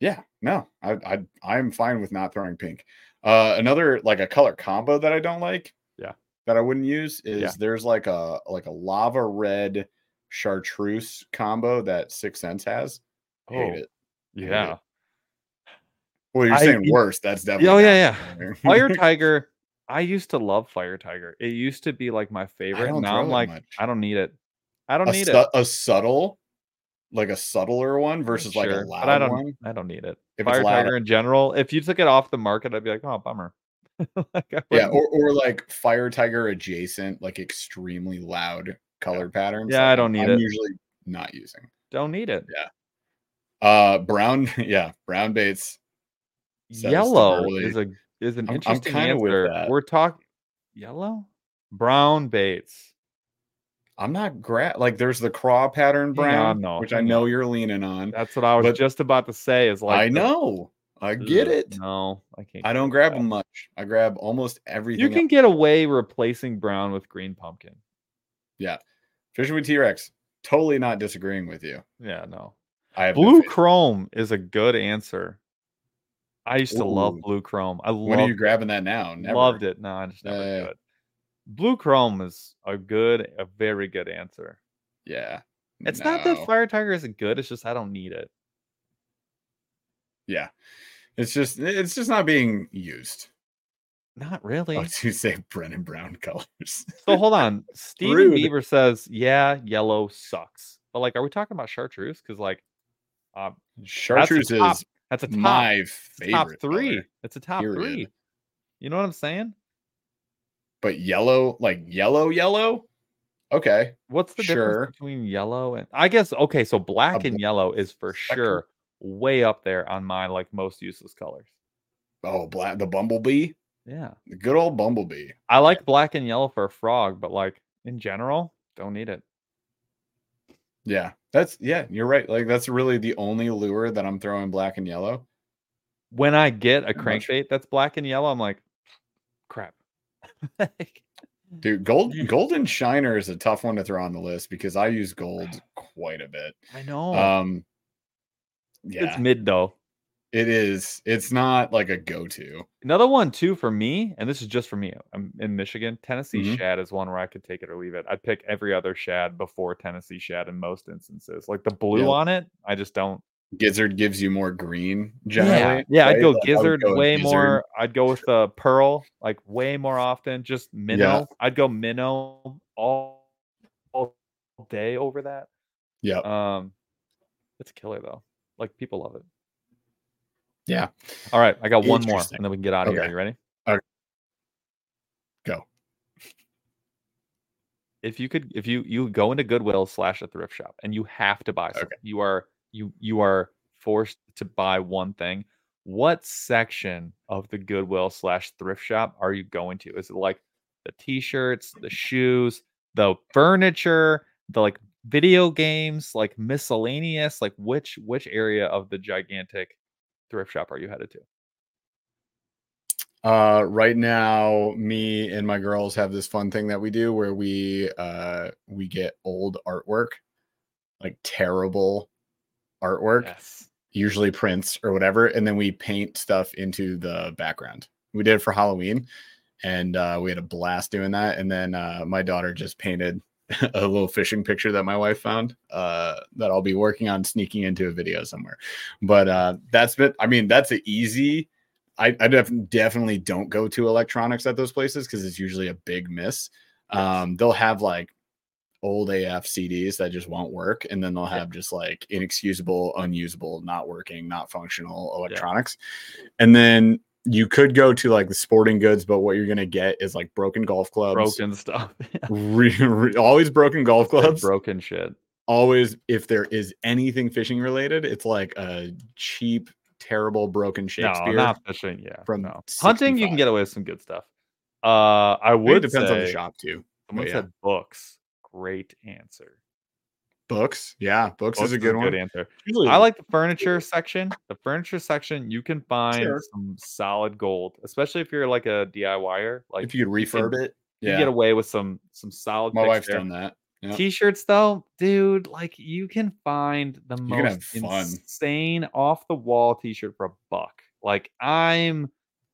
Speaker 1: yeah. No, I I I'm fine with not throwing pink. Uh, another like a color combo that I don't like.
Speaker 2: Yeah.
Speaker 1: That I wouldn't use is
Speaker 2: Yeah.
Speaker 1: there's like a like a lava red chartreuse combo that Six Sense has. Hate it. Hate it.
Speaker 2: Oh, yeah.
Speaker 1: Well, you're
Speaker 2: I-
Speaker 1: saying worse. That's definitely.
Speaker 2: Oh
Speaker 1: not
Speaker 2: yeah,
Speaker 1: fair.
Speaker 2: <laughs> yeah.
Speaker 1: <laughs>
Speaker 2: Fire Tiger. I used to love Fire Tiger. It used to be like my favorite.
Speaker 1: don't
Speaker 2: Now
Speaker 1: throw
Speaker 2: I'm
Speaker 1: it
Speaker 2: like,
Speaker 1: much.
Speaker 2: I don't need it. I
Speaker 1: <laughs>
Speaker 2: don't
Speaker 1: a,
Speaker 2: need
Speaker 1: su-
Speaker 2: it.
Speaker 1: a subtle, like a subtler one versus like
Speaker 2: Sure,
Speaker 1: a
Speaker 2: but
Speaker 1: loud
Speaker 2: I don't.
Speaker 1: one.
Speaker 2: I don't need it.
Speaker 1: If
Speaker 2: Fire
Speaker 1: it's loud,
Speaker 2: Tiger in general. If you took it off the market, I'd be like, oh bummer. <laughs> like, I
Speaker 1: yeah,
Speaker 2: wouldn't-
Speaker 1: or, or like fire tiger adjacent, like extremely loud color patterns.
Speaker 2: Yeah,
Speaker 1: that
Speaker 2: I
Speaker 1: I'm-
Speaker 2: don't need
Speaker 1: I'm
Speaker 2: it.
Speaker 1: Usually not using.
Speaker 2: don't need it.
Speaker 1: Uh, brown, <laughs> yeah, brown baits. Says the
Speaker 2: Yellow
Speaker 1: early-
Speaker 2: is a is an
Speaker 1: I'm- I'm
Speaker 2: interesting
Speaker 1: kinda with
Speaker 2: answer.
Speaker 1: that.
Speaker 2: We're talking yellow, brown baits.
Speaker 1: I'm not gra- like there's the craw pattern
Speaker 2: Hang
Speaker 1: brown,
Speaker 2: on, Mm, no,
Speaker 1: which I
Speaker 2: hang
Speaker 1: know you're leaning on.
Speaker 2: That's what I was
Speaker 1: But-
Speaker 2: just about to say. Is like
Speaker 1: I
Speaker 2: the-
Speaker 1: know, I get
Speaker 2: Ugh,
Speaker 1: it.
Speaker 2: No, I can't.
Speaker 1: I
Speaker 2: get
Speaker 1: don't
Speaker 2: with
Speaker 1: grab
Speaker 2: that.
Speaker 1: them much. I grab almost everything.
Speaker 2: You can
Speaker 1: else.
Speaker 2: get away replacing brown with green pumpkin.
Speaker 1: fishing with T Rex. Totally not disagreeing with you.
Speaker 2: Yeah, no.
Speaker 1: I have no
Speaker 2: Blue
Speaker 1: faith.
Speaker 2: chrome is a good answer. I used to love
Speaker 1: Ooh.
Speaker 2: blue chrome. I
Speaker 1: When are you
Speaker 2: loved,
Speaker 1: grabbing that now? Never.
Speaker 2: loved it. No, I just never
Speaker 1: Yeah, yeah,
Speaker 2: could. Blue chrome is a good, a very good answer.
Speaker 1: Yeah.
Speaker 2: It's not that
Speaker 1: No.
Speaker 2: fire tiger isn't good. It's just I don't need it.
Speaker 1: Yeah. It's just it's just not being used.
Speaker 2: Not really.
Speaker 1: I was gonna say Brennan
Speaker 2: <laughs>
Speaker 1: Brown colors. <laughs>
Speaker 2: So hold on. Steven
Speaker 1: Rude.
Speaker 2: Beaver says, "Yeah, yellow sucks." But like, are we talking about chartreuse? Because like, um,
Speaker 1: Chartreuse
Speaker 2: top-
Speaker 1: is
Speaker 2: that's a top.
Speaker 1: my
Speaker 2: it's top
Speaker 1: favorite
Speaker 2: three.
Speaker 1: color,
Speaker 2: It's a top
Speaker 1: period.
Speaker 2: three. You know what I'm saying?
Speaker 1: but yellow, like yellow, yellow. Okay.
Speaker 2: What's the
Speaker 1: Sure.
Speaker 2: difference between yellow and I guess okay, so black
Speaker 1: bl-
Speaker 2: and yellow is for
Speaker 1: spectrum.
Speaker 2: sure way up there on my like most useless colors.
Speaker 1: Oh, black the bumblebee.
Speaker 2: Yeah.
Speaker 1: The good old bumblebee.
Speaker 2: I like black and yellow for a frog, but like in general, don't need it.
Speaker 1: Yeah. That's yeah, you're right. Like that's really the only lure that I'm throwing black and yellow.
Speaker 2: When I get a
Speaker 1: Pretty much.
Speaker 2: crankbait that's black and yellow, I'm like, crap. <laughs> Like,
Speaker 1: Dude, gold
Speaker 2: Yeah.
Speaker 1: golden shiner is a tough one to throw on the list because I use gold quite a bit.
Speaker 2: I know.
Speaker 1: Um yeah.
Speaker 2: Oh. It's mid though.
Speaker 1: It is. It's not like a go-to.
Speaker 2: Another one too for me, and this is just for me. I'm in Michigan. Tennessee
Speaker 1: Mhm.
Speaker 2: shad is one where I could take it or leave it. I pick every other shad before Tennessee shad in most instances. Like the blue
Speaker 1: Yep.
Speaker 2: on it, I just don't.
Speaker 1: Gizzard gives you more green
Speaker 2: Yeah,
Speaker 1: generally.
Speaker 2: yeah. I'd
Speaker 1: right?
Speaker 2: go
Speaker 1: Like, I would
Speaker 2: gizzard
Speaker 1: go with
Speaker 2: way
Speaker 1: gizzard.
Speaker 2: more. I'd go with the pearl like way more often. Just minnow. I'd go minnow all, all day over that.
Speaker 1: Yep.
Speaker 2: Um, it's a killer though. Like people love it.
Speaker 1: Yeah.
Speaker 2: All right, I got one more,
Speaker 1: Interesting.
Speaker 2: and then we can get out of here.
Speaker 1: Okay.
Speaker 2: You ready? if you could if you you go into goodwill slash a thrift shop and you have to buy something you are you you are forced to buy one thing what section of the goodwill slash thrift shop are you going to is it like the t-shirts the shoes the furniture the like video games like miscellaneous like which which area of the gigantic thrift shop are you headed to
Speaker 1: Uh, right now, me and my girls have this fun thing that we do where we uh, we get old artwork, like terrible artwork,
Speaker 2: yes
Speaker 1: usually prints or whatever, and then we paint stuff into the background. We did it for Halloween, and uh, we had a blast doing that. And then uh, my daughter just painted <laughs> a little fishing picture that my wife found uh, that I'll be working on sneaking into a video somewhere. But uh, that's been, I mean, that's an easy. I, I def- definitely don't go to electronics at those places because it's usually a big miss. Um, they'll have like old AF CDs that just won't work, and then they'll have just like inexcusable, unusable, not working, not functional electronics. And then you could go to like the sporting goods, but what you're gonna get is like broken golf clubs,
Speaker 2: broken stuff <laughs>
Speaker 1: re- re- always broken golf clubs.
Speaker 2: broken shit
Speaker 1: Always, if there is anything fishing related, it's like a cheap, terrible, broken Shakespeare.
Speaker 2: No, not fishing. Yeah,
Speaker 1: from
Speaker 2: no. hunting, you
Speaker 1: 65.
Speaker 2: can get away with some good stuff. Uh, I
Speaker 1: I think
Speaker 2: would
Speaker 1: it depends on the
Speaker 2: say-
Speaker 1: shop too.
Speaker 2: Someone
Speaker 1: yeah.
Speaker 2: said books. Great answer.
Speaker 1: Books, yeah, books, is a good one.
Speaker 2: answer.
Speaker 1: Usually-
Speaker 2: I like the furniture section. The furniture section, you can find
Speaker 1: Sure.
Speaker 2: some solid gold, especially if you're like a DIYer. er, Like
Speaker 1: if you could refurb
Speaker 2: can-
Speaker 1: it.
Speaker 2: you
Speaker 1: Yeah,
Speaker 2: get away with some some solid.
Speaker 1: my
Speaker 2: picks
Speaker 1: wife's
Speaker 2: there.
Speaker 1: done that. yeah.
Speaker 2: T-shirts though, dude, like you can find the
Speaker 1: You can have
Speaker 2: most
Speaker 1: fun.
Speaker 2: insane off the wall T-shirt for a buck. Like I'm,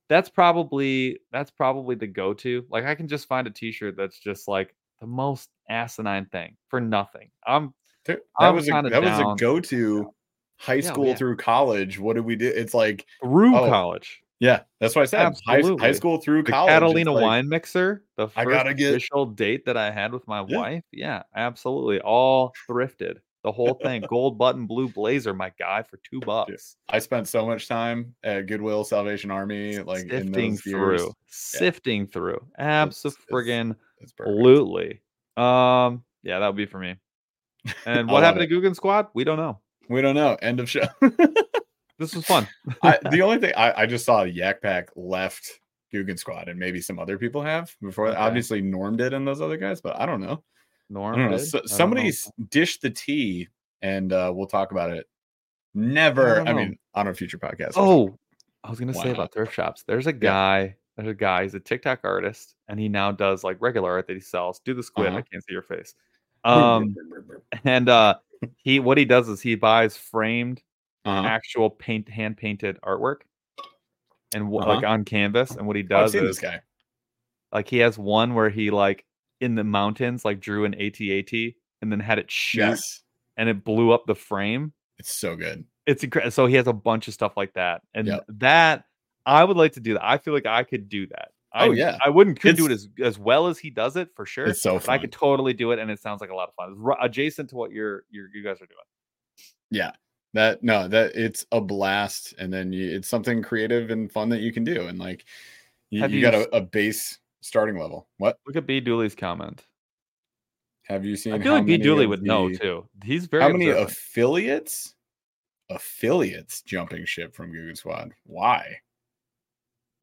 Speaker 2: that's probably that's probably the go-to. Like I can just find a T-shirt that's just like the most asinine thing for nothing. I'm
Speaker 1: There- that
Speaker 2: I'm
Speaker 1: was a,
Speaker 2: kinda
Speaker 1: that
Speaker 2: down.
Speaker 1: was a go-to high
Speaker 2: Yeah,
Speaker 1: school
Speaker 2: yeah.
Speaker 1: through college. What did we do? It's like,
Speaker 2: through
Speaker 1: Oh,
Speaker 2: college.
Speaker 1: yeah, that's what I said. High, high
Speaker 2: Absolutely.
Speaker 1: school through
Speaker 2: The
Speaker 1: college. it's
Speaker 2: Catalina
Speaker 1: like-
Speaker 2: wine mixer, the first
Speaker 1: I gotta get-
Speaker 2: official date that I had with my
Speaker 1: Yeah.
Speaker 2: wife. Yeah, absolutely. All thrifted. The whole thing. Gold button, blue blazer, my guy, for two bucks.
Speaker 1: I spent so much time at Goodwill, Salvation Army, like in
Speaker 2: sifting
Speaker 1: those years.
Speaker 2: through, sifting through, absolutely,
Speaker 1: It's perfect.
Speaker 2: absolutely. Um, yeah, that would be for me.
Speaker 1: I
Speaker 2: And what
Speaker 1: love
Speaker 2: happened
Speaker 1: it.
Speaker 2: to Guggen Squad? We don't know.
Speaker 1: We don't know. End of
Speaker 2: <laughs>
Speaker 1: show.
Speaker 2: This was fun.
Speaker 1: I, the only thing I, I just saw Yak Pack left Guggen Squad, and maybe some other people have before.
Speaker 2: Okay.
Speaker 1: Obviously, Norm did and those other guys, but I don't know. I
Speaker 2: Norm,
Speaker 1: don't know.
Speaker 2: did?
Speaker 1: Mm, So,
Speaker 2: I don't know.
Speaker 1: somebody s- dish the tea, and uh, we'll talk about it. Never.
Speaker 2: don't
Speaker 1: I
Speaker 2: know.
Speaker 1: mean, on a future podcast. or
Speaker 2: Oh, I was gonna
Speaker 1: Why
Speaker 2: say
Speaker 1: not?
Speaker 2: about thrift shops. There's a guy. There's a guy. He's a TikTok artist, and he now does like regular art that he sells. Do the squid.
Speaker 1: Uh-huh.
Speaker 2: I can't see your face.
Speaker 1: something.
Speaker 2: Um, and uh, he what he does is he buys framed
Speaker 1: Uh-huh.
Speaker 2: actual paint hand painted artwork and wh-
Speaker 1: Uh-huh.
Speaker 2: like on canvas and what he
Speaker 1: Oh, I've
Speaker 2: does
Speaker 1: seen
Speaker 2: is
Speaker 1: this guy.
Speaker 2: like he has one where he like in the mountains like drew an ATAT and then had it shoot
Speaker 1: Yes,
Speaker 2: and it blew up the frame
Speaker 1: it's so good.
Speaker 2: it's incredible so he has a bunch of stuff like that and
Speaker 1: Yep.
Speaker 2: that I would like to do that I feel like I could do that I,
Speaker 1: Oh, yeah.
Speaker 2: I wouldn't could do it
Speaker 1: It's-
Speaker 2: as as well as he does it for sure
Speaker 1: It's so
Speaker 2: but I
Speaker 1: fun.
Speaker 2: could totally do it and it sounds like a lot of fun it's ru- adjacent to what you're, you're you guys are doing
Speaker 1: that no, that it's a blast, and then you, it's something creative and fun that you can do, and like you,
Speaker 2: Have
Speaker 1: you
Speaker 2: you
Speaker 1: got
Speaker 2: s-
Speaker 1: a, a base starting level. What
Speaker 2: look at B Dooley's comment
Speaker 1: have you seen?
Speaker 2: I feel
Speaker 1: how
Speaker 2: like B
Speaker 1: many
Speaker 2: Dooley
Speaker 1: of
Speaker 2: would know
Speaker 1: the-
Speaker 2: too he's very
Speaker 1: How many
Speaker 2: observant.
Speaker 1: affiliates? Affiliates jumping ship from Google Squad. Why?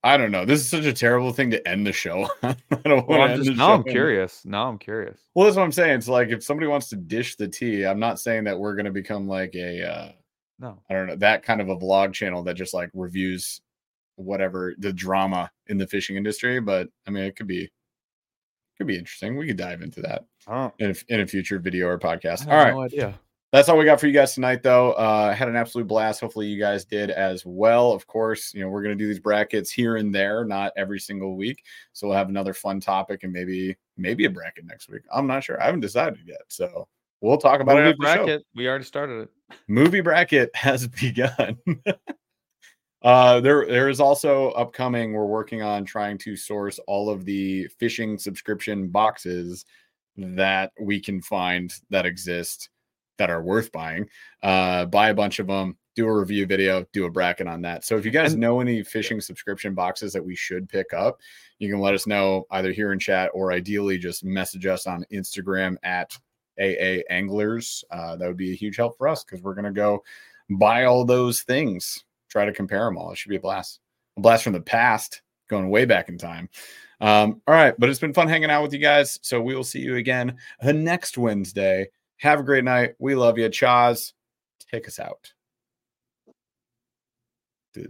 Speaker 1: I don't know. This is such a terrible thing to end the show. <laughs> on. I don't
Speaker 2: Well,
Speaker 1: wanna
Speaker 2: I'm
Speaker 1: end
Speaker 2: just
Speaker 1: the
Speaker 2: now
Speaker 1: show
Speaker 2: I'm
Speaker 1: on-
Speaker 2: curious. Now I'm curious.
Speaker 1: Well, that's what I'm saying. It's like if somebody wants to dish the tea, I'm not saying that we're going to become like a, uh,
Speaker 2: No.
Speaker 1: I don't know, that kind of a vlog channel that just like reviews whatever the drama in the fishing industry. But I mean, it could be, could be interesting. We could dive into that
Speaker 2: I don't,
Speaker 1: in a, in a future video or podcast.
Speaker 2: I
Speaker 1: All
Speaker 2: have
Speaker 1: right.
Speaker 2: no idea.
Speaker 1: That's all we got for you guys tonight, though. Uh, I had an absolute blast. Hopefully, you guys did as well. Of course, you know we're going to do these brackets here and there, not every single week. So we'll have another fun topic and maybe maybe a bracket next week. I'm not sure. I haven't decided yet. So we'll talk about it
Speaker 2: Movie
Speaker 1: after the show
Speaker 2: bracket. We already started it.
Speaker 1: movie bracket <laughs> has begun. <laughs> uh, there, there is also upcoming. We're working on trying to source all of the fishing subscription boxes that we can find that exist that are worth buying. Uh, buy a bunch of them, do a review video, do a bracket on that. So if you guys
Speaker 2: And-
Speaker 1: know any fishing subscription boxes that we should pick up, you can let us know either here in chat or ideally just message us on Instagram at AA Anglers. Uh, that would be a huge help for us because we're gonna go buy all those things, try to compare them all. It should be a blast, a blast from the past, going way back in time. Um, all right, but it's been fun hanging out with you guys. So we will see you uh, again the next Wednesday. Have a great night. We love you, Chaz. Take us out.